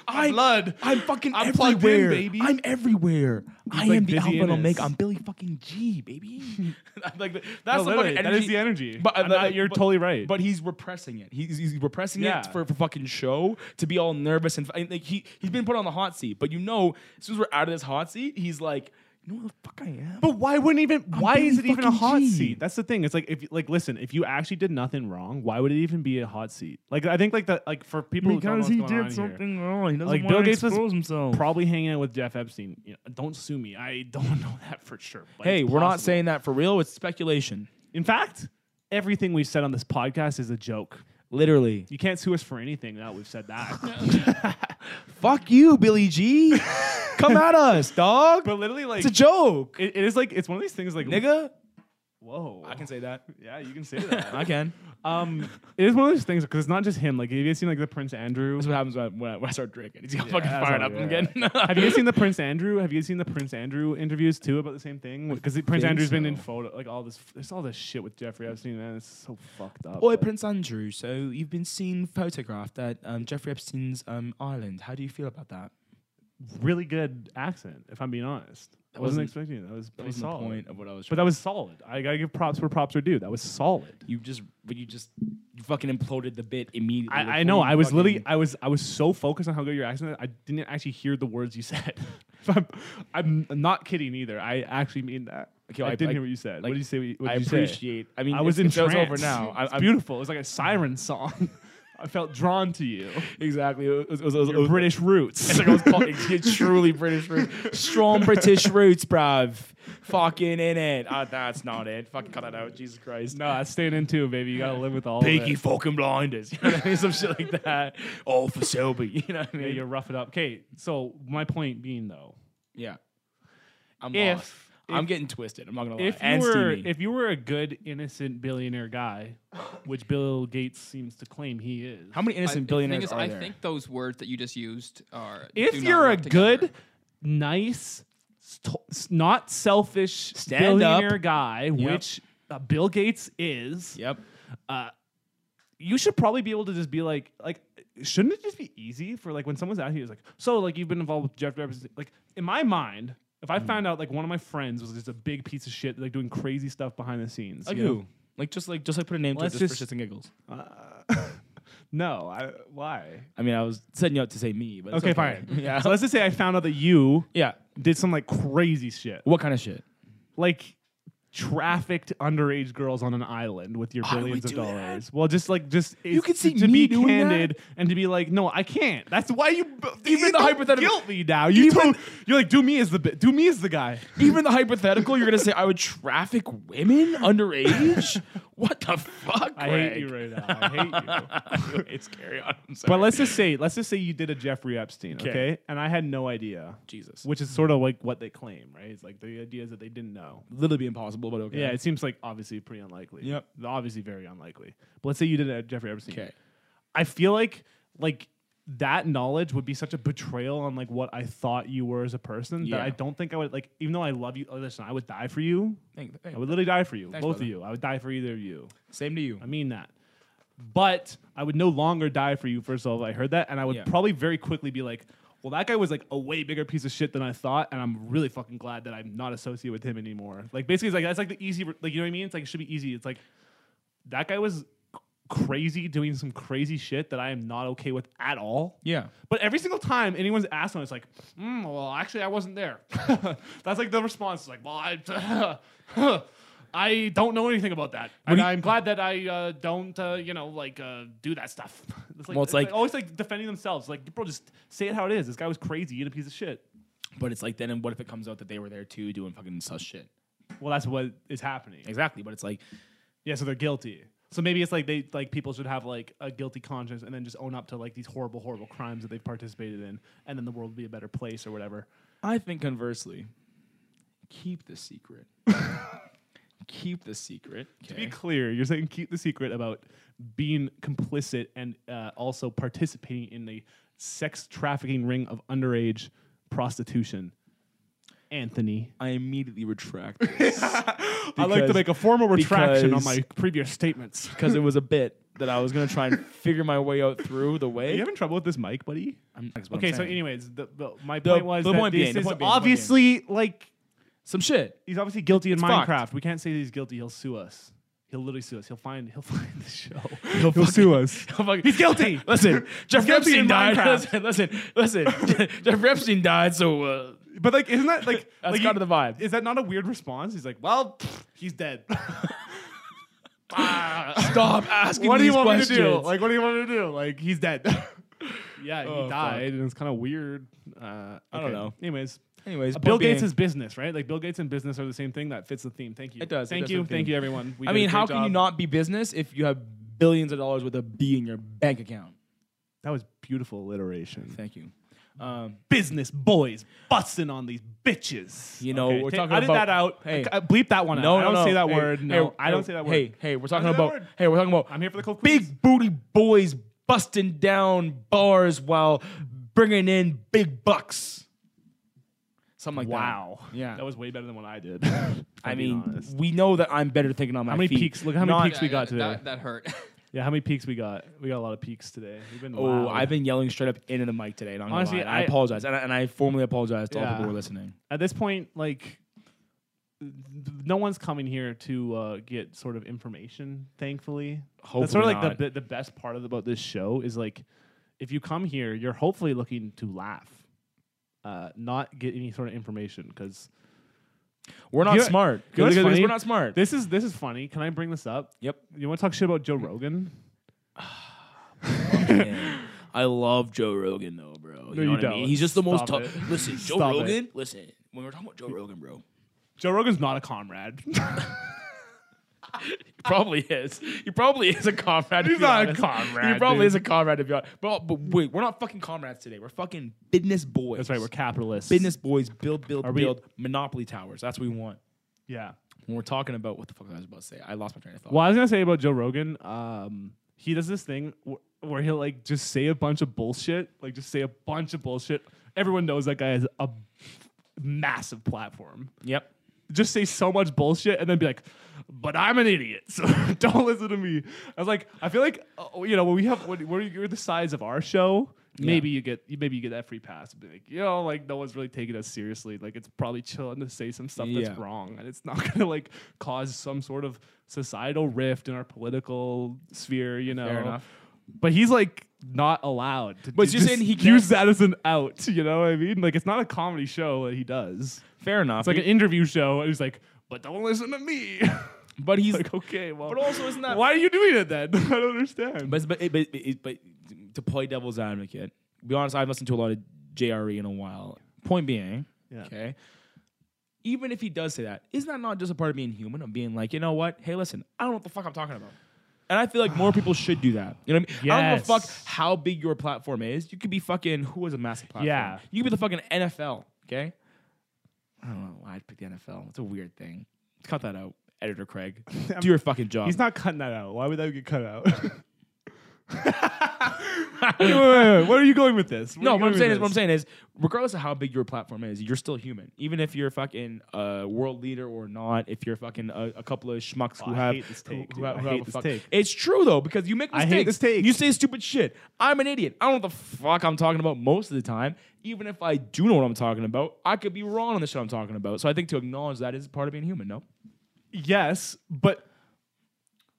Speaker 4: I'm
Speaker 10: blood.
Speaker 4: I'm fucking
Speaker 10: I'm plugged in,
Speaker 4: everywhere,
Speaker 10: baby.
Speaker 4: I'm everywhere. I
Speaker 3: like
Speaker 4: am the
Speaker 3: Busy
Speaker 4: alpha and
Speaker 3: Innes.
Speaker 4: omega. I'm Billy fucking G, baby. [LAUGHS] like the- that's
Speaker 3: No,
Speaker 4: the fucking
Speaker 3: literally,
Speaker 4: energy.
Speaker 3: that is the energy.
Speaker 4: But uh,
Speaker 3: I'm not-
Speaker 4: like,
Speaker 3: you're
Speaker 4: but-
Speaker 3: totally right.
Speaker 4: But he's repressing it. He's, he's repressing
Speaker 3: Yeah.
Speaker 4: it for, for fucking show to be all nervous and, f- and, like he he's been put on the hot seat. But you know, as soon as we're out of this hot seat, he's like, you know what the fuck I am.
Speaker 3: But why wouldn't even? why
Speaker 4: Billy
Speaker 3: is it even a
Speaker 4: fucking
Speaker 3: hot
Speaker 4: G.
Speaker 3: seat? That's the thing. It's like if like listen, if you actually did nothing wrong, why would it even be a hot seat? Like I think like that like for people who don't know what's going on here,
Speaker 10: wrong. He doesn't
Speaker 3: Like Bill Gates was
Speaker 10: Pro-
Speaker 3: probably hanging out with Jeff Epstein. You know, don't sue me. I [LAUGHS] don't know that for sure. But
Speaker 4: hey,
Speaker 3: it's
Speaker 4: we're not
Speaker 3: possible.
Speaker 4: saying that for real. It's speculation.
Speaker 3: In fact, everything we've said on this podcast is a joke.
Speaker 4: Literally.
Speaker 3: You can't sue us for anything now we've said that. [LAUGHS]
Speaker 4: [LAUGHS] Fuck you, Billy [LAUGHS] G. Come at us, dog.
Speaker 3: but literally, like
Speaker 4: It's a joke,
Speaker 3: It, it is like it's one of these things. Like
Speaker 4: nigga.
Speaker 3: whoa,
Speaker 4: I can say that.
Speaker 3: yeah, you can say
Speaker 4: [LAUGHS]
Speaker 3: that.
Speaker 4: I can.
Speaker 3: um, it is one of those things because it's not just him. Like, have you guys seen like the Prince Andrew?
Speaker 4: That's what happens when I, when I, when I start drinking. He's got
Speaker 3: Yeah,
Speaker 4: fucking
Speaker 3: that's
Speaker 4: fired
Speaker 3: all
Speaker 4: up
Speaker 3: good.
Speaker 4: again.
Speaker 3: [LAUGHS] Have you guys seen the Prince Andrew? Have you guys seen the Prince Andrew interviews too about the same thing? Because Prince
Speaker 4: think
Speaker 3: Andrew's been in
Speaker 4: so.
Speaker 3: photo, like all this, there's all this shit with Jeffrey Epstein, man. It's so fucked up.
Speaker 4: Oi,
Speaker 3: but-
Speaker 4: Prince Andrew. So you've been seen photographed at um, Jeffrey Epstein's um, island. How do you feel about that?
Speaker 3: really good accent, if I'm being honest. I wasn't,
Speaker 4: wasn't-
Speaker 3: expecting it. That was
Speaker 4: That
Speaker 3: pretty
Speaker 4: was the
Speaker 3: solid.
Speaker 4: point of what I was.
Speaker 3: But that was solid. I gotta give props where props are due. That was solid.
Speaker 4: you just, but you just, you fucking imploded the bit immediately.
Speaker 3: I, I
Speaker 4: before
Speaker 3: know.
Speaker 4: you
Speaker 3: I was literally.
Speaker 4: fucking-
Speaker 3: I was. I was so focused on how good your accent. is, I didn't actually hear the words you [LAUGHS] said. If I'm, I'm not kidding either. I actually mean that.
Speaker 4: Okay,
Speaker 3: I,
Speaker 4: I-
Speaker 3: didn't
Speaker 4: I-
Speaker 3: hear what you said. what
Speaker 4: like,
Speaker 3: did you say? we- What
Speaker 4: I
Speaker 3: did you say?
Speaker 4: appreciate. I mean,
Speaker 3: I was in
Speaker 4: it's,
Speaker 3: trance.
Speaker 4: it's over now. I,
Speaker 3: it's
Speaker 4: I'm-
Speaker 3: beautiful. It was like a siren song. [LAUGHS] I felt drawn to you.
Speaker 4: Exactly. It was, it was, it was, it
Speaker 3: Your
Speaker 4: was,
Speaker 3: British
Speaker 4: It's
Speaker 3: roots.
Speaker 4: like I was
Speaker 3: [LAUGHS]
Speaker 4: called, it's it's truly British roots. Strong British roots, bruv. Fucking in it. Ah, that's not it. Fucking cut that out. Jesus Christ.
Speaker 3: no, that's staying in too, baby. You gotta live with all. of
Speaker 4: Peaky
Speaker 3: it.
Speaker 4: fucking
Speaker 3: [LAUGHS]
Speaker 4: blinders. You know what I mean? Some shit like that. All Oh, for Selby. [LAUGHS] You know what I
Speaker 3: Yeah,
Speaker 4: mean?
Speaker 3: you rough it up. Okay, so my point being though,
Speaker 4: yeah. I'm
Speaker 3: If-
Speaker 4: lost. I'm getting twisted. I'm not gonna lie.
Speaker 3: if you
Speaker 4: and
Speaker 3: were
Speaker 4: steamy.
Speaker 3: if you were a good innocent billionaire guy, which Bill Gates seems to claim he is,
Speaker 4: how many innocent
Speaker 5: I,
Speaker 4: billionaires
Speaker 5: the thing
Speaker 4: are
Speaker 5: is,
Speaker 4: there?
Speaker 5: I think those words that you just used are. do
Speaker 3: if
Speaker 5: not
Speaker 3: you're a
Speaker 5: work together.
Speaker 3: good, nice, st- s- not selfish
Speaker 4: Stand up.
Speaker 3: billionaire guy, which uh, Bill Gates is, uh,
Speaker 4: yep.
Speaker 3: you should probably be able to just be like, like, shouldn't it just be easy for like when someone's asking you, it's like, so like you've been involved with Jeff Bezos, like in my mind. If I found out like one of my friends was just a big piece of shit, like doing crazy stuff behind the scenes,
Speaker 4: Like
Speaker 3: you know?
Speaker 4: who? Like just like just like put a name
Speaker 3: Let's
Speaker 4: to it just,
Speaker 3: just-
Speaker 4: for shits and giggles.
Speaker 3: Uh, [LAUGHS] no, I, why?
Speaker 4: I mean, I was setting you up to say me, but it's
Speaker 3: Okay,
Speaker 4: okay,
Speaker 3: fine.
Speaker 4: [LAUGHS] Yeah.
Speaker 3: So let's just say I found out that you
Speaker 4: yeah.
Speaker 3: did some like crazy shit,
Speaker 4: What kind of shit?
Speaker 3: like trafficked underage girls on an island with your billions of dollars. Well, just like just you
Speaker 4: could see
Speaker 3: to
Speaker 4: me
Speaker 3: be
Speaker 4: doing that?
Speaker 3: candid and to be like, no, I can't. That's why you
Speaker 4: Even the
Speaker 3: don't
Speaker 4: hypothetical-
Speaker 3: guilt me now. You told, you're like, do me as the bi- do me as the
Speaker 4: [LAUGHS]
Speaker 3: guy.
Speaker 4: Even the hypothetical, you're gonna say I would traffic women underage? what the fuck?
Speaker 3: I hate you
Speaker 4: Greg?
Speaker 3: right now. I hate
Speaker 4: [LAUGHS]
Speaker 3: you.
Speaker 4: Anyways, carry on. I'm sorry.
Speaker 3: But let's just say, let's just say you did a Jeffrey Epstein, okay?
Speaker 4: 'Kay.
Speaker 3: And I had no idea,
Speaker 4: Jesus,
Speaker 3: which is sort of like what they claim, right? It's like the idea is that they didn't know.
Speaker 4: literally be impossible, but okay.
Speaker 3: Yeah, it seems like obviously pretty unlikely.
Speaker 4: Yep.
Speaker 3: Obviously very unlikely. But let's say you did it at Jeffrey Epstein.
Speaker 4: Okay.
Speaker 3: I feel like like that knowledge would be such a betrayal on like what I thought you were as a person that
Speaker 4: Yeah.
Speaker 3: I don't think I would like even though I love you oh, listen, I would die for you.
Speaker 4: Thank- thank-
Speaker 3: I would literally die for you.
Speaker 4: Thanks,
Speaker 3: both
Speaker 4: brother.
Speaker 3: of you. I would die for either of you.
Speaker 4: Same to you.
Speaker 3: I mean that. But I would no longer die for you, first of all, if I heard that. And I would
Speaker 4: Yeah.
Speaker 3: probably very quickly be like, well, that guy was like a way bigger piece of shit than I thought. And I'm really fucking glad that I'm not associated with him anymore. Like, basically, it's like, that's like the easy, like, you know what I mean? It's like, it should be easy. It's like, that guy was c- crazy doing some crazy shit that I am not okay with at all.
Speaker 4: Yeah.
Speaker 3: But every single time anyone's asked him, it's like, mm, well, actually, I wasn't there. [LAUGHS] That's like the response. It's like, well, I, [LAUGHS] I don't know anything about that. And
Speaker 4: do you-
Speaker 3: I'm glad that I uh, don't, uh, you know, like uh, do that stuff. [LAUGHS] It's like,
Speaker 4: Well, it's like-
Speaker 3: always like defending themselves. Like, bro, just say it how it is. This guy was crazy and a piece of shit.
Speaker 4: But it's like then, and what if it comes out that they were there too, doing fucking sus shit?
Speaker 3: Well, that's what is happening.
Speaker 4: Exactly. But it's like,
Speaker 3: Yeah, so they're guilty. So maybe it's like they like people should have like a guilty conscience and then just own up to like these horrible, horrible crimes that they've participated in, and then the world would be a better place or whatever.
Speaker 4: I think conversely, keep the [LAUGHS] secret. keep the secret.
Speaker 3: To be clear, you're saying keep the secret about being complicit and uh, also participating in the sex trafficking ring of underage prostitution. Anthony,
Speaker 4: I immediately [LAUGHS] retract this
Speaker 3: I like to
Speaker 4: Because-
Speaker 3: make a formal retraction on
Speaker 4: because- [LAUGHS]
Speaker 3: my previous statements.
Speaker 4: because it was a bit. that I was gonna try and figure my way out through the
Speaker 3: Are
Speaker 4: way.
Speaker 3: you having trouble with this mic, buddy?
Speaker 4: I'm- that's what I'm
Speaker 3: Okay, so
Speaker 4: saying.
Speaker 3: anyways, the, the, my
Speaker 4: The-
Speaker 3: point was
Speaker 4: the
Speaker 3: that
Speaker 4: point
Speaker 3: this
Speaker 4: being- the
Speaker 3: is
Speaker 4: point being- the point being.
Speaker 3: obviously like [LAUGHS]
Speaker 4: some shit.
Speaker 3: he's obviously guilty in
Speaker 4: It's
Speaker 3: Minecraft.
Speaker 4: fucked.
Speaker 3: We can't say that he's guilty. He'll sue us. He'll literally sue us. He'll find. He'll [LAUGHS] find the show.
Speaker 4: He'll, sue us.
Speaker 3: He's guilty.
Speaker 4: [LAUGHS] listen, Jeffrey
Speaker 3: guilty in
Speaker 4: Epstein died.
Speaker 3: Minecraft.
Speaker 4: Listen, listen, listen. Jeffrey Epstein died, so uh,
Speaker 3: [LAUGHS] But like, isn't that like
Speaker 4: That's
Speaker 3: like,
Speaker 4: kind of the vibe.
Speaker 3: Is that not a weird response? He's like, well, pfft, he's dead.
Speaker 4: [LAUGHS]
Speaker 3: [LAUGHS]
Speaker 4: stop asking
Speaker 3: what do you
Speaker 4: these
Speaker 3: want
Speaker 4: questions.
Speaker 3: me to do? Like, what do you want me to do? Like, he's dead. [LAUGHS] yeah, he
Speaker 4: Oh,
Speaker 3: died, and it's kind of weird. Uh,
Speaker 4: I don't
Speaker 3: okay.
Speaker 4: know.
Speaker 3: Anyways. Uh,
Speaker 4: anyways,
Speaker 3: Bill
Speaker 4: point being-
Speaker 3: Gates is business, right? Like Bill Gates and business are the same thing. That fits the theme. Thank you.
Speaker 4: It does. It
Speaker 3: Thank
Speaker 4: does
Speaker 3: you.
Speaker 4: fit the
Speaker 3: Thank
Speaker 4: theme.
Speaker 3: you, everyone. We
Speaker 4: I
Speaker 3: did a
Speaker 4: mean,
Speaker 3: great
Speaker 4: how can you
Speaker 3: job.
Speaker 4: not be business if you have billions of dollars with a B in your bank account?
Speaker 3: That was beautiful alliteration.
Speaker 4: Thank you. Um,
Speaker 3: Business boys busting on these bitches.
Speaker 4: You know, we're
Speaker 3: ta-
Speaker 4: talking
Speaker 3: I did
Speaker 4: about-
Speaker 3: that out.
Speaker 4: Hey.
Speaker 3: I, I bleep that one out.
Speaker 4: no,
Speaker 3: I
Speaker 4: no,
Speaker 3: don't
Speaker 4: no.
Speaker 3: say that
Speaker 4: Hey,
Speaker 3: word.
Speaker 4: hey,
Speaker 3: No, I don't
Speaker 4: hey,
Speaker 3: say that word.
Speaker 4: Hey, hey, we're talking
Speaker 3: I don't say that
Speaker 4: about.
Speaker 3: word.
Speaker 4: Hey, we're talking about.
Speaker 3: I'm here for the cold [LAUGHS]
Speaker 4: big
Speaker 3: cookies.
Speaker 4: booty boys busting down bars while bringing in big bucks. Something like
Speaker 3: Wow.
Speaker 4: that. Yeah.
Speaker 3: That was way better than what I did. [LAUGHS] if
Speaker 4: I
Speaker 3: I'm being
Speaker 4: mean,
Speaker 3: honest.
Speaker 4: we know that I'm better thinking on my
Speaker 3: how many
Speaker 4: feet.
Speaker 3: peaks? Look how many
Speaker 4: Not-
Speaker 3: peaks we got today.
Speaker 5: That, that
Speaker 3: [LAUGHS]
Speaker 5: hurt.
Speaker 3: yeah, how many peaks we got? We got a lot of peaks today. We've been
Speaker 4: Oh,
Speaker 3: loud.
Speaker 4: I've been yelling straight up into the mic today. Not gonna
Speaker 3: Honestly,
Speaker 4: lie. I,
Speaker 3: I-
Speaker 4: apologize, and I, and I formally apologize to all
Speaker 3: Yeah.
Speaker 4: people who are listening.
Speaker 3: at this point, like, th- no one's coming here to uh, get sort of information. Thankfully, that's sort of
Speaker 4: Hopefully
Speaker 3: like
Speaker 4: not.
Speaker 3: the bi- the best part of, about this show is like, if you come here, you're hopefully looking to laugh, uh, not get any sort of information because
Speaker 4: We're not
Speaker 3: You-
Speaker 4: smart.
Speaker 3: you know what's
Speaker 4: Because
Speaker 3: funny?
Speaker 4: we're not smart.
Speaker 3: This is this is funny. Can I bring this up?
Speaker 4: yep.
Speaker 3: You want to talk shit about Joe Rogan?
Speaker 4: Man, I love Joe Rogan though, bro. You know
Speaker 3: you
Speaker 4: what I mean?
Speaker 3: don't.
Speaker 4: He's just the most
Speaker 3: Stop
Speaker 4: tough.
Speaker 3: it.
Speaker 4: [LAUGHS] Listen, Joe
Speaker 3: Stop it.
Speaker 4: Rogan. Listen, when we're talking about Joe Rogan, bro,
Speaker 3: Joe Rogan's not a comrade.
Speaker 4: he probably is. He probably is a comrade. to
Speaker 3: He's
Speaker 4: be
Speaker 3: not a
Speaker 4: honest.
Speaker 3: comrade,
Speaker 4: He probably
Speaker 3: dude.
Speaker 4: is a comrade to be honest. But, but wait, we're not fucking comrades today. We're fucking business boys.
Speaker 3: That's right. We're capitalists.
Speaker 4: [LAUGHS] business boys. Build, build,
Speaker 3: Are we-
Speaker 4: build. Monopoly towers. That's what we want.
Speaker 3: Yeah.
Speaker 4: When we're talking about what the fuck I was about to say, I lost my train of thought.
Speaker 3: Well, I was gonna say about Joe Rogan. Um, he does this thing wh- where he'll like just say a bunch of bullshit, like just say a bunch of bullshit. Everyone knows that guy has a massive platform.
Speaker 4: Yep.
Speaker 3: Just say so much bullshit and then be like, "But I'm an idiot, so [LAUGHS] don't listen to me." I was like, I feel like uh, you know when we have when we're, you're the size of our show. Maybe you get maybe you get that free pass. Be like, yo, like no one's really taking us seriously. Like it's probably chilling to say some stuff that's
Speaker 4: Yeah.
Speaker 3: wrong, and it's not [LAUGHS] gonna like cause some sort of societal rift in our political sphere. You know,
Speaker 4: enough.
Speaker 3: but he's like not allowed to.
Speaker 4: But
Speaker 3: do-
Speaker 4: you're
Speaker 3: just
Speaker 4: saying he
Speaker 3: use
Speaker 4: can't-
Speaker 3: that as an out. You know what I mean? Like it's not a comedy show that he does.
Speaker 4: Fair enough.
Speaker 3: It's like an interview show, and he's like, "But don't listen to me." [LAUGHS]
Speaker 4: but [LAUGHS] he's
Speaker 3: like, okay, well,
Speaker 4: But also, isn't that-
Speaker 3: why are you doing it then? [LAUGHS] I don't understand.
Speaker 4: But, but, but, but, but to play devil's advocate, to be honest, I haven't listened to a lot of JRE in a while. Point being,
Speaker 3: Yeah.
Speaker 4: okay, even if he does say that, isn't that not just a part of being human? Of being like, you know what? Hey, listen, I don't know what the fuck I'm talking about. And I feel like more
Speaker 3: [SIGHS]
Speaker 4: people should do that. You know what I mean? I don't give a fuck
Speaker 3: Yes.
Speaker 4: how big your platform is. You could be fucking who is a massive platform.
Speaker 3: Yeah.
Speaker 4: You could be the fucking NFL. Okay. I don't know why I picked the NFL. It's a weird thing. Cut that out, editor
Speaker 3: [LAUGHS]
Speaker 4: Craig. [LAUGHS] do your fucking job.
Speaker 3: he's not cutting that out. Why would that get cut out? [LAUGHS] Wait, wait, wait, wait. Where are you going with this? Where
Speaker 4: No,
Speaker 3: are you
Speaker 4: what I'm
Speaker 3: going
Speaker 4: saying
Speaker 3: with
Speaker 4: is, what I'm
Speaker 3: this?
Speaker 4: saying is, regardless of how big your platform is, you're still human. Even if you're fucking a world leader or not, if you're fucking uh, a, a couple of schmucks who
Speaker 3: Oh, I
Speaker 4: have,
Speaker 3: hate this take,
Speaker 4: who,
Speaker 3: dude.
Speaker 4: have,
Speaker 3: I
Speaker 4: who
Speaker 3: hate
Speaker 4: have a
Speaker 3: this
Speaker 4: fuck-
Speaker 3: take.
Speaker 4: It's true though because you make
Speaker 3: I
Speaker 4: mistakes.
Speaker 3: hate this take.
Speaker 4: You say stupid shit. I'm an idiot. I don't know what the fuck I'm talking about most of the time. Even if I do know what I'm talking about, I could be wrong on the shit I'm talking about. So I think to acknowledge that is part of being human. No,
Speaker 3: Yes, but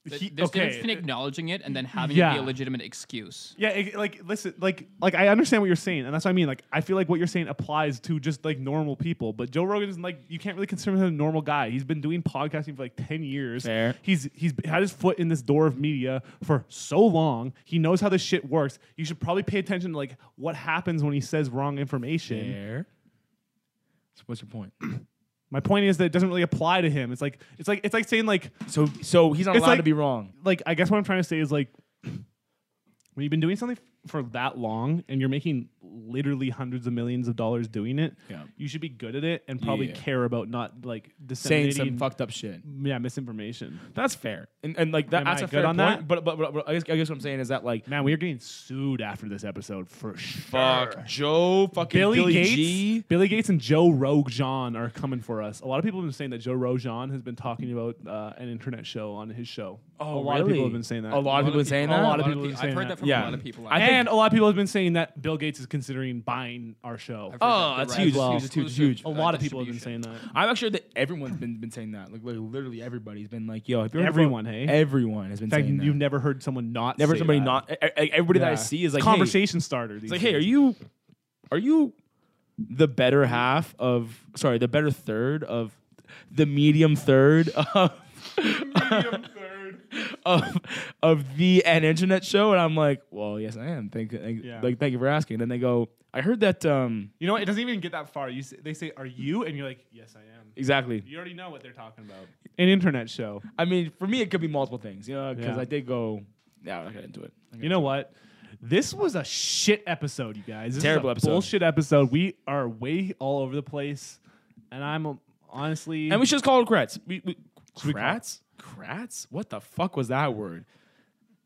Speaker 5: Th-
Speaker 3: he-
Speaker 5: There's a difference
Speaker 3: okay.
Speaker 5: between acknowledging it and then having it
Speaker 3: Yeah.
Speaker 5: be a legitimate excuse.
Speaker 3: Yeah, it, like listen, like like I understand what you're saying, and that's what I mean. Like I feel like what you're saying applies to just like normal people, but Joe Rogan is like you can't really consider him a normal guy. He's been doing podcasting for like ten years.
Speaker 4: Fair.
Speaker 3: He's he's had his foot in this door of media for so long. He knows how this shit works. You should probably pay attention to like what happens when he says wrong information.
Speaker 4: there. So what's your point?
Speaker 3: My point is that it doesn't really apply to him. It's like it's like it's like saying like
Speaker 4: so so he's not
Speaker 3: It's
Speaker 4: allowed
Speaker 3: like-
Speaker 4: to be wrong.
Speaker 3: like I guess what I'm trying to say is like [CLEARS THROAT] when you've been doing something f- for that long and you're making literally hundreds of millions of dollars doing it,
Speaker 4: Yeah.
Speaker 3: you should be good at it and probably
Speaker 4: Yeah.
Speaker 3: care about not like
Speaker 4: Saying
Speaker 3: disseminating
Speaker 4: some fucked up shit.
Speaker 3: yeah misinformation.
Speaker 4: That's fair, and and like that,
Speaker 3: Am
Speaker 4: that's
Speaker 3: I
Speaker 4: a
Speaker 3: good
Speaker 4: fair
Speaker 3: on
Speaker 4: point.
Speaker 3: that?
Speaker 4: But, but but but I guess I guess what I'm saying is that like
Speaker 3: Man, we are getting sued after this episode for sure.
Speaker 4: fuck Joe fucking
Speaker 3: Billy,
Speaker 4: Billy,
Speaker 3: Gates,
Speaker 4: G.
Speaker 3: Billy Gates, and Joe Rogan are coming for us. A lot of people have been saying that Joe Rogan has been talking about uh, an internet show on his show.
Speaker 4: Oh,
Speaker 3: a lot of people have been saying that.
Speaker 4: A lot of people have been saying
Speaker 3: a
Speaker 4: that.
Speaker 3: lot of people
Speaker 5: pe-
Speaker 3: have been saying
Speaker 5: I've heard that from
Speaker 4: Yeah.
Speaker 5: a lot of people.
Speaker 4: I think-
Speaker 3: and a lot of people have been saying that Bill Gates is considering buying our show.
Speaker 5: I've heard
Speaker 4: Oh,
Speaker 5: that
Speaker 4: that's
Speaker 5: they're
Speaker 4: huge,
Speaker 5: right.
Speaker 4: huge, huge,
Speaker 5: Exclusive,
Speaker 4: huge.
Speaker 5: uh,
Speaker 3: a lot of people have been
Speaker 5: distribution.
Speaker 3: saying that.
Speaker 4: I'm actually that everyone's been been saying that. Like, like, literally everybody's been like, "Yo, have you heard about-
Speaker 3: Everyone, hey?
Speaker 4: everyone has been
Speaker 3: In fact,
Speaker 4: saying that."
Speaker 3: you've never heard someone not
Speaker 4: never
Speaker 3: say
Speaker 4: somebody
Speaker 3: that.
Speaker 4: not e- e- everybody that I
Speaker 3: Yeah.
Speaker 4: see is like "Hey,
Speaker 3: conversation starter.
Speaker 4: It's like, hey, are [LAUGHS] you are you the better half of sorry, the better third of the medium third [LAUGHS] of
Speaker 3: [LAUGHS]
Speaker 4: medium third of of the an internet show? And I'm like, well, yes, I am. Thank, thank
Speaker 3: Yeah.
Speaker 4: like thank you for asking. And they go, I heard that um
Speaker 3: You know what? It doesn't even get that far. You say, they say, "Are you?" and you're like, "Yes, I am."
Speaker 4: exactly.
Speaker 3: You already know what they're talking about. An internet show.
Speaker 4: I mean, for me, it could be multiple things, you know, because
Speaker 3: Yeah.
Speaker 4: I did go. Yeah, I got into it.
Speaker 3: You know what? This was a shit episode, you guys. This
Speaker 4: Terrible
Speaker 3: is a
Speaker 4: episode.
Speaker 3: Bullshit episode. We are way all over the place, and I'm um, honestly.
Speaker 4: And we should just call it Kratz. We, we,
Speaker 3: we call-
Speaker 4: Kratz? Kratz? What the fuck was that word?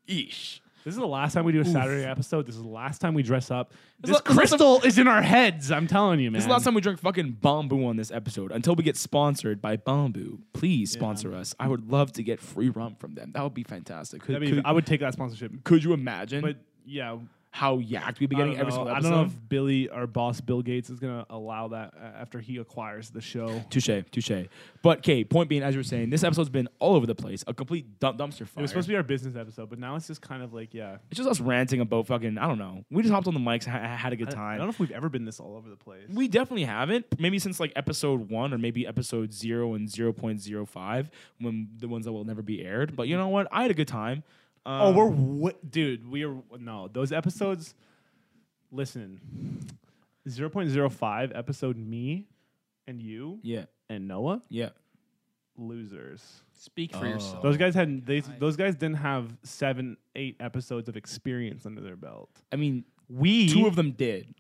Speaker 4: Eesh.
Speaker 3: This is the last time we do a Saturday episode. This is the last time we dress up. This,
Speaker 4: lo- there's lots of-
Speaker 3: crystal is in our heads. I'm telling you, man.
Speaker 4: This is the last time we drink fucking Bamboo on this episode. Until we get sponsored by Bamboo, please sponsor us. I would love to get free rum from them. That would be fantastic. Could,
Speaker 3: I mean,
Speaker 4: could-
Speaker 3: I would take that sponsorship,
Speaker 4: could you imagine
Speaker 3: but yeah.
Speaker 4: how yacked we'd be
Speaker 3: I
Speaker 4: getting
Speaker 3: don't
Speaker 4: every
Speaker 3: know.
Speaker 4: single
Speaker 3: I
Speaker 4: episode?
Speaker 3: don't know if Billy, our boss, Bill Gates, is gonna allow that uh, after he acquires the show.
Speaker 4: Touche, touche. But okay, point being, as you were saying, this episode's been all over the place. A complete dump- dumpster fire.
Speaker 3: It was supposed to be our business episode, but now it's just kind of like, yeah.
Speaker 4: It's just us ranting about fucking. I don't know. We just hopped on the mics, ha- ha- had a good
Speaker 3: I-
Speaker 4: time.
Speaker 3: I, don't know if we've ever been this all over the place.
Speaker 4: We definitely haven't. Maybe since like episode one or maybe episode zero and 0.05, when the ones that will never be aired. But you know what? I had a good time. Um,
Speaker 3: oh, we're w- dude. We are no those episodes. Listen, zero point zero five episode me and you
Speaker 4: Yeah,
Speaker 3: and Noah
Speaker 4: yeah.
Speaker 3: losers.
Speaker 5: Speak for yourself.
Speaker 3: Those guys had they those guys didn't have seven eight episodes of experience under their belt.
Speaker 4: I mean,
Speaker 3: We
Speaker 4: two of them did.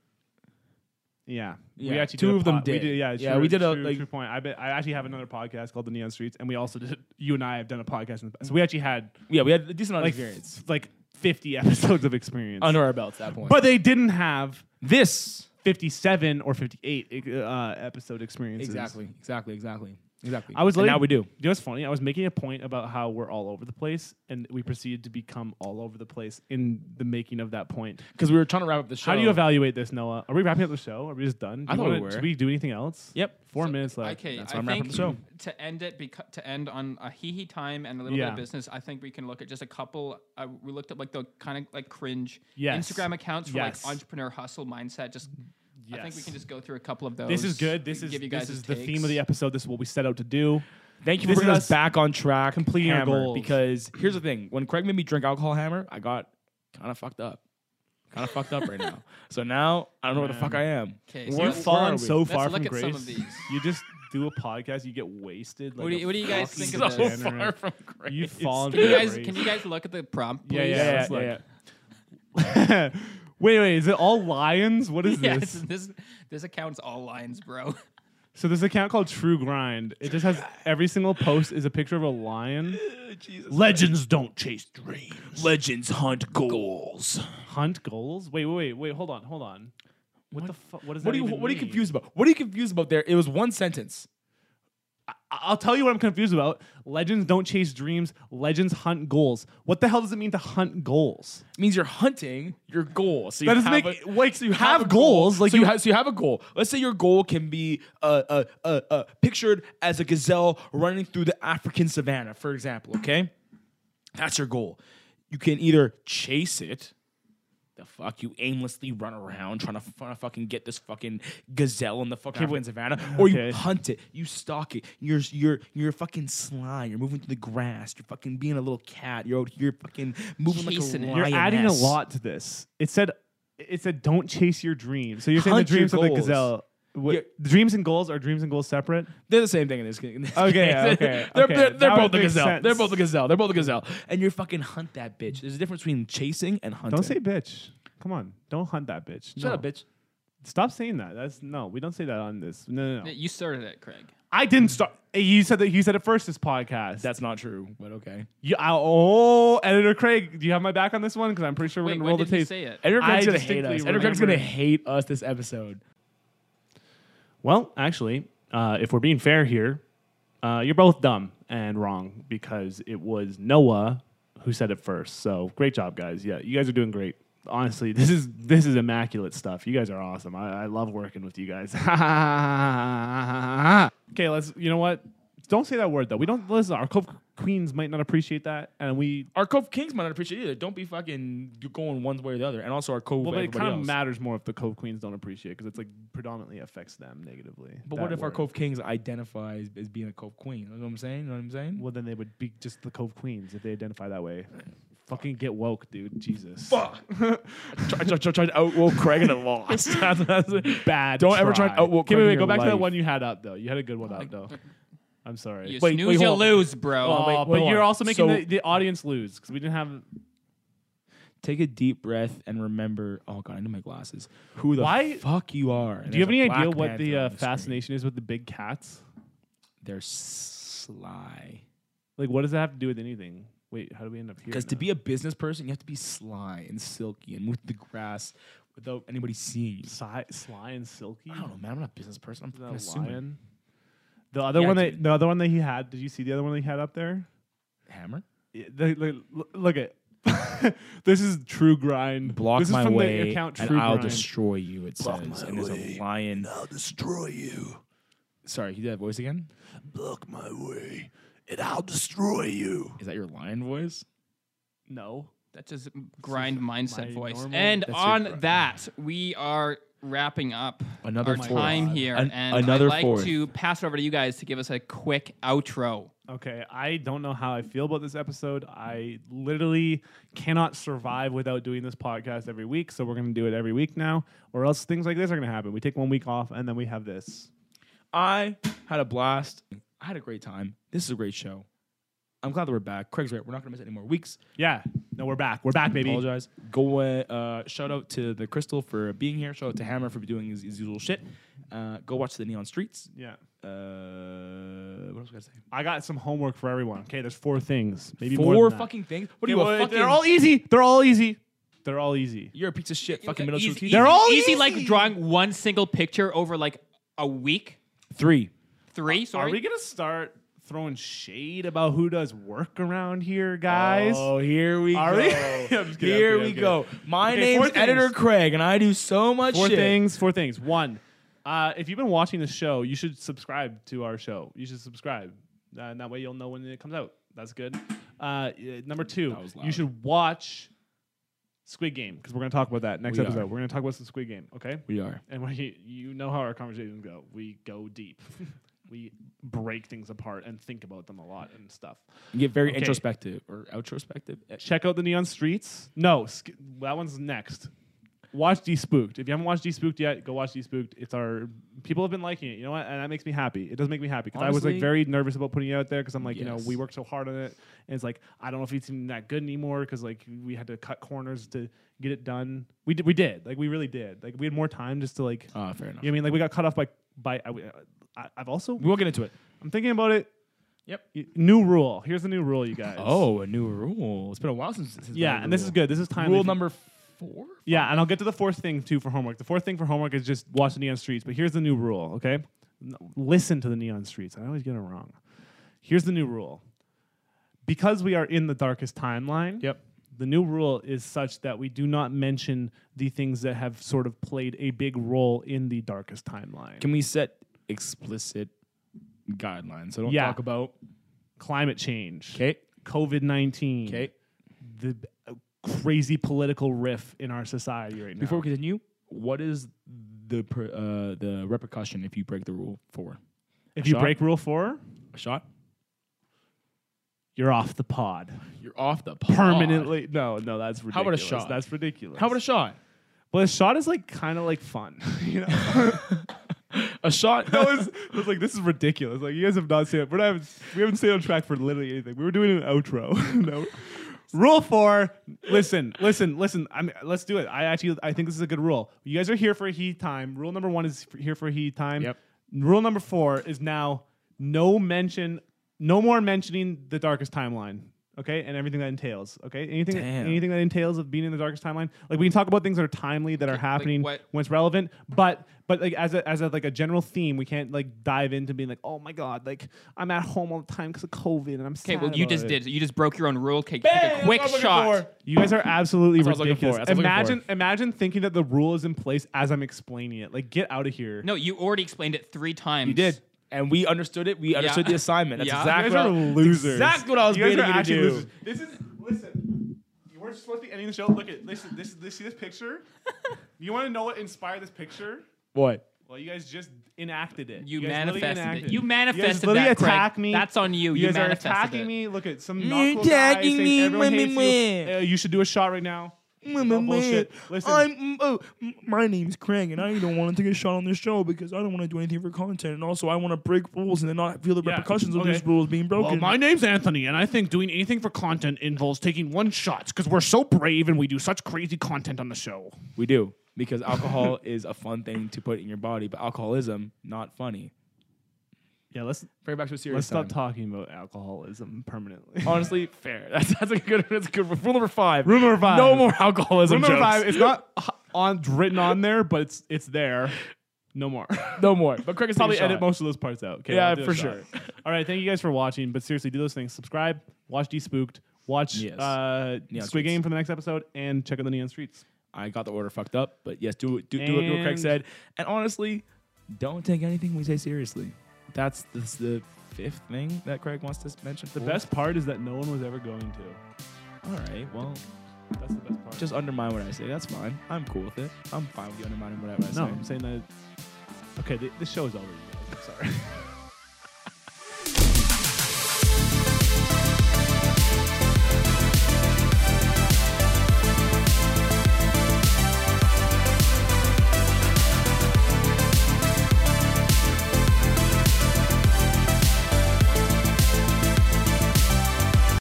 Speaker 3: Yeah.
Speaker 4: Yeah,
Speaker 3: we actually
Speaker 4: two
Speaker 3: did a
Speaker 4: of them
Speaker 3: pod- We
Speaker 4: did.
Speaker 3: did yeah,
Speaker 4: Yeah,
Speaker 3: true-
Speaker 4: we did a,
Speaker 3: true,
Speaker 4: like-
Speaker 3: true point. I bet I actually have another podcast called The Neon Streets, and we also did. You and I have done a podcast in the past, so we actually had
Speaker 4: Yeah, we had a decent amount
Speaker 3: like
Speaker 4: of experience Oh,
Speaker 3: f- like fifty [LAUGHS] episodes of experience
Speaker 4: under our belts at that point.
Speaker 3: but they didn't have
Speaker 4: this
Speaker 3: 57 or 58 uh, episode experiences.
Speaker 4: exactly, exactly, exactly, exactly.
Speaker 3: I was
Speaker 4: And
Speaker 3: letting,
Speaker 4: now we do.
Speaker 3: You know what's funny? I was making a point about how we're all over the place, and we proceeded to become all over the place in the making of that point.
Speaker 4: because we were trying to wrap up the show.
Speaker 3: How do you evaluate this, Noah? Are we wrapping up the show? Are we just done? Do
Speaker 4: I
Speaker 3: you
Speaker 4: thought we
Speaker 3: wanna-
Speaker 4: were.
Speaker 3: Should we do anything else?
Speaker 4: Yep.
Speaker 3: Four minutes left.
Speaker 5: Okay,
Speaker 4: That's
Speaker 5: I
Speaker 4: why I'm wrapping
Speaker 5: think
Speaker 4: the show.
Speaker 5: to end it, beca- to end on a hee hee time and a little bit
Speaker 3: Yeah.
Speaker 5: of business, I think we can look at just a couple. Uh, we looked at like the kind of like cringe
Speaker 3: Yes.
Speaker 5: Instagram accounts for
Speaker 3: Yes.
Speaker 5: like entrepreneur hustle mindset. Just I think we
Speaker 3: Yes.
Speaker 5: can just go through a couple of those.
Speaker 3: This is good. This
Speaker 5: give
Speaker 3: is
Speaker 5: you guys
Speaker 3: this
Speaker 5: a
Speaker 3: is the theme of the
Speaker 5: takes.
Speaker 3: episode. This is what we set out to do.
Speaker 4: Thank you
Speaker 3: This
Speaker 4: for
Speaker 3: is
Speaker 4: bringing us,
Speaker 3: us
Speaker 4: back on track,
Speaker 3: completing our
Speaker 4: Hammer,
Speaker 3: goals.
Speaker 4: Because [CLEARS THROAT] here's the thing: when Craig made me drink alcohol, Hammer, I got kind of fucked up, kind of fucked up right [LAUGHS] now. So now I don't know where the fuck I am.
Speaker 5: Okay,
Speaker 4: Where
Speaker 5: so
Speaker 4: the
Speaker 5: We're
Speaker 3: You've
Speaker 4: fuck
Speaker 3: fallen
Speaker 4: are we?
Speaker 3: so far
Speaker 5: Let's look
Speaker 3: from
Speaker 5: at
Speaker 3: grace.
Speaker 5: some of these.
Speaker 3: You just do a podcast, you get wasted. Like
Speaker 5: What do you-
Speaker 3: a
Speaker 5: what do you guys
Speaker 3: fucking
Speaker 5: think
Speaker 4: so
Speaker 5: of this?
Speaker 3: degenerate.
Speaker 4: far from Craig.
Speaker 3: You've fallen.
Speaker 5: Can
Speaker 3: from
Speaker 5: you guys,
Speaker 3: grace.
Speaker 5: can you guys look at the prompt?
Speaker 3: Yeah,
Speaker 5: please?
Speaker 3: yeah,
Speaker 5: Let's
Speaker 3: yeah,
Speaker 5: look.
Speaker 3: yeah. wait, [LAUGHS] wait, is it all lions? What [LAUGHS]
Speaker 5: [LAUGHS]
Speaker 3: is
Speaker 5: Yeah,
Speaker 3: this?
Speaker 5: this, this this account's all lines, [LAUGHS] bro.
Speaker 3: So there's an account called True Grind. It just has every single post is a picture of a lion. Legends don't chase dreams.
Speaker 4: Legends hunt goals.
Speaker 3: Hunt goals? Wait, wait, wait, wait, hold on, hold on. What, the fuck? What does that
Speaker 4: What are you
Speaker 3: even
Speaker 4: What are you
Speaker 3: mean?
Speaker 4: confused about? What are you confused about? There, it was one sentence.
Speaker 3: I- I'll tell you what I'm confused about. Legends don't chase dreams. Legends hunt goals. What the hell does it mean to hunt goals?
Speaker 4: It means you're hunting your goal. So you
Speaker 3: That doesn't
Speaker 4: have
Speaker 3: make-
Speaker 4: a,
Speaker 3: like,
Speaker 4: so you
Speaker 3: have
Speaker 4: a goal.
Speaker 3: goals, like
Speaker 4: so you,
Speaker 3: you-
Speaker 4: have so you have a goal. Let's say your goal can be uh, uh, uh, uh, pictured as a gazelle running through the African savannah, for example. Okay, that's your goal. You can either chase it. The fuck you aimlessly run around trying to, trying to fucking get this fucking gazelle in the fucking African savannah, or
Speaker 3: okay.
Speaker 4: you hunt it, you stalk it. You're you're you're fucking sly. You're moving through the grass. You're fucking being a little cat. You're out here fucking moving
Speaker 5: Chasing it.
Speaker 4: like a
Speaker 3: You're adding a
Speaker 4: lioness.
Speaker 3: lot to this. It said it said don't chase your dreams. So you're saying the
Speaker 4: Hunt your
Speaker 3: dreams of the
Speaker 4: goals.
Speaker 3: gazelle. What,
Speaker 4: Yeah.
Speaker 3: Dreams and goals are dreams and goals separate?
Speaker 4: They're the same thing in this. In this
Speaker 3: Okay,
Speaker 4: case.
Speaker 3: okay,
Speaker 4: they're
Speaker 3: okay.
Speaker 4: they're, they're
Speaker 3: That
Speaker 4: both
Speaker 3: would
Speaker 4: the
Speaker 3: make
Speaker 4: gazelle. They're
Speaker 3: sense.
Speaker 4: both the gazelle. They're both the gazelle. And you're fucking hunt that bitch. There's a difference between chasing and hunting.
Speaker 3: Don't say bitch. Come on, don't hunt that bitch.
Speaker 4: shut
Speaker 3: No.
Speaker 4: up, bitch.
Speaker 3: Stop saying that. That's no. We don't say that on this. No, no, no.
Speaker 5: you started it, Craig.
Speaker 3: I didn't start. Hey, You said that. You said it first. This podcast.
Speaker 4: That's not true, but okay.
Speaker 3: you, I, oh, editor Craig. Do you have my back on this one? Because I'm pretty sure we're
Speaker 5: Wait,
Speaker 3: gonna roll
Speaker 5: when
Speaker 3: the
Speaker 5: did you
Speaker 3: tape.
Speaker 5: say it?
Speaker 4: Edgar
Speaker 3: I
Speaker 4: Craig's gonna hate us.
Speaker 3: distinctly
Speaker 4: Edgar Craig's gonna
Speaker 3: remember-
Speaker 4: hate us this episode.
Speaker 3: Well, actually, uh, if we're being fair here, Uh, you're both dumb and wrong because it was Noah who said it first. So great job, guys. Yeah, you guys are doing great. Honestly, this is this is immaculate stuff. You guys are awesome. I, I love working with you guys. [LAUGHS] okay, let's. You know what? Don't say that word though. We don't listen. Our Cove Queens might not appreciate that, and we.
Speaker 4: Our Cove Kings might not appreciate it either. Don't be fucking going one way or the other. And also our Cove.
Speaker 3: Well, but it
Speaker 4: everybody
Speaker 3: kind of
Speaker 4: else.
Speaker 3: matters more if the Cove Queens don't appreciate because it's like predominantly affects them negatively.
Speaker 4: But
Speaker 3: that
Speaker 4: what if our
Speaker 3: word.
Speaker 4: Cove Kings identifies as being a Cove Queen? You know what I'm saying? You know what I'm saying?
Speaker 3: Well, then they would be just the Cove Queens if they identify that way. Fucking get woke, dude. Jesus. [LAUGHS]
Speaker 4: Fuck. I tried, tried, tried to outwoke Craig and I lost. That's- that's it.
Speaker 3: [LAUGHS] Bad.
Speaker 4: Don't ever try to outwoke
Speaker 3: Okay, Oh,
Speaker 4: Craig
Speaker 3: wait,
Speaker 4: in
Speaker 3: wait. Go
Speaker 4: your
Speaker 3: back to that
Speaker 4: life.
Speaker 3: one you had up though. You had a good one up though. I'm sorry.
Speaker 5: You
Speaker 3: Wait,
Speaker 5: snooze,
Speaker 3: wait,
Speaker 5: you
Speaker 3: hold on.
Speaker 5: lose, bro.
Speaker 3: Oh,
Speaker 4: wait,
Speaker 3: but
Speaker 4: hold
Speaker 3: you're
Speaker 4: on.
Speaker 3: also making
Speaker 4: So-
Speaker 3: the, the audience lose because we didn't have.
Speaker 4: Take a deep breath and remember. Oh god, I need my glasses. Who the
Speaker 3: Why-
Speaker 4: fuck you are?
Speaker 3: Do you have any idea what the uh, fascination is with the big cats?
Speaker 4: They're sly.
Speaker 3: Like, what does that have to do with anything? Wait, how do we end up here?
Speaker 4: Because to
Speaker 3: now?
Speaker 4: be a business person, you have to be sly and silky and move the grass without anybody seeing you.
Speaker 3: Sly, sly and silky,
Speaker 4: I don't know, man. I'm not a business person. I'm
Speaker 3: the
Speaker 4: fucking assuming.
Speaker 3: lion. The other
Speaker 4: Yeah,
Speaker 3: one that
Speaker 4: dude.
Speaker 3: the other one that he had. Did you see the other one that he had up there?
Speaker 4: Hammer.
Speaker 3: Yeah, the- the- look, at [LAUGHS] this is true grind.
Speaker 4: Block
Speaker 3: this
Speaker 4: my
Speaker 3: is from
Speaker 4: way,
Speaker 3: the account True
Speaker 4: and I'll
Speaker 3: Grind.
Speaker 4: destroy you. It says, and there's a lion. I'll destroy you. Sorry, can you do that voice again? Block my way, and I'll destroy you. Is that your lion voice?
Speaker 3: no,
Speaker 5: That's just grind mindset
Speaker 3: my
Speaker 5: voice.
Speaker 3: normal-
Speaker 5: and
Speaker 4: That's your
Speaker 5: on
Speaker 4: grind.
Speaker 5: that, we are wrapping up
Speaker 4: Another
Speaker 5: our
Speaker 4: fourth.
Speaker 5: time here.
Speaker 4: An-
Speaker 5: and
Speaker 4: another
Speaker 5: I'd like
Speaker 4: fourth.
Speaker 5: to pass it over to you guys to give us a quick outro.
Speaker 3: Okay, I don't know how I feel about this episode. I literally cannot survive without doing this podcast every week, so we're going to do it every week now, or else things like this are going to happen. We take one week off, and then we have this.
Speaker 4: I had a blast. I had a great time. This is a great show. I'm glad that we're back. Craig's right. We're not going to miss any more weeks.
Speaker 3: Yeah, no, we're back. We're back, baby.
Speaker 4: Apologize. Go uh, uh, shout out to the Crystal for being here. Shout out to Hammer for doing his, his usual shit. Uh, go watch the Neon Streets.
Speaker 3: Yeah,
Speaker 4: Uh, what else was I gonna say?
Speaker 3: I got some homework for everyone. Okay, there's four things, maybe more
Speaker 4: Four
Speaker 3: than that.
Speaker 4: fucking things. What
Speaker 3: Okay,
Speaker 4: are you a
Speaker 3: well,
Speaker 4: fucking?
Speaker 3: They're all e- easy. They're all easy. They're all easy.
Speaker 4: you're a piece of shit. Fucking middle school
Speaker 5: Easy-
Speaker 4: teacher.
Speaker 3: They're all
Speaker 5: easy,
Speaker 3: easy.
Speaker 5: like drawing one single picture over like a week,
Speaker 4: three.
Speaker 5: three. Sorry,
Speaker 3: Are we gonna start throwing shade about who does work around here, guys?
Speaker 4: Oh, here we
Speaker 3: Are
Speaker 4: go.
Speaker 3: we? [LAUGHS] I'm just kidding, I'm kidding,
Speaker 4: here
Speaker 3: I'm
Speaker 4: we
Speaker 3: kidding.
Speaker 4: go. My
Speaker 3: Okay, four
Speaker 4: name's
Speaker 3: things.
Speaker 4: Editor Craig, and I do so much
Speaker 3: Four
Speaker 4: shit.
Speaker 3: things. Four things. One, uh, if you've been watching the show, you should subscribe to our show. You should subscribe, uh, and that way you'll know when it comes out. That's good. Uh, y- number two,
Speaker 4: was
Speaker 3: you
Speaker 4: loud.
Speaker 3: should watch Squid Game because we're gonna talk about that next
Speaker 4: We
Speaker 3: episode.
Speaker 4: are.
Speaker 3: We're gonna talk about some Squid Game. Okay.
Speaker 4: We are.
Speaker 3: And we, you know how our conversations go. We go deep. [LAUGHS] we break things apart and think about them a lot and stuff.
Speaker 4: You get very
Speaker 3: Okay.
Speaker 4: introspective or outrospective. Eh,
Speaker 3: check out the Neon Streets. No, sk- that one's next. Watch Despooked. If you haven't watched Despooked yet, go watch Despooked. It's our people have been liking it. You know what? And that makes me happy. It does make me happy because I was like
Speaker 4: Honestly-
Speaker 3: very nervous about putting it out there because I'm like, you know,
Speaker 4: Yes.
Speaker 3: we worked so hard on it, and it's like I don't know if it's even that good anymore because like we had to cut corners to get it done. We did. We did. Like we really did. Like we had more time just to like.
Speaker 4: Ah, fair enough.
Speaker 3: you know what I mean, like we got cut off by by. I, I, I've also.
Speaker 4: We won't get into it.
Speaker 3: I'm thinking about it.
Speaker 4: Yep.
Speaker 3: Y- New rule. Here's the new rule, you guys.
Speaker 4: Oh, a new rule. It's been a while since this has been
Speaker 3: Yeah,
Speaker 4: a
Speaker 3: and this
Speaker 4: rule.
Speaker 3: is good. This is time.
Speaker 4: Rule
Speaker 3: if you-
Speaker 4: number four.
Speaker 3: Yeah, and I'll get to the fourth thing too for homework. The fourth thing for homework is just watch the neon streets. But here's the new rule, okay? N- Listen to the neon streets. I always get it wrong. Here's the new rule. Because we are in the darkest timeline,
Speaker 4: Yep.
Speaker 3: the new rule is such that we do not mention the things that have sort of played a big role in the darkest timeline.
Speaker 4: Can we set explicit guidelines? So don't
Speaker 3: Yeah.
Speaker 4: talk about.
Speaker 3: Climate change,
Speaker 4: Okay.
Speaker 3: COVID 19,
Speaker 4: Okay.
Speaker 3: the uh, crazy political riff in our society right now.
Speaker 4: Before we continue, what is the per, uh, the repercussion if you break the rule four?
Speaker 3: if you
Speaker 4: shot?
Speaker 3: break rule four,
Speaker 4: A shot.
Speaker 3: you're off the pod.
Speaker 4: You're off the pod.
Speaker 3: permanently. No, no, that's ridiculous.
Speaker 4: Oh, How about a shot?
Speaker 3: That's ridiculous.
Speaker 4: How about a shot?
Speaker 3: But a shot is like kind of like fun. [LAUGHS] You know,
Speaker 4: A shot.
Speaker 3: [LAUGHS] that was, I was like, this is ridiculous. Like you guys have not seen it. We're not. We haven't stayed on track for literally anything. We were doing an outro. [LAUGHS] no. Rule four. Listen, listen, listen. I'm. Let's do it. I actually. I think this is a good rule. You guys are here for a he time. Rule number one is f- here for a he time.
Speaker 4: Yep.
Speaker 3: Rule number four is now no mention. No more mentioning the darkest timeline. Okay, and everything that entails. Okay, anything
Speaker 4: Damn.
Speaker 3: anything that entails of being in the darkest timeline. Like we can talk about things that are timely that are
Speaker 5: like
Speaker 3: happening
Speaker 5: what-
Speaker 3: when it's relevant, but but like as a, as a, like a general theme, we can't like dive into being like, oh my god, like I'm at home all the time because of COVID and I'm.
Speaker 5: Okay,
Speaker 3: sad
Speaker 5: well you
Speaker 3: about
Speaker 5: just
Speaker 3: it."
Speaker 5: did. You just broke your own rule. Okay, take a quick shot.
Speaker 3: You guys are absolutely
Speaker 4: That's what I was looking
Speaker 3: ridiculous.
Speaker 4: for. That's what I was looking
Speaker 3: Imagine, imagine thinking that the rule is in place as I'm explaining it. Like, get out of here.
Speaker 5: No, you already explained it three times.
Speaker 4: You did. And we understood it. We understood the assignment. That's
Speaker 5: Yeah.
Speaker 4: exactly
Speaker 3: you guys
Speaker 4: what
Speaker 3: are
Speaker 4: I-
Speaker 3: losers.
Speaker 4: Exactly what I was
Speaker 3: you guys
Speaker 4: waiting
Speaker 3: are
Speaker 4: you to
Speaker 3: actually
Speaker 4: do.
Speaker 3: losers. This is listen. You weren't supposed to be ending the show. Look at listen. This, this see this
Speaker 4: [LAUGHS]
Speaker 3: picture. you want to know what inspired this picture?
Speaker 4: What?
Speaker 3: Well, you guys just enacted it.
Speaker 5: You
Speaker 3: guys literally
Speaker 5: manifested it.
Speaker 3: enacted
Speaker 5: You
Speaker 3: you guys
Speaker 5: manifested
Speaker 3: literally
Speaker 5: that, Craig.
Speaker 3: attack me.
Speaker 5: That's on you.
Speaker 3: You,
Speaker 5: You
Speaker 3: guys are
Speaker 5: manifested
Speaker 3: attacking
Speaker 5: it.
Speaker 3: me. Look at some
Speaker 4: You're
Speaker 3: knock cool guy
Speaker 4: attacking
Speaker 3: saying
Speaker 4: me,
Speaker 3: everyone
Speaker 4: meh,
Speaker 3: hates
Speaker 4: meh,
Speaker 3: you. Uh, you should do a shot right now. No bullshit. Listen.
Speaker 10: I'm, oh, m- my name's Krang, and I don't want to take a shot on this show because I don't want to do anything for content, and also I want to break rules and then not feel the
Speaker 3: Yeah,
Speaker 10: repercussions of
Speaker 3: okay.
Speaker 10: these rules being broken.
Speaker 11: Well, my name's Anthony, and I think doing anything for content involves taking one shots because we're so brave and we do such crazy content on the show.
Speaker 4: We do. Because alcohol [LAUGHS] is a fun thing to put in your body, but alcoholism, not funny.
Speaker 3: Yeah, let's
Speaker 4: Bring it back to a serious
Speaker 3: let's stop
Speaker 4: time.
Speaker 3: talking about alcoholism permanently. [LAUGHS]
Speaker 4: Honestly, fair. [LAUGHS] That's, that's a good. That's a good rule number five.
Speaker 3: Rule number five.
Speaker 4: No more alcoholism.
Speaker 3: Rule number
Speaker 4: jokes.
Speaker 3: five. It's not on written on there, but it's it's there. No more.
Speaker 4: [LAUGHS]
Speaker 3: [LAUGHS]
Speaker 4: No more. But Craig is
Speaker 3: Probably
Speaker 4: taking a
Speaker 3: edit
Speaker 4: shot.
Speaker 3: most of those parts out. Okay,
Speaker 4: Yeah,
Speaker 3: I'll do a
Speaker 4: for
Speaker 3: shot.
Speaker 4: sure.
Speaker 3: All right, thank you guys for watching. But seriously, do those things: subscribe, watch Despooked, watch
Speaker 4: Yes.
Speaker 3: uh, Squid
Speaker 4: Neon Streets.
Speaker 3: Game for the next episode, and check out the Neon Streets.
Speaker 4: I got the order fucked up, but yes, do do, do what do what Craig
Speaker 3: And-
Speaker 4: said. And honestly, don't take anything we say seriously. That's this the fifth thing that Craig wants to mention.
Speaker 3: The best part is that no one was ever going to.
Speaker 4: All right. Well,
Speaker 3: That's the best part.
Speaker 4: just undermine what I say. That's fine. I'm cool with it. I'm fine with you undermining whatever I
Speaker 3: no,
Speaker 4: say.
Speaker 3: I'm saying that. Okay, th- this show is over. You guys. I'm sorry.